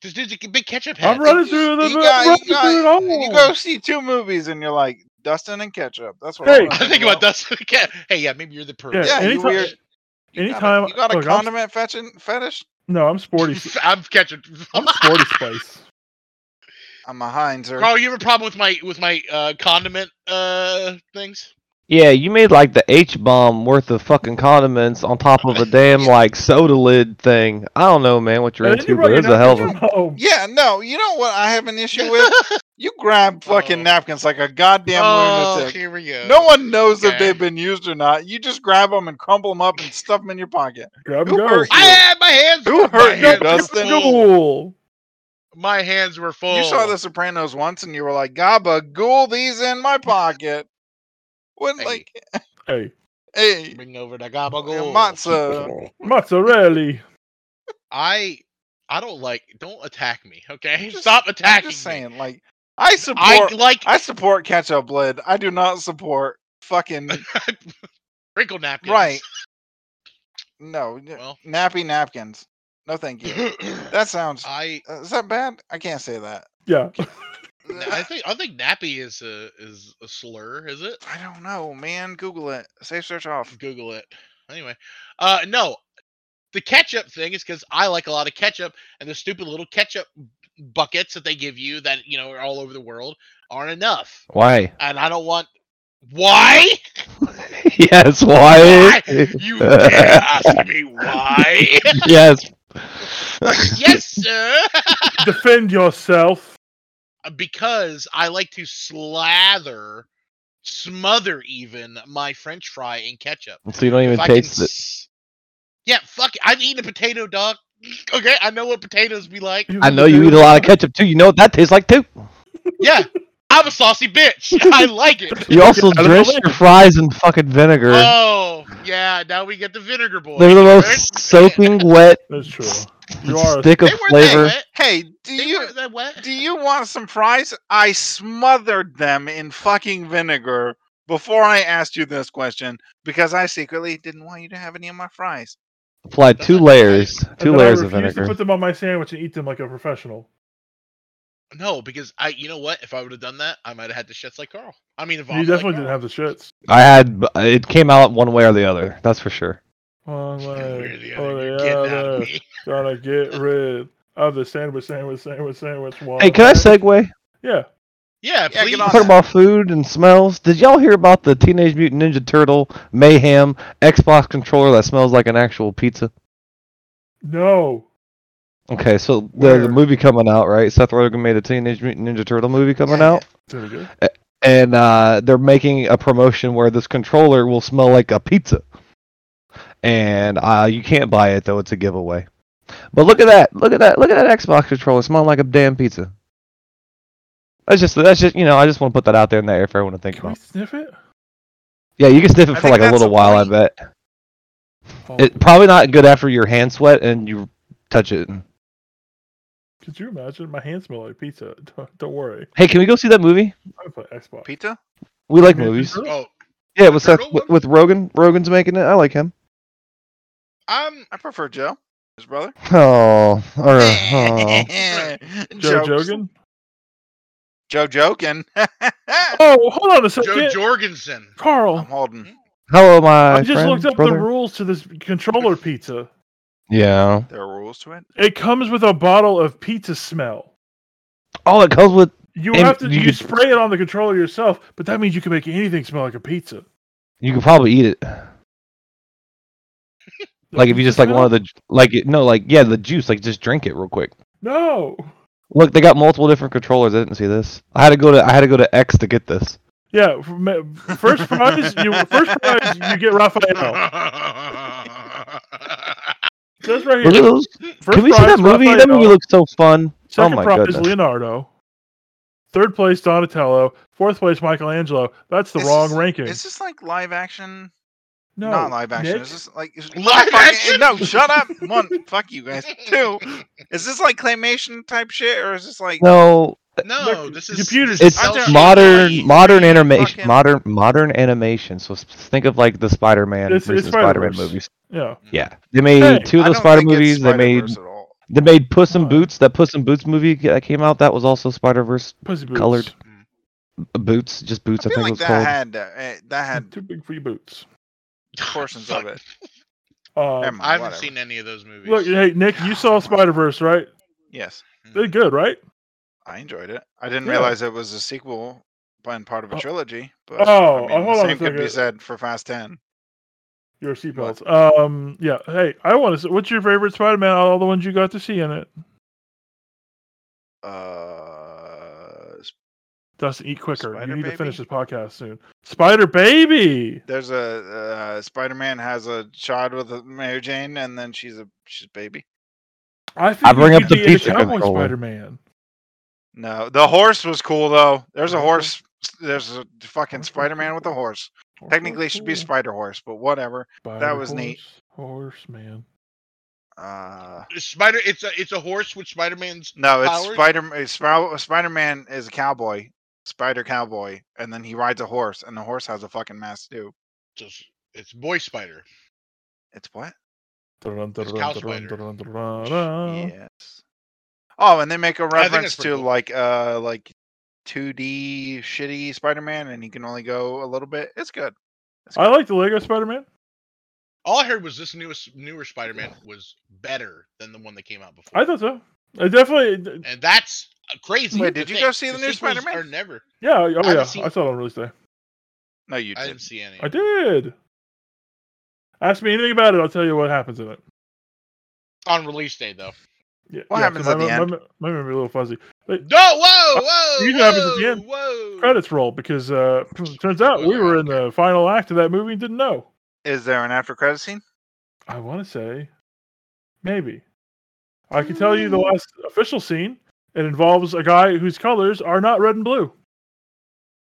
[SPEAKER 1] This dude's a big ketchup head.
[SPEAKER 2] I'm running through the
[SPEAKER 4] You
[SPEAKER 2] I'm
[SPEAKER 4] got-
[SPEAKER 2] running
[SPEAKER 4] you got-
[SPEAKER 2] through it all.
[SPEAKER 4] You go see two movies and you're like Dustin and ketchup. That's what
[SPEAKER 2] Hey.
[SPEAKER 4] I'm
[SPEAKER 1] I
[SPEAKER 4] gonna
[SPEAKER 1] think
[SPEAKER 4] do.
[SPEAKER 1] about Dustin again. Hey, yeah, maybe you're the pervert.
[SPEAKER 4] Yeah, you
[SPEAKER 2] anytime-
[SPEAKER 4] weird. You got a-
[SPEAKER 2] anytime-
[SPEAKER 4] you got a
[SPEAKER 2] look, I'm-
[SPEAKER 4] condiment fetching fetish,
[SPEAKER 2] No, I'm sporty. Sp-
[SPEAKER 1] I'm catching.
[SPEAKER 2] I'm sporty spice.
[SPEAKER 4] I'm a Heinzer.
[SPEAKER 1] Carl, you have a problem with my with my uh, condiment uh, things?
[SPEAKER 3] Yeah, you made like the H bomb worth of fucking condiments on top of a damn like soda lid thing. I don't know, man, what you're
[SPEAKER 2] And
[SPEAKER 3] into,
[SPEAKER 2] anybody
[SPEAKER 3] but it's a
[SPEAKER 2] not
[SPEAKER 3] hell of
[SPEAKER 2] from
[SPEAKER 3] a.
[SPEAKER 2] home.
[SPEAKER 4] Yeah, no, you know what I have an issue with? You grab fucking
[SPEAKER 1] Oh.
[SPEAKER 4] napkins like a goddamn
[SPEAKER 1] oh,
[SPEAKER 4] lunatic.
[SPEAKER 1] here we go.
[SPEAKER 4] No one knows if
[SPEAKER 1] Okay.
[SPEAKER 4] they've been used or not. You just grab them and crumple them up and stuff them in your pocket.
[SPEAKER 2] Grab and
[SPEAKER 4] Who
[SPEAKER 2] go.
[SPEAKER 4] hurt
[SPEAKER 1] I had my hands.
[SPEAKER 4] Who
[SPEAKER 1] my
[SPEAKER 4] hurt you,
[SPEAKER 1] hands were
[SPEAKER 4] Dustin?
[SPEAKER 1] full.
[SPEAKER 2] Cool.
[SPEAKER 1] My hands were full.
[SPEAKER 4] You saw The Sopranos once and you were like, "Gabba, ghoul these in my pocket." Wouldn't
[SPEAKER 1] Hey.
[SPEAKER 4] like,
[SPEAKER 2] Hey,
[SPEAKER 4] hey,
[SPEAKER 1] Bring over the gobble.
[SPEAKER 4] matzo.
[SPEAKER 2] mozzarella.
[SPEAKER 1] I I don't like. Don't attack me, okay?
[SPEAKER 4] just-
[SPEAKER 1] Stop
[SPEAKER 4] I'm
[SPEAKER 1] attacking
[SPEAKER 4] just
[SPEAKER 1] me.
[SPEAKER 4] saying, like, I
[SPEAKER 1] I
[SPEAKER 4] support,
[SPEAKER 1] like
[SPEAKER 4] I support ketchup lid. I do not support fucking
[SPEAKER 1] wrinkle napkins.
[SPEAKER 4] right. No, n-
[SPEAKER 1] Well.
[SPEAKER 4] nappy napkins. No, thank you. That sounds.
[SPEAKER 1] I
[SPEAKER 4] uh, Is that bad? I can't say that.
[SPEAKER 2] Yeah.
[SPEAKER 1] I think I think nappy is a is a slur. Is it?
[SPEAKER 4] I don't know, man. Google it. Safe search off.
[SPEAKER 1] Google it. Anyway, uh, no, the ketchup thing is because I like a lot of ketchup, and the stupid little ketchup buckets that they give you that you know are all over the world aren't enough,
[SPEAKER 3] Why?
[SPEAKER 1] and I don't want. Why?
[SPEAKER 3] yes, why?
[SPEAKER 1] Why? You dare ask me why?
[SPEAKER 3] yes.
[SPEAKER 1] yes, sir. Uh,
[SPEAKER 2] Defend yourself.
[SPEAKER 1] because I like to slather, smother even my French fry in ketchup.
[SPEAKER 3] So you don't even
[SPEAKER 1] If I can
[SPEAKER 3] taste it.
[SPEAKER 1] s- Yeah, fuck. it, I've eaten a potato, dog. Okay, I know what potatoes be like.
[SPEAKER 3] I know you eat a lot of ketchup too. You know what that tastes like too.
[SPEAKER 1] Yeah, I'm a saucy bitch. I like it.
[SPEAKER 3] You also
[SPEAKER 2] I don't know
[SPEAKER 3] drench
[SPEAKER 2] what-
[SPEAKER 3] your fries in fucking vinegar.
[SPEAKER 1] Oh yeah, now we get the vinegar boy.
[SPEAKER 3] They're the most soaking wet
[SPEAKER 2] That's true. You are a-
[SPEAKER 3] stick of
[SPEAKER 1] They weren't that
[SPEAKER 3] flavor.
[SPEAKER 1] wet.
[SPEAKER 4] Hey, do
[SPEAKER 1] They
[SPEAKER 4] you
[SPEAKER 1] weren't that wet.
[SPEAKER 4] do you want some fries? I smothered them in fucking vinegar before I asked you this question because I secretly didn't want you to have any of my fries.
[SPEAKER 3] Apply two layers,
[SPEAKER 2] and
[SPEAKER 3] two
[SPEAKER 2] then I
[SPEAKER 3] layers of
[SPEAKER 2] refuse To
[SPEAKER 3] vinegar.
[SPEAKER 2] put them on my sandwich and eat them like a professional.
[SPEAKER 1] No, because I, you know what? If I would have done that, I might have had the shits like Carl. I mean, if
[SPEAKER 2] You definitely didn't have the shits.
[SPEAKER 3] I had it came out one way or the other. That's for sure.
[SPEAKER 2] One
[SPEAKER 1] Where
[SPEAKER 2] way
[SPEAKER 1] the
[SPEAKER 2] or
[SPEAKER 1] other, "Oh,
[SPEAKER 2] the
[SPEAKER 1] you're getting out of
[SPEAKER 2] other.
[SPEAKER 1] me.
[SPEAKER 2] Gotta get rid of the sandwich, sandwich, sandwich, sandwich. One
[SPEAKER 3] Hey, can I
[SPEAKER 2] way.
[SPEAKER 3] segue?
[SPEAKER 2] Yeah.
[SPEAKER 1] Yeah,
[SPEAKER 4] Yeah, get
[SPEAKER 1] please.
[SPEAKER 4] on
[SPEAKER 3] Talking about food and smells. Did y'all hear about the Teenage Mutant Ninja Turtle mayhem Xbox controller that smells like an actual pizza?
[SPEAKER 2] No.
[SPEAKER 3] Okay, so there's a
[SPEAKER 4] Where?
[SPEAKER 3] movie coming out, right? Seth Rogen made a Teenage Mutant Ninja Turtle movie coming
[SPEAKER 4] Yeah.
[SPEAKER 3] out,
[SPEAKER 2] There we go.
[SPEAKER 3] and uh, they're making a promotion where this controller will smell like a pizza. And uh, you can't buy it though; it's a giveaway. But look at that! Look at that! Look at that Xbox controller smelling like a damn pizza. That's just that's just you know I just want to put that out there in the air for everyone to think
[SPEAKER 2] Can we
[SPEAKER 3] about.
[SPEAKER 2] sniff it?
[SPEAKER 3] Yeah, you can sniff
[SPEAKER 4] I
[SPEAKER 3] it for
[SPEAKER 4] think
[SPEAKER 3] like a
[SPEAKER 4] that's
[SPEAKER 3] little
[SPEAKER 4] the
[SPEAKER 3] while, I
[SPEAKER 4] point.
[SPEAKER 3] bet.
[SPEAKER 2] Oh,
[SPEAKER 3] It probably not good after your hand sweat and you touch it.
[SPEAKER 2] Could you imagine? My hands smell like pizza. Don't, don't worry.
[SPEAKER 3] Hey, can we go see that movie?
[SPEAKER 2] I play Xbox.
[SPEAKER 4] Pizza?
[SPEAKER 3] We like
[SPEAKER 2] Ninja
[SPEAKER 3] movies.
[SPEAKER 2] Turtle?
[SPEAKER 1] Oh,
[SPEAKER 3] Yeah, with Seth,
[SPEAKER 1] Turtle
[SPEAKER 3] with,
[SPEAKER 1] one?
[SPEAKER 3] with Rogan. Rogan's making it. I like him.
[SPEAKER 1] I'm
[SPEAKER 4] I prefer Joe, his brother.
[SPEAKER 3] Oh, or, oh.
[SPEAKER 2] Joe
[SPEAKER 4] Joe
[SPEAKER 2] Jogan?
[SPEAKER 4] Joe joking. I'm
[SPEAKER 2] Oh, hold on a second.
[SPEAKER 1] Joe Jorgensen.
[SPEAKER 2] Carl,
[SPEAKER 4] holding.
[SPEAKER 3] hello, my
[SPEAKER 2] I just
[SPEAKER 3] friend,
[SPEAKER 2] looked up
[SPEAKER 3] brother.
[SPEAKER 2] the rules to this controller pizza.
[SPEAKER 3] Yeah.
[SPEAKER 4] There are rules to it.
[SPEAKER 2] It comes with a bottle of pizza smell.
[SPEAKER 3] Oh, it comes with.
[SPEAKER 2] You
[SPEAKER 3] And
[SPEAKER 2] have to
[SPEAKER 3] you
[SPEAKER 2] you
[SPEAKER 3] could-
[SPEAKER 2] spray it on the controller yourself, but that means you can make anything smell like a pizza.
[SPEAKER 3] You could probably eat it. Like if you just like one of the like it- no like yeah the juice like just drink it real quick.
[SPEAKER 2] No.
[SPEAKER 3] Look, they got multiple different controllers. I didn't see this. I had to go to I had to go to X to get this.
[SPEAKER 2] Yeah, f- ma- first prize you first prize you get Raphael. That's right
[SPEAKER 3] Look at
[SPEAKER 2] here.
[SPEAKER 3] those.
[SPEAKER 2] First
[SPEAKER 3] Can we see
[SPEAKER 2] prize,
[SPEAKER 3] that movie? That
[SPEAKER 2] Raphael.
[SPEAKER 3] movie looks so fun.
[SPEAKER 2] Second
[SPEAKER 3] oh my
[SPEAKER 2] prize
[SPEAKER 3] goodness.
[SPEAKER 2] Leonardo. Third place Donatello. Fourth place Michelangelo. That's the
[SPEAKER 4] This
[SPEAKER 2] wrong
[SPEAKER 4] is-
[SPEAKER 2] ranking.
[SPEAKER 4] Is this like live action?
[SPEAKER 2] No,
[SPEAKER 4] Not live action.
[SPEAKER 2] Nick?
[SPEAKER 4] It's just like it's-
[SPEAKER 1] Live
[SPEAKER 4] fucking-
[SPEAKER 1] action?
[SPEAKER 4] No, shut up. One, fuck you guys. Two, is this like claymation type shit, or is this like
[SPEAKER 3] No,
[SPEAKER 1] No,
[SPEAKER 2] Look,
[SPEAKER 1] this is
[SPEAKER 2] computers-
[SPEAKER 1] this
[SPEAKER 3] it's
[SPEAKER 1] is cell
[SPEAKER 4] don't-
[SPEAKER 1] shaded
[SPEAKER 3] modern
[SPEAKER 1] light.
[SPEAKER 3] modern animation
[SPEAKER 4] fucking-
[SPEAKER 3] modern modern animation so s- think of like the spider-man
[SPEAKER 2] It's-
[SPEAKER 3] recent
[SPEAKER 2] it's
[SPEAKER 3] spider-man
[SPEAKER 2] Spider-Verse.
[SPEAKER 3] movies
[SPEAKER 2] yeah.
[SPEAKER 3] yeah they made
[SPEAKER 2] Hey,
[SPEAKER 3] two of
[SPEAKER 4] I
[SPEAKER 3] the
[SPEAKER 4] don't
[SPEAKER 3] spider
[SPEAKER 4] think it's
[SPEAKER 3] movies they made
[SPEAKER 4] Spider-Verse at all.
[SPEAKER 3] they made puss in
[SPEAKER 2] Why?
[SPEAKER 3] boots that puss in boots movie that came out that was also spider-verse
[SPEAKER 2] Pussy boots.
[SPEAKER 3] Colored. boots just boots i,
[SPEAKER 4] I feel
[SPEAKER 3] think it was
[SPEAKER 4] like that
[SPEAKER 3] called
[SPEAKER 4] had uh, eh, that had
[SPEAKER 2] Too big for your boots.
[SPEAKER 4] portions of
[SPEAKER 1] Fuck.
[SPEAKER 4] it. Never
[SPEAKER 2] Um,
[SPEAKER 4] mind,
[SPEAKER 1] I haven't
[SPEAKER 4] whatever.
[SPEAKER 1] seen any of those movies.
[SPEAKER 2] look, hey Nick, you saw Spider Verse, right?
[SPEAKER 4] Mm-hmm. Yes,
[SPEAKER 2] They're good, right?
[SPEAKER 4] I enjoyed it. I didn't
[SPEAKER 2] Yeah.
[SPEAKER 4] realize it was a sequel and part of a
[SPEAKER 2] Oh.
[SPEAKER 4] trilogy. But
[SPEAKER 2] Oh,
[SPEAKER 4] I mean,
[SPEAKER 2] hold
[SPEAKER 4] the
[SPEAKER 2] on a
[SPEAKER 4] same could be
[SPEAKER 2] second.
[SPEAKER 4] said for Fast Ten.
[SPEAKER 2] Your seatbelts. Um, yeah. Hey, I want to. What's your favorite Spider Man? All the ones you got to see in it.
[SPEAKER 4] Uh, s-
[SPEAKER 2] Dustin, eat quicker.
[SPEAKER 4] Spider
[SPEAKER 2] you need
[SPEAKER 4] Baby?
[SPEAKER 2] to finish this podcast soon. Spider Baby.
[SPEAKER 4] there's a uh, Spider-Man has a child with a Mary Jane, and then she's a she's a baby.
[SPEAKER 2] I,
[SPEAKER 3] I bring up
[SPEAKER 2] figured
[SPEAKER 3] the
[SPEAKER 2] you'd be into
[SPEAKER 3] pizza
[SPEAKER 2] Cowboy
[SPEAKER 3] controller.
[SPEAKER 2] Spider Man.
[SPEAKER 4] No, the horse was cool though. There's a
[SPEAKER 2] Horse
[SPEAKER 4] horse. There's a fucking
[SPEAKER 2] Horse was
[SPEAKER 4] Spider-Man with a
[SPEAKER 2] cool.
[SPEAKER 4] horse. Technically, it should be Spider Horse, but whatever. that was neat.
[SPEAKER 2] Horse man.
[SPEAKER 4] Uh,
[SPEAKER 1] Spider. It's a it's a horse with Spider Man's.
[SPEAKER 4] no, it's
[SPEAKER 1] Powers?
[SPEAKER 4] Spider. Spider Man is a cowboy, Spider Cowboy, and then he rides a horse, and the horse has a fucking mask too.
[SPEAKER 1] Just it's boy Spider.
[SPEAKER 4] It's what?
[SPEAKER 1] cow spider.
[SPEAKER 4] Yes. Oh, and they make a
[SPEAKER 1] think
[SPEAKER 4] reference
[SPEAKER 1] it's pretty
[SPEAKER 4] to
[SPEAKER 1] cool.
[SPEAKER 4] like uh like 2D shitty Spider Man, and he can only go a little bit. It's good.
[SPEAKER 2] I like the Lego Spider Man.
[SPEAKER 1] All I heard was this newest newer Spider Man was better than the one that came out before.
[SPEAKER 2] I thought so. I definitely.
[SPEAKER 1] and that's crazy.
[SPEAKER 4] Wait,
[SPEAKER 1] to
[SPEAKER 4] did you
[SPEAKER 1] think.
[SPEAKER 4] go see the new
[SPEAKER 1] sequels
[SPEAKER 4] Spider-Man?
[SPEAKER 1] Are never.
[SPEAKER 2] Yeah. Oh yeah.
[SPEAKER 1] seen-
[SPEAKER 2] I saw it on release day.
[SPEAKER 4] No, you
[SPEAKER 1] I
[SPEAKER 4] did.
[SPEAKER 1] didn't see any.
[SPEAKER 2] I did. Ask me anything about it. I'll tell you what happens in it.
[SPEAKER 1] On release day though.
[SPEAKER 2] Yeah,
[SPEAKER 4] What
[SPEAKER 2] yeah,
[SPEAKER 4] happens
[SPEAKER 2] 'cause
[SPEAKER 4] at
[SPEAKER 2] my,
[SPEAKER 4] the
[SPEAKER 2] my,
[SPEAKER 4] end?
[SPEAKER 2] My, my memory a little fuzzy.
[SPEAKER 1] No, whoa, whoa,
[SPEAKER 2] usually Uh, happens at the
[SPEAKER 1] whoa,
[SPEAKER 2] end.
[SPEAKER 1] whoa.
[SPEAKER 2] Credits roll because uh, turns out we were in the final act of that movie and didn't know.
[SPEAKER 4] Is there an after credit scene?
[SPEAKER 2] I want to say, maybe. I can tell you the
[SPEAKER 4] Mm.
[SPEAKER 2] last official scene. It involves a guy whose colors are not red and blue.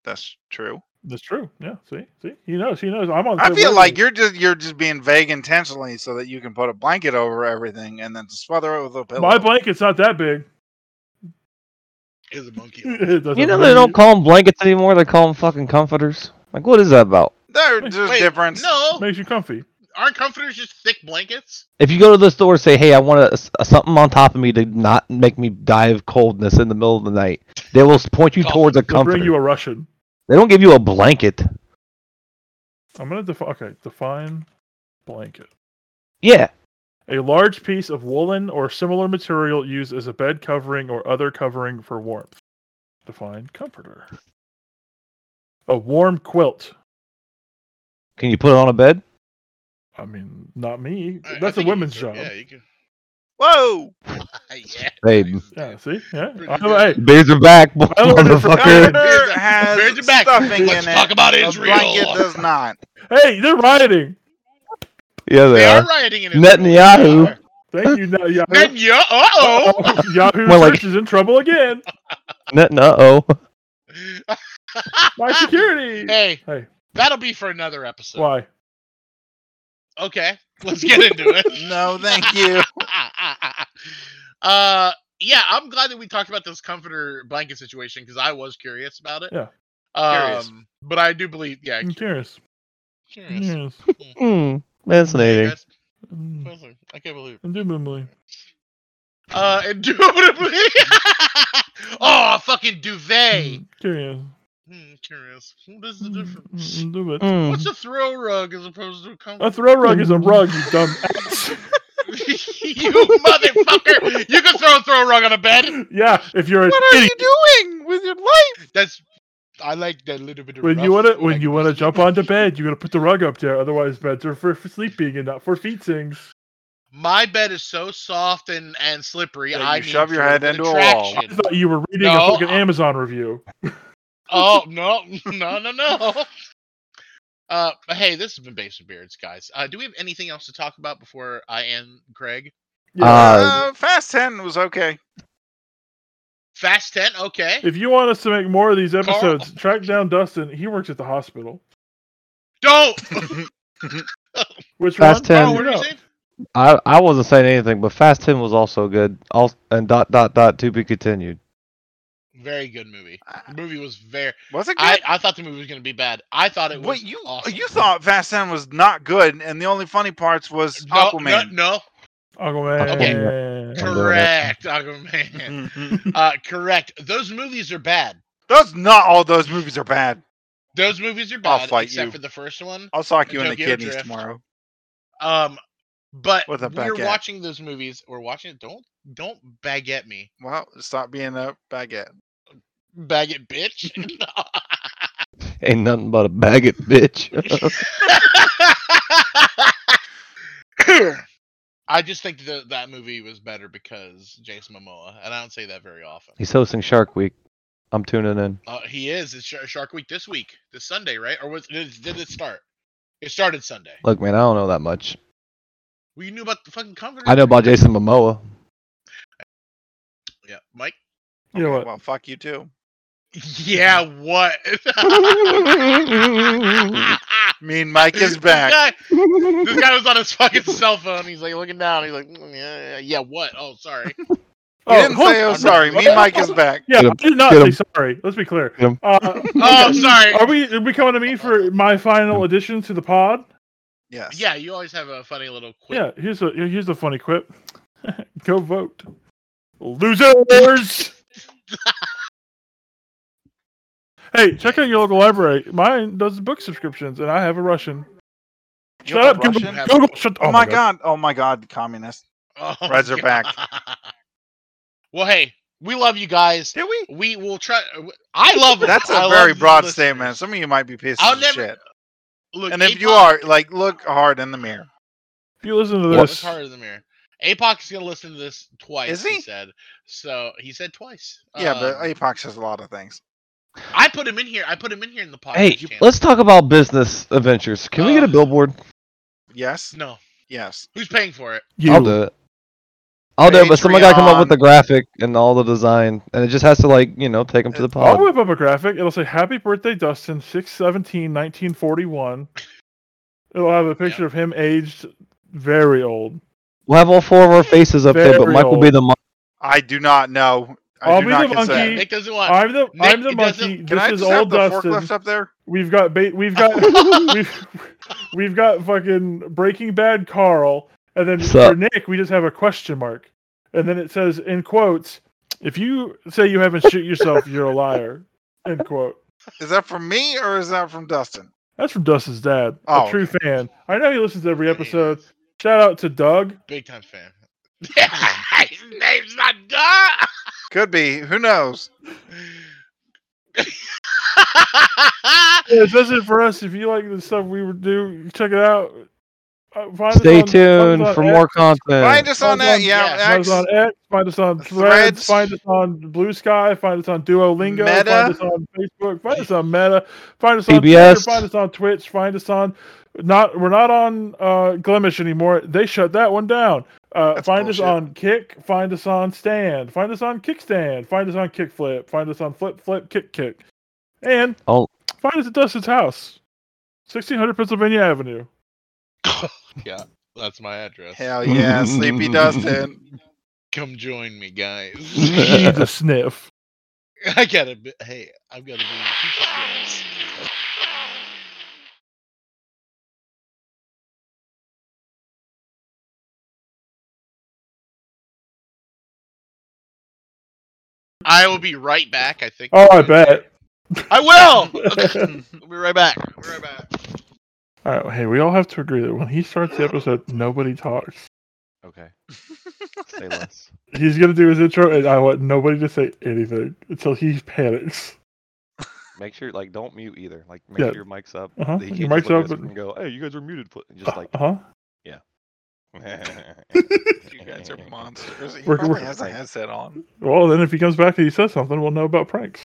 [SPEAKER 4] That's true.
[SPEAKER 2] That's true. Yeah. See, see, he knows. He knows. I'm on. the
[SPEAKER 4] I
[SPEAKER 2] same
[SPEAKER 4] feel like
[SPEAKER 2] wavelength.
[SPEAKER 4] you're just you're just being vague intentionally so that you can put a blanket over everything and then smother it with a pillow.
[SPEAKER 2] my blanket's not that big.
[SPEAKER 1] Is a monkey.
[SPEAKER 2] It doesn't
[SPEAKER 3] you know
[SPEAKER 2] really-
[SPEAKER 3] they don't call them blankets anymore they call them fucking comforters like what is that about
[SPEAKER 4] There- There's
[SPEAKER 1] Wait,
[SPEAKER 4] difference.
[SPEAKER 1] No,
[SPEAKER 2] makes you comfy.
[SPEAKER 1] aren't comforters just thick blankets?
[SPEAKER 3] if you go to the store and say hey i want a, a- something on top of me to not make me die of coldness in the middle of the night they will point you
[SPEAKER 1] Oh,
[SPEAKER 3] towards a
[SPEAKER 2] They'll
[SPEAKER 3] comforter
[SPEAKER 2] bring you a Russian.
[SPEAKER 3] they don't give you a blanket
[SPEAKER 2] I'm gonna define. Okay, define blanket.
[SPEAKER 3] yeah
[SPEAKER 2] A large piece of woolen or similar material used as a bed covering or other covering for warmth. Define comforter. A warm quilt.
[SPEAKER 3] can you put it on a bed
[SPEAKER 2] I mean, not me.
[SPEAKER 1] I- I
[SPEAKER 2] That's
[SPEAKER 1] think
[SPEAKER 2] a
[SPEAKER 1] you can
[SPEAKER 2] women's
[SPEAKER 1] throw-
[SPEAKER 2] job.
[SPEAKER 1] Yeah,
[SPEAKER 2] Yeah,
[SPEAKER 1] you can.
[SPEAKER 4] Whoa!
[SPEAKER 1] yeah.
[SPEAKER 3] Babe.
[SPEAKER 1] nice.
[SPEAKER 2] see? Yeah.
[SPEAKER 1] Pretty
[SPEAKER 2] I,
[SPEAKER 1] good.
[SPEAKER 2] hey,
[SPEAKER 3] Beards are back, boy,
[SPEAKER 2] I learned it from
[SPEAKER 3] motherfucker.
[SPEAKER 2] Iron.
[SPEAKER 4] Comforter
[SPEAKER 1] Beards-
[SPEAKER 4] has
[SPEAKER 1] beards are back.
[SPEAKER 4] stuffing
[SPEAKER 1] Let's
[SPEAKER 4] in
[SPEAKER 1] talk
[SPEAKER 4] it.
[SPEAKER 1] about
[SPEAKER 4] A
[SPEAKER 1] Israel.
[SPEAKER 4] blanket does not.
[SPEAKER 2] hey, they're rioting.
[SPEAKER 3] Yeah, they,
[SPEAKER 1] They
[SPEAKER 3] are.
[SPEAKER 1] are rioting in Israel.
[SPEAKER 3] Netanyahu.
[SPEAKER 2] Thank you, Na- Yahoo.
[SPEAKER 1] Netanyahu. Uh oh.
[SPEAKER 2] Yahoo
[SPEAKER 3] More like-
[SPEAKER 2] search is in trouble again.
[SPEAKER 3] Nothing. Uh oh.
[SPEAKER 2] My security.
[SPEAKER 1] Ah! Hey,
[SPEAKER 2] Hey.
[SPEAKER 1] that'll be for another episode.
[SPEAKER 2] Why?
[SPEAKER 1] Okay, let's get into it.
[SPEAKER 4] No, thank you.
[SPEAKER 1] uh, yeah, I'm glad that we talked about this comforter blanket situation because I was curious about it.
[SPEAKER 2] Yeah. Mm.
[SPEAKER 4] Curious.
[SPEAKER 1] Um, but I do believe, yeah,
[SPEAKER 2] I'm
[SPEAKER 1] cu-
[SPEAKER 2] curious.
[SPEAKER 1] curious. Mm.
[SPEAKER 2] Yes.
[SPEAKER 3] Hmm. Fascinating.
[SPEAKER 1] That's-
[SPEAKER 2] Mm,
[SPEAKER 1] I can't believe. it.
[SPEAKER 2] Indubitably.
[SPEAKER 1] Uh, indubitably. oh, a fucking duvet.
[SPEAKER 2] Mm, Curious.
[SPEAKER 1] Hmm, curious. What is the
[SPEAKER 2] Mm,
[SPEAKER 1] difference?
[SPEAKER 2] mm, do it.
[SPEAKER 3] Hmm.
[SPEAKER 1] What's a throw rug as opposed to a comforter?
[SPEAKER 2] A throw rug is a rug, you dumb ass.
[SPEAKER 1] you motherfucker! You can throw a throw rug on a bed.
[SPEAKER 2] yeah, if you're an
[SPEAKER 4] What are
[SPEAKER 2] idiot.
[SPEAKER 4] you doing with your life?
[SPEAKER 1] That's I like that little bit of.
[SPEAKER 2] When you
[SPEAKER 1] rough,
[SPEAKER 2] wanna when
[SPEAKER 1] like-
[SPEAKER 2] you wanna jump onto bed, you gotta put the rug up there. Otherwise, beds are for, for sleeping and not for feetings.
[SPEAKER 1] my bed is so soft and and slippery.
[SPEAKER 4] Yeah,
[SPEAKER 1] I
[SPEAKER 4] you
[SPEAKER 1] need
[SPEAKER 4] shove your
[SPEAKER 1] to
[SPEAKER 4] head
[SPEAKER 1] with
[SPEAKER 4] into a wall.
[SPEAKER 2] I
[SPEAKER 1] traction.
[SPEAKER 2] thought you were reading
[SPEAKER 1] No,
[SPEAKER 2] a fucking
[SPEAKER 1] I-
[SPEAKER 2] Amazon review.
[SPEAKER 1] Oh no, no, no, no. Uh, but hey, this has been Base and Beards, guys. Uh, do we have anything else to talk about before I end, Greg?
[SPEAKER 2] Yeah.
[SPEAKER 3] Uh,
[SPEAKER 4] Uh, Fast Ten was okay.
[SPEAKER 1] Fast ten, okay.
[SPEAKER 2] if you want us to make more of these episodes, track down Dustin. He works at the hospital.
[SPEAKER 1] Don't
[SPEAKER 2] Which
[SPEAKER 3] Fast
[SPEAKER 2] one?
[SPEAKER 3] Ten.
[SPEAKER 1] Oh, what
[SPEAKER 2] no.
[SPEAKER 1] did you say?
[SPEAKER 3] I, I wasn't saying anything, but Fast Ten was also good. All and dot dot dot to be continued.
[SPEAKER 1] Very good movie.
[SPEAKER 4] Uh,
[SPEAKER 1] The movie was very.
[SPEAKER 4] Was it good?
[SPEAKER 1] I, I thought the movie was going to be bad. I thought it was.
[SPEAKER 4] Wait, you
[SPEAKER 1] awesome.
[SPEAKER 4] you thought Fast Ten was not good, and the only funny parts was
[SPEAKER 1] no, no,
[SPEAKER 4] Aquaman.
[SPEAKER 1] no,
[SPEAKER 2] Aquaman.
[SPEAKER 3] Okay. I'm doing it.
[SPEAKER 1] correct, Aquaman. uh, correct. Those movies are bad.
[SPEAKER 4] Mm-hmm. Those not all those movies are bad.
[SPEAKER 1] Those movies are
[SPEAKER 4] I'll
[SPEAKER 1] bad,
[SPEAKER 4] fight
[SPEAKER 1] except
[SPEAKER 4] you.
[SPEAKER 1] for the first one.
[SPEAKER 4] I'll sock you in the
[SPEAKER 1] Tokyo
[SPEAKER 4] kidneys
[SPEAKER 1] Drift.
[SPEAKER 4] tomorrow.
[SPEAKER 1] Um, but
[SPEAKER 4] With a
[SPEAKER 1] we're
[SPEAKER 4] baguette.
[SPEAKER 1] watching those movies. We're watching. Don't don't baguette me,
[SPEAKER 4] Well, stop being a baguette.
[SPEAKER 1] baguette bitch.
[SPEAKER 3] Ain't nothing but a bag of bitch.
[SPEAKER 1] I just think that that movie was better because Jason Momoa, and I don't say that very often.
[SPEAKER 3] He's hosting Shark Week. I'm tuning in.
[SPEAKER 1] Uh, he is. It's Shar- Shark Week this week, this Sunday, right? Or was did, did it start? It started Sunday.
[SPEAKER 3] Look, man, I don't know that much.
[SPEAKER 1] Well, you knew about the fucking company.
[SPEAKER 3] I know about Jason Momoa.
[SPEAKER 1] Yeah, Mike.
[SPEAKER 2] You know
[SPEAKER 4] Okay,
[SPEAKER 2] what?
[SPEAKER 4] Well, fuck you too.
[SPEAKER 1] Yeah, what?
[SPEAKER 4] Mean Mike is back.
[SPEAKER 1] This guy, this guy was on his fucking cell phone. He's like looking down. He's like, "Mm, yeah, yeah, yeah, what? Oh, sorry.
[SPEAKER 4] You didn't
[SPEAKER 2] hold
[SPEAKER 4] say,
[SPEAKER 2] on.
[SPEAKER 4] oh, sorry. Mean Mike is back.
[SPEAKER 2] Yeah,
[SPEAKER 3] Get
[SPEAKER 2] I
[SPEAKER 3] him.
[SPEAKER 2] did not
[SPEAKER 3] Get
[SPEAKER 2] say
[SPEAKER 3] him.
[SPEAKER 2] sorry. Let's be clear.
[SPEAKER 3] Get him.
[SPEAKER 2] Uh,
[SPEAKER 1] Oh, sorry.
[SPEAKER 2] Are we are we coming to me for my final addition to the pod?
[SPEAKER 4] Yes.
[SPEAKER 1] Yeah, you always have a funny little quick.
[SPEAKER 2] Yeah, here's a here's a funny quip. Go vote. Losers. hey, check out your local library. Mine does book subscriptions and I have a Russian.
[SPEAKER 4] You
[SPEAKER 2] shut
[SPEAKER 4] have
[SPEAKER 2] up,
[SPEAKER 4] a
[SPEAKER 2] Google,
[SPEAKER 4] Russian?
[SPEAKER 2] Google, shut
[SPEAKER 4] Oh, my god. Oh my god, communist.
[SPEAKER 1] Oh,
[SPEAKER 4] Reds are back.
[SPEAKER 1] God. Well, hey, we love you guys.
[SPEAKER 4] Did we?
[SPEAKER 1] We will try. I love. 'em.
[SPEAKER 4] That's a
[SPEAKER 1] I love
[SPEAKER 4] very
[SPEAKER 1] the
[SPEAKER 4] broad
[SPEAKER 1] listeners.
[SPEAKER 4] statement. Some of you might be pieces
[SPEAKER 1] I'll
[SPEAKER 4] of
[SPEAKER 1] never-
[SPEAKER 4] shit.
[SPEAKER 1] Look,
[SPEAKER 4] And if you
[SPEAKER 1] APOC
[SPEAKER 4] are, like, look hard in the mirror.
[SPEAKER 2] If you listen to
[SPEAKER 3] What?
[SPEAKER 1] It's
[SPEAKER 2] this,
[SPEAKER 1] harder than mirror. APOC is gonna listen to this twice.
[SPEAKER 4] Is he?
[SPEAKER 1] said so. He said twice.
[SPEAKER 4] Yeah,
[SPEAKER 1] Um,
[SPEAKER 4] but Apox has a lot of things.
[SPEAKER 1] I put him in here. I put him in here in the podcast.
[SPEAKER 3] Hey,
[SPEAKER 1] channel.
[SPEAKER 3] let's talk about business adventures. Can we get a
[SPEAKER 1] Uh,
[SPEAKER 3] billboard?
[SPEAKER 4] Yes.
[SPEAKER 1] No,
[SPEAKER 4] Yes.
[SPEAKER 1] who's paying for it?
[SPEAKER 2] you
[SPEAKER 3] I'll do it. I'll do it, but someone gotta come up with the
[SPEAKER 4] Patreon.
[SPEAKER 3] graphic and all the design, and it just has to like you know take them to the
[SPEAKER 2] I'll
[SPEAKER 3] pod.
[SPEAKER 2] whip up a graphic. It'll say "Happy Birthday, Dustin," 6-17-1941. It'll have a picture of him aged very old.
[SPEAKER 3] We'll have all four of our faces up there, but
[SPEAKER 2] Very
[SPEAKER 3] Mike will be
[SPEAKER 2] old.
[SPEAKER 3] the mon-
[SPEAKER 4] I do not know. I
[SPEAKER 2] I'll
[SPEAKER 4] do
[SPEAKER 2] be
[SPEAKER 4] not
[SPEAKER 2] the
[SPEAKER 4] consent.
[SPEAKER 2] monkey.
[SPEAKER 1] Nick doesn't want.
[SPEAKER 2] I'm the
[SPEAKER 1] Nick,
[SPEAKER 2] I'm the
[SPEAKER 1] it
[SPEAKER 2] monkey.
[SPEAKER 1] doesn't-
[SPEAKER 4] Can
[SPEAKER 2] this
[SPEAKER 4] I
[SPEAKER 2] is
[SPEAKER 4] just have
[SPEAKER 2] old
[SPEAKER 4] the
[SPEAKER 2] Dustin.
[SPEAKER 4] forklift up there?
[SPEAKER 2] We've got bait. We've got we've, we've got fucking Breaking Bad Carl, and then
[SPEAKER 3] What's
[SPEAKER 2] for
[SPEAKER 3] up?
[SPEAKER 2] Nick we just have a question mark, and then it says in quotes, "If you say you haven't shoot yourself, you're a liar." End quote.
[SPEAKER 4] Is that from me or is that from Dustin?
[SPEAKER 2] That's from Dustin's dad,
[SPEAKER 4] Oh,
[SPEAKER 2] a true fan. I know he listens to every
[SPEAKER 1] Yeah, he
[SPEAKER 2] episode.
[SPEAKER 1] is.
[SPEAKER 2] Shout out to Doug.
[SPEAKER 1] Big time fan. His name's not Doug.
[SPEAKER 4] Could be. Who knows?
[SPEAKER 2] Yeah, that's it for us. If you like the stuff we would do, check it out. Uh, find us
[SPEAKER 3] Stay
[SPEAKER 2] on- find us
[SPEAKER 3] tuned
[SPEAKER 2] on
[SPEAKER 3] for
[SPEAKER 2] X,
[SPEAKER 3] more
[SPEAKER 2] Uh,
[SPEAKER 3] content.
[SPEAKER 4] Find us on
[SPEAKER 2] Find
[SPEAKER 4] that.
[SPEAKER 2] us on-
[SPEAKER 4] Yeah,
[SPEAKER 2] Find
[SPEAKER 4] X,
[SPEAKER 2] us on X. Find us on
[SPEAKER 4] Threads.
[SPEAKER 2] Threads. Find us on Blue Sky. Find us on Duolingo.
[SPEAKER 4] Meta.
[SPEAKER 2] Find us on Facebook. Find us on Meta. Find us on
[SPEAKER 3] PBS.
[SPEAKER 2] Twitter. Find us on Twitch. Find us on not. We're not on uh, Glemish anymore. They shut that one down. Uh,
[SPEAKER 4] That's
[SPEAKER 2] find
[SPEAKER 4] bullshit.
[SPEAKER 2] us on Kick. Find us on Stand. Find us on Kickstand. Find us on Kickflip. Find us on Flip Flip Kick Kick. And
[SPEAKER 3] Oh.
[SPEAKER 2] find us at Dustin's house, sixteen hundred Pennsylvania Avenue.
[SPEAKER 1] yeah, that's my address.
[SPEAKER 4] Hell yeah, Sleepy Dustin.
[SPEAKER 1] Come join me, guys.
[SPEAKER 2] Need a sniff.
[SPEAKER 1] I gotta. Be, hey, I've gotta be. I will be right back. I think.
[SPEAKER 2] Oh, I bet.
[SPEAKER 1] I will. I'll be right back. I'll be right back.
[SPEAKER 2] All right, Uh, hey, we all have to agree that when he starts the episode, nobody talks.
[SPEAKER 3] Okay, say less.
[SPEAKER 2] He's gonna do his intro, and I want nobody to say anything until he panics.
[SPEAKER 3] Make sure like don't mute either. Like make
[SPEAKER 2] Yeah.
[SPEAKER 3] sure your mic's up.
[SPEAKER 2] Uh-huh.
[SPEAKER 3] He
[SPEAKER 2] Your
[SPEAKER 3] can't
[SPEAKER 2] mic's
[SPEAKER 3] just look at
[SPEAKER 2] up
[SPEAKER 3] us
[SPEAKER 2] and-
[SPEAKER 3] and go, "Hey, you guys are muted." pl-" Just like
[SPEAKER 2] Huh?
[SPEAKER 4] you guys are monsters. He
[SPEAKER 2] We're-
[SPEAKER 4] probably
[SPEAKER 2] we're-
[SPEAKER 4] has a headset on.
[SPEAKER 2] Well, then if he comes back and he says something, we'll know about pranks.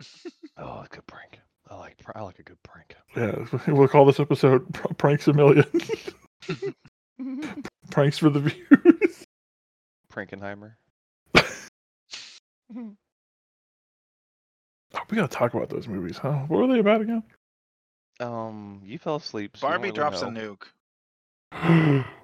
[SPEAKER 3] Oh, a good prank. I like pr- I like a good prank.
[SPEAKER 2] Yeah, we'll call this episode Pr- "Pranks a Million. pranks for the viewers.
[SPEAKER 3] Prankenheimer.
[SPEAKER 2] Oh, we gotta talk about those movies, huh? What were they about again?
[SPEAKER 3] Um, you fell asleep. so you
[SPEAKER 4] Barbie
[SPEAKER 3] don't really
[SPEAKER 4] drops a
[SPEAKER 3] know.
[SPEAKER 4] nuke.